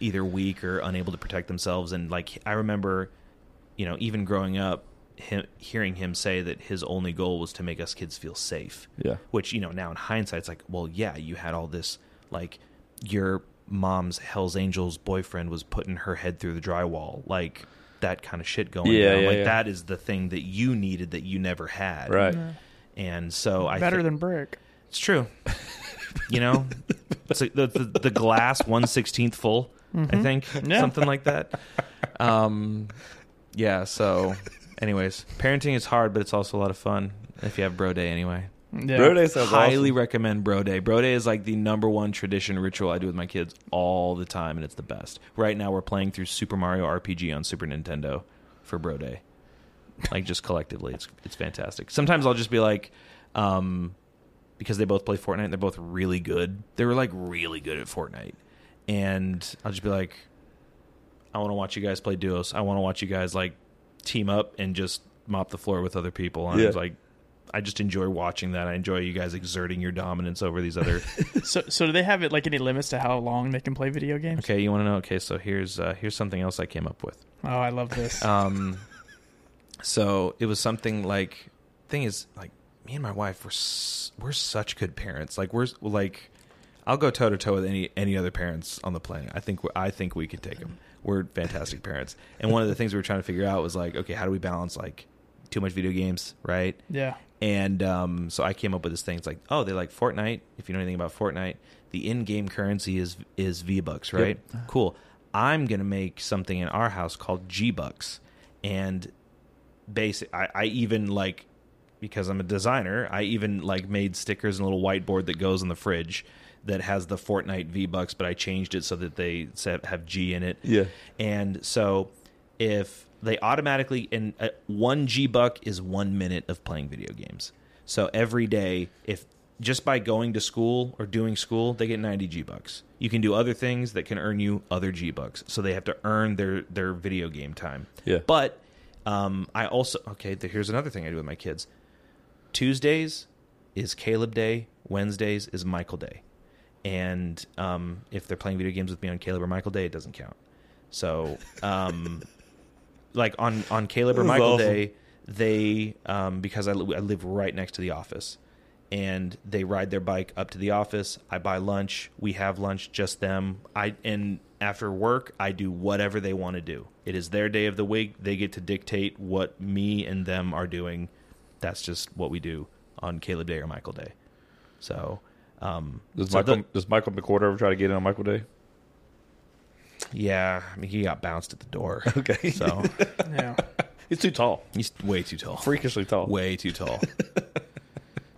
F: either weak or unable to protect themselves and like i remember you know even growing up him, hearing him say that his only goal was to make us kids feel safe
D: Yeah.
F: which you know now in hindsight it's like well yeah you had all this like your mom's hell's angels boyfriend was putting her head through the drywall like that kind of shit going
D: Yeah,
F: down
D: yeah,
F: like
D: yeah.
F: that is the thing that you needed that you never had
D: right.
F: and so i
E: better
F: thi-
E: than brick.
F: it's true. you know, it's like the, the the glass one sixteenth full. I think something like that. Um, yeah. So, anyways, parenting is hard, but it's also a lot of fun if you have Bro Day. Anyway,
E: Yeah.
D: Bro Day sounds
F: highly
D: awesome.
F: recommend Bro Day. Bro Day is like the number one tradition ritual I do with my kids all the time, and it's the best. Right now, we're playing through Super Mario RPG on Super Nintendo for Bro Day. Like just collectively, it's it's fantastic. Sometimes I'll just be like, um, because they both play Fortnite. and They're both really good. They were like really good at Fortnite, and I'll just be like, I want to watch you guys play duos. I want to watch you guys like team up and just mop the floor with other people. And
D: Yeah.
F: it's like, I just enjoy watching that. I enjoy you guys exerting your dominance over these other. *laughs*
E: So, so do they have it like any limits to how long they can play video games?
F: okay, you want to know? Okay, so here's uh, here's something else I came up with.
E: Oh, I love this.
F: Um, so it was something like thing is like me and my wife were s- we're such good parents. Like we're s- like I'll go toe to toe with any any other parents on the planet. I think we- I think we could take them. We're fantastic parents. And one of the things we were trying to figure out was like, okay, how do we balance like too much video games, right?
E: yeah.
F: And um, so I came up with this thing. It's like, oh, they like Fortnite. If you know anything about Fortnite, the in-game currency is is V Bucks, right? Cool. I'm gonna make something in our house called G Bucks, and basic. I, I even like because I'm a designer. I even like made stickers and a little whiteboard that goes in the fridge that has the Fortnite V Bucks, but I changed it so that they said- have G in it.
D: Yeah.
F: And so if they automatically and uh, one G buck is 1 minute of playing video games. So every day if just by going to school or doing school, they get 90 G bucks. You can do other things that can earn you other G bucks. So they have to earn their their video game time.
D: Yeah.
F: But um, I also okay, th- here's another thing I do with my kids. Tuesdays is Caleb Day. Wednesdays is Michael Day. And um, if they're playing video games with me on Caleb or Michael Day, it doesn't count. So, um, *laughs* like on on Caleb or
D: That's
F: Michael
D: awesome.
F: Day, they um, because I, li- I live right next to the office, and they ride their bike up to the office. I buy lunch. We have lunch, just them. I and after work, I do whatever they want to do. It is their day of the week. They get to dictate what me and them are doing. That's just what we do on Caleb Day or Michael Day. So, um,
D: Does
F: so
D: Michael
F: the-
D: does Michael McCord ever try to get in on Michael Day?
F: yeah, I mean, he got bounced at the door. Okay, so
E: Yeah.
D: He's too tall,
F: he's way too tall.
D: freakishly tall.
F: way too tall.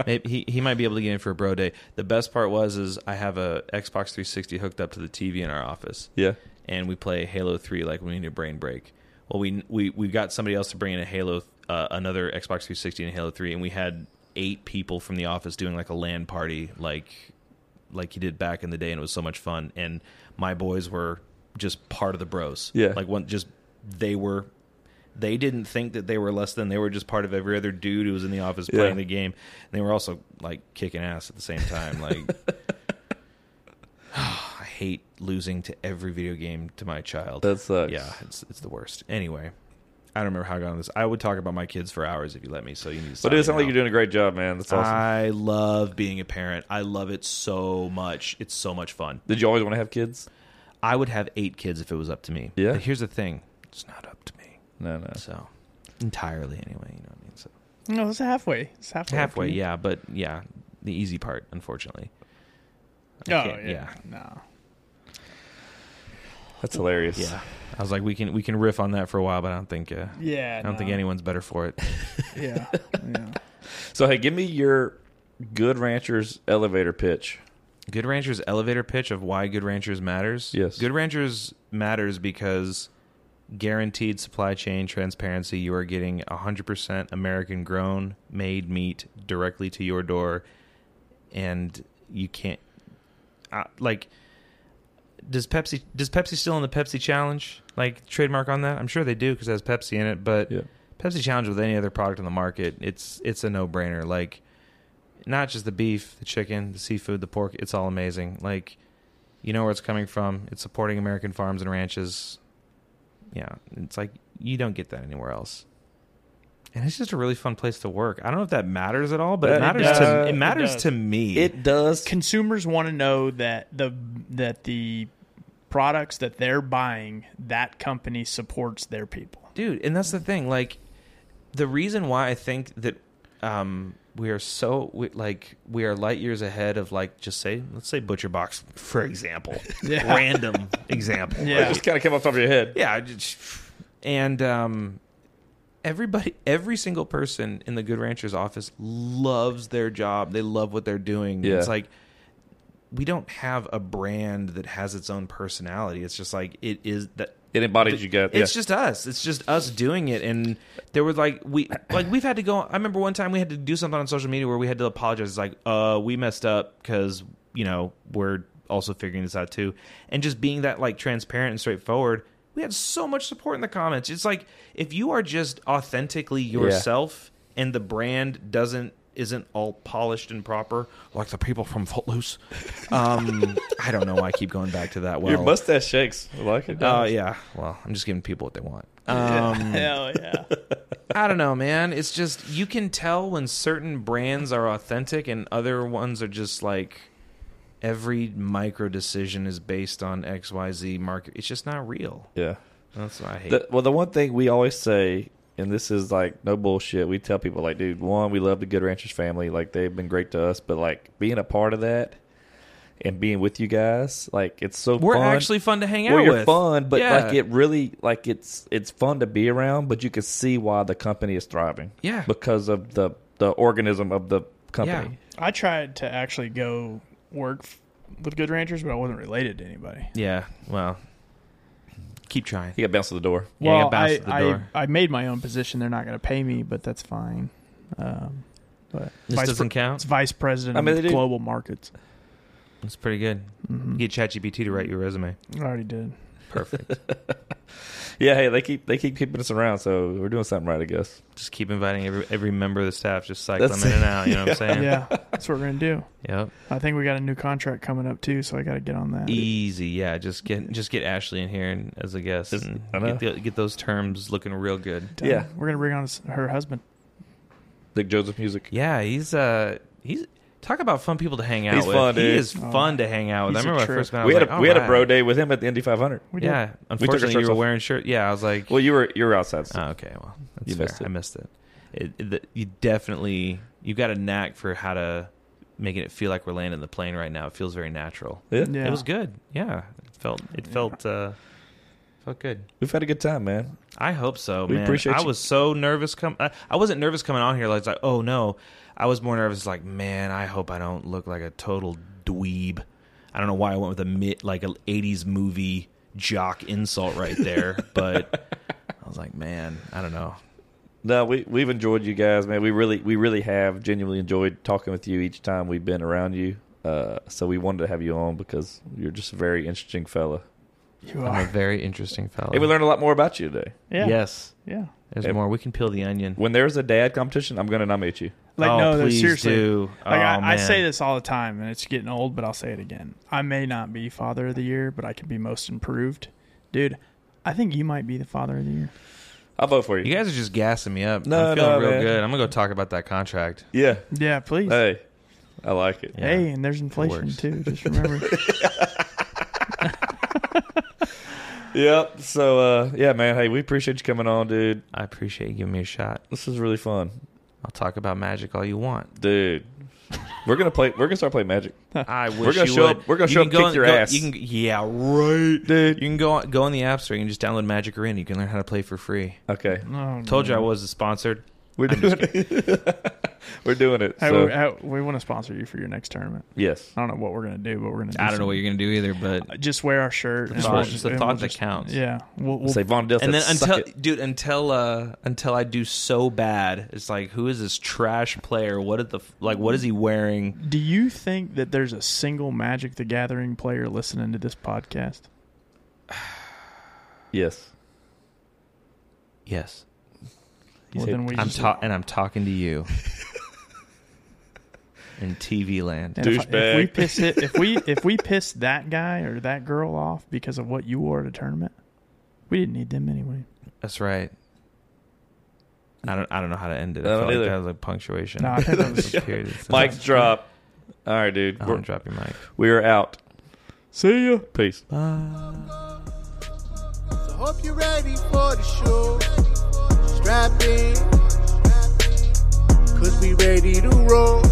F: Maybe he, he might be able to get in for a bro day. The best part was is I have a Xbox 360 hooked up to the TV in our office.
D: Yeah.
F: and we play Halo 3 like when we need a brain break. Well, we we we got somebody else to bring in a Halo, uh, another Xbox 360 and Halo 3, and we had eight people from the office doing like a land party, like like you did back in the day, and it was so much fun. And my boys were just part of the bros.
D: Yeah.
F: like one just they were they didn't think that they were less than. They were just part of every other dude who was in the office
D: Yeah.
F: playing the game. And they were also like kicking ass at the same time. Like, I hate losing to every video game to my child.
D: That sucks.
F: Yeah, it's it's the worst. Anyway, I don't remember how I got on this. I would talk about my kids for hours if you let me. So you need to.
D: But
F: stop
D: it
F: me
D: sounds like
F: now.
D: you're doing a great job, man. That's awesome.
F: I love being a parent. I love it so much. It's so much fun.
D: Did you always want to have kids?
F: I would have eight kids if it was up to me.
D: Yeah.
F: But here's the thing: it's not up to me.
D: No, no.
F: So entirely, anyway. You know what I mean? So.
E: No, it's halfway. It's halfway.
F: halfway yeah but yeah the easy part unfortunately
E: Oh, yeah.
F: can't- yeah.
E: No.
D: That's hilarious.
F: yeah i was like we can we can riff on that for a while but i don't think uh,
E: Yeah.
F: i don't think
E: no.
F: anyone's better
D: *laughs*
F: for it
E: Yeah. yeah.
D: So hey, give me your good ranchers elevator pitch.
F: good ranchers elevator pitch of why good ranchers matters
D: Yes.
F: good ranchers matters because guaranteed supply chain transparency you are getting 100% american grown made meat directly to your door and you can't I like does Pepsi does Pepsi still in the Pepsi Challenge like trademark on that? I'm sure they do because it has Pepsi in it. But
D: Yeah.
F: Pepsi Challenge with any other product on the market, it's it's a no brainer. Like not just the beef, the chicken, the seafood, the pork, it's all amazing. Like you know where it's coming from. It's supporting American farms and ranches. Yeah, it's like you don't get that anywhere else. And it's just a really fun place to work. I don't know if that matters at all, but
D: That
F: it matters
D: does.
F: to it matters
E: does.
F: to me.
D: does.
E: Consumers want to know that the that the products that they're buying that company supports their people.
F: dude and that's the thing like the reason why i think that um we are so we, like we are light years ahead of like just say let's say butcher box for example random example
E: Yeah.
D: Just kind of came off the top of your head.
F: yeah I just- and um everybody every single person in the good ranchers office loves their job they love what they're doing
D: Yeah.
F: it's like we don't have a brand that has its own personality it's just like it is that
D: It embodies you guys.
F: it's just us. It's just us doing it. And there were like we like we've had to go. I remember one time we had to do something on social media where we had to apologize. It's like, uh, we messed up because you know we're also figuring this out too. And just being that like transparent and straightforward, we had so much support in the comments. It's like if you are just authentically yourself and the brand doesn't isn't all polished and proper like the people from Footloose. Um, *laughs* I don't know why I keep going back to that. Well,
D: Your mustache shakes. I like it.
F: Oh yeah. Well, I'm just giving people what they want. Um,
E: *laughs* Hell yeah.
F: I don't know, man. It's just you can tell when certain brands are authentic and other ones are just like every micro decision is based on X Y Z market. It's just not real.
D: yeah.
F: That's what I hate.
D: The, well, the one thing we always say, and this is like no bullshit, we tell people like, dude, one, we love the Good Ranchers family, like they've been great to us, but like being a part of that and being with you guys, like it's so
F: We're
D: fun.
F: actually fun to hang
D: well,
F: out
D: you're
F: with.
D: fun, but
F: Yeah.
D: like it really, like it's it's fun to be around, but you can see why the company is thriving,
F: Yeah.
D: because of the the organism of the company.
E: I tried to actually go work f- with Good Ranchers, but I wasn't related to anybody.
F: yeah. Well, keep trying.
D: He got bounced to the door.
F: Yeah, I got
E: Well,
F: bounced
E: I,
F: at the
E: I,
F: door.
E: I made my own position. They're not going to pay me, but that's fine. Um, but
F: This
E: vice
F: doesn't
E: pre- it's
F: count.
E: vice president
D: I mean,
E: of
D: they do-
E: global markets.
F: It's pretty good.
D: Mm-hmm.
F: You get ChatGPT to write your resume.
E: I already did.
F: Perfect.
D: Yeah, hey, they keep they keep keeping us around, so we're doing something right, I guess.
F: *laughs* just keep inviting every every member of the staff. Just cycle
D: That's-
F: them in and out. You know what
D: *laughs*
F: I'm saying? *laughs*
E: Yeah, that's what we're going to do.
F: Yep.
E: I think we got a new contract coming up too, so I got to get on that.
D: e-
F: Easy, yeah. Just get just get Ashley in here and, as a guest,
D: Just-
F: and
D: I
F: get,
D: know.
F: the, get those terms looking real good.
E: Done.
D: yeah.
E: we're going to bring on his, her husband.
D: Dick Joseph music.
F: Yeah, he's uh he's talk about fun people to hang out
D: He's
F: with.
D: fun,
F: He
D: dude.
F: is fun to hang out with. I
E: He's a
F: remember when I
E: trip.
F: first met.
D: we had a, we had a bro
F: day.
D: day with him at the Indy 500.
E: We did.
F: Yeah,
D: took our
F: unfortunately, you
D: shirts
F: were
D: off.
F: wearing shirt. Yeah, I was like,
D: Well, you were you were outside. so-
F: oh, okay, well, that's
D: You
F: fair.
D: missed it.
F: I missed it. It, it. the- You definitely you got a knack for how to making it feel like we're landing the plane right now. It feels very natural.
D: yeah.
E: Yeah.
F: It was good. Yeah, it felt it felt uh felt good.
D: we've had a good time, man.
F: I hope so,
D: We
F: man.
D: appreciate
F: I
D: you.
F: was so nervous. Come, I, I wasn't nervous coming on here. Like, it's like, oh no, I was more nervous. Like, man, I hope I don't look like a total dweeb. I don't know why I went with a mid, like a '80s movie jock insult right
E: *laughs*
F: there, but I was like, man, I don't know.
D: No, we we've enjoyed you guys, man. We really we really have genuinely enjoyed talking with you each time we've been around you. Uh, so we wanted to have you on because you're just a very interesting fella,
E: you
F: I'm a
E: are.
F: very interesting fellow.
D: and we learned a lot more about you today.
E: Yeah,
F: Yes,
E: yeah.
F: there's
D: Hey.
F: more. We can peel the onion.
D: When there's a dad competition, I'm going to nominate you.
E: Like
F: Oh,
E: no, no,
F: please
E: seriously.
F: do.
E: Like
F: Oh,
E: I, I
F: man.
E: say this all the time, and it's getting old, but I'll say it again. I may not be father of the year, but I can be most improved, dude. I think you might be the father of the year.
D: I'll vote for you.
F: You guys are just gassing me up.
D: No,
F: I'm feeling
D: no,
F: real
D: man.
F: good. I'm gonna go talk about that contract.
D: yeah.
E: Yeah, please.
D: Hey, I like it.
E: hey, and there's inflation
F: works.
E: too.
F: *laughs*
E: Just remember.
D: Yep. So uh, yeah, man. Hey, we appreciate you coming on, dude.
F: I appreciate you giving me a shot.
D: This is really fun,
F: I'll talk about magic all you want.
D: dude. We're gonna play. We're gonna
E: *laughs*
D: start playing Magic.
F: I wish
D: gonna
F: you
D: show
F: would.
D: up- we're gonna
F: You
D: show
F: can
D: up and
F: go
D: kick
F: on-
D: your
F: go-
D: ass.
F: You can, yeah, right, dude. You can go on, go on the app store. You can just download Magic Arena. You can learn how to play for free.
D: Okay.
E: Oh,
F: Told you I was sponsored.
D: Mm. We're doing it. *laughs* we're doing it.
E: Hey,
D: So,
E: we, hey, we want to sponsor you for your next tournament.
D: yes.
E: I don't know what we're gonna do, but we're gonna. Do
F: *laughs* I don't know
E: something.
F: what you're gonna do either, but
E: Just wear our shirt. and
F: It's
E: we'll
F: the
E: just-
F: thought
E: and we'll
F: that
E: just-
F: counts.
E: Yeah, we'll, we'll
D: Say Von Dill.
F: and then
D: said, "Suck
F: until
D: it."
F: dude until uh until I do so bad, it's like who is this trash player? What is the f- like? What is he wearing?
E: Do you think that there's a single Magic the Gathering player listening to this podcast?
D: yes.
F: Yes,
E: Well, then we
F: I'm
E: just-
F: ta- and I'm talking
D: *laughs*
F: to you in TV land.
E: and if, I- if we
D: douchebag.
E: piss it, if
F: *laughs*
E: we if we piss that guy or that girl off because of what you wore at a tournament, we didn't need them anyway.
F: That's right. I don't. I don't know how to end it.
D: I
F: I,
D: don't
F: feel like
D: either.
F: that was a punctuation.
E: No, I think
F: *laughs*
E: that was-
F: A period. It's a-
D: Mic
F: *laughs*
D: drop. All right, dude.
F: I
D: We're,
F: don't Oh, drop your mic.
D: we are out.
E: See ya.
D: Peace.
B: So hope you're ready for the show. Strap in, cause we ready ready to roll.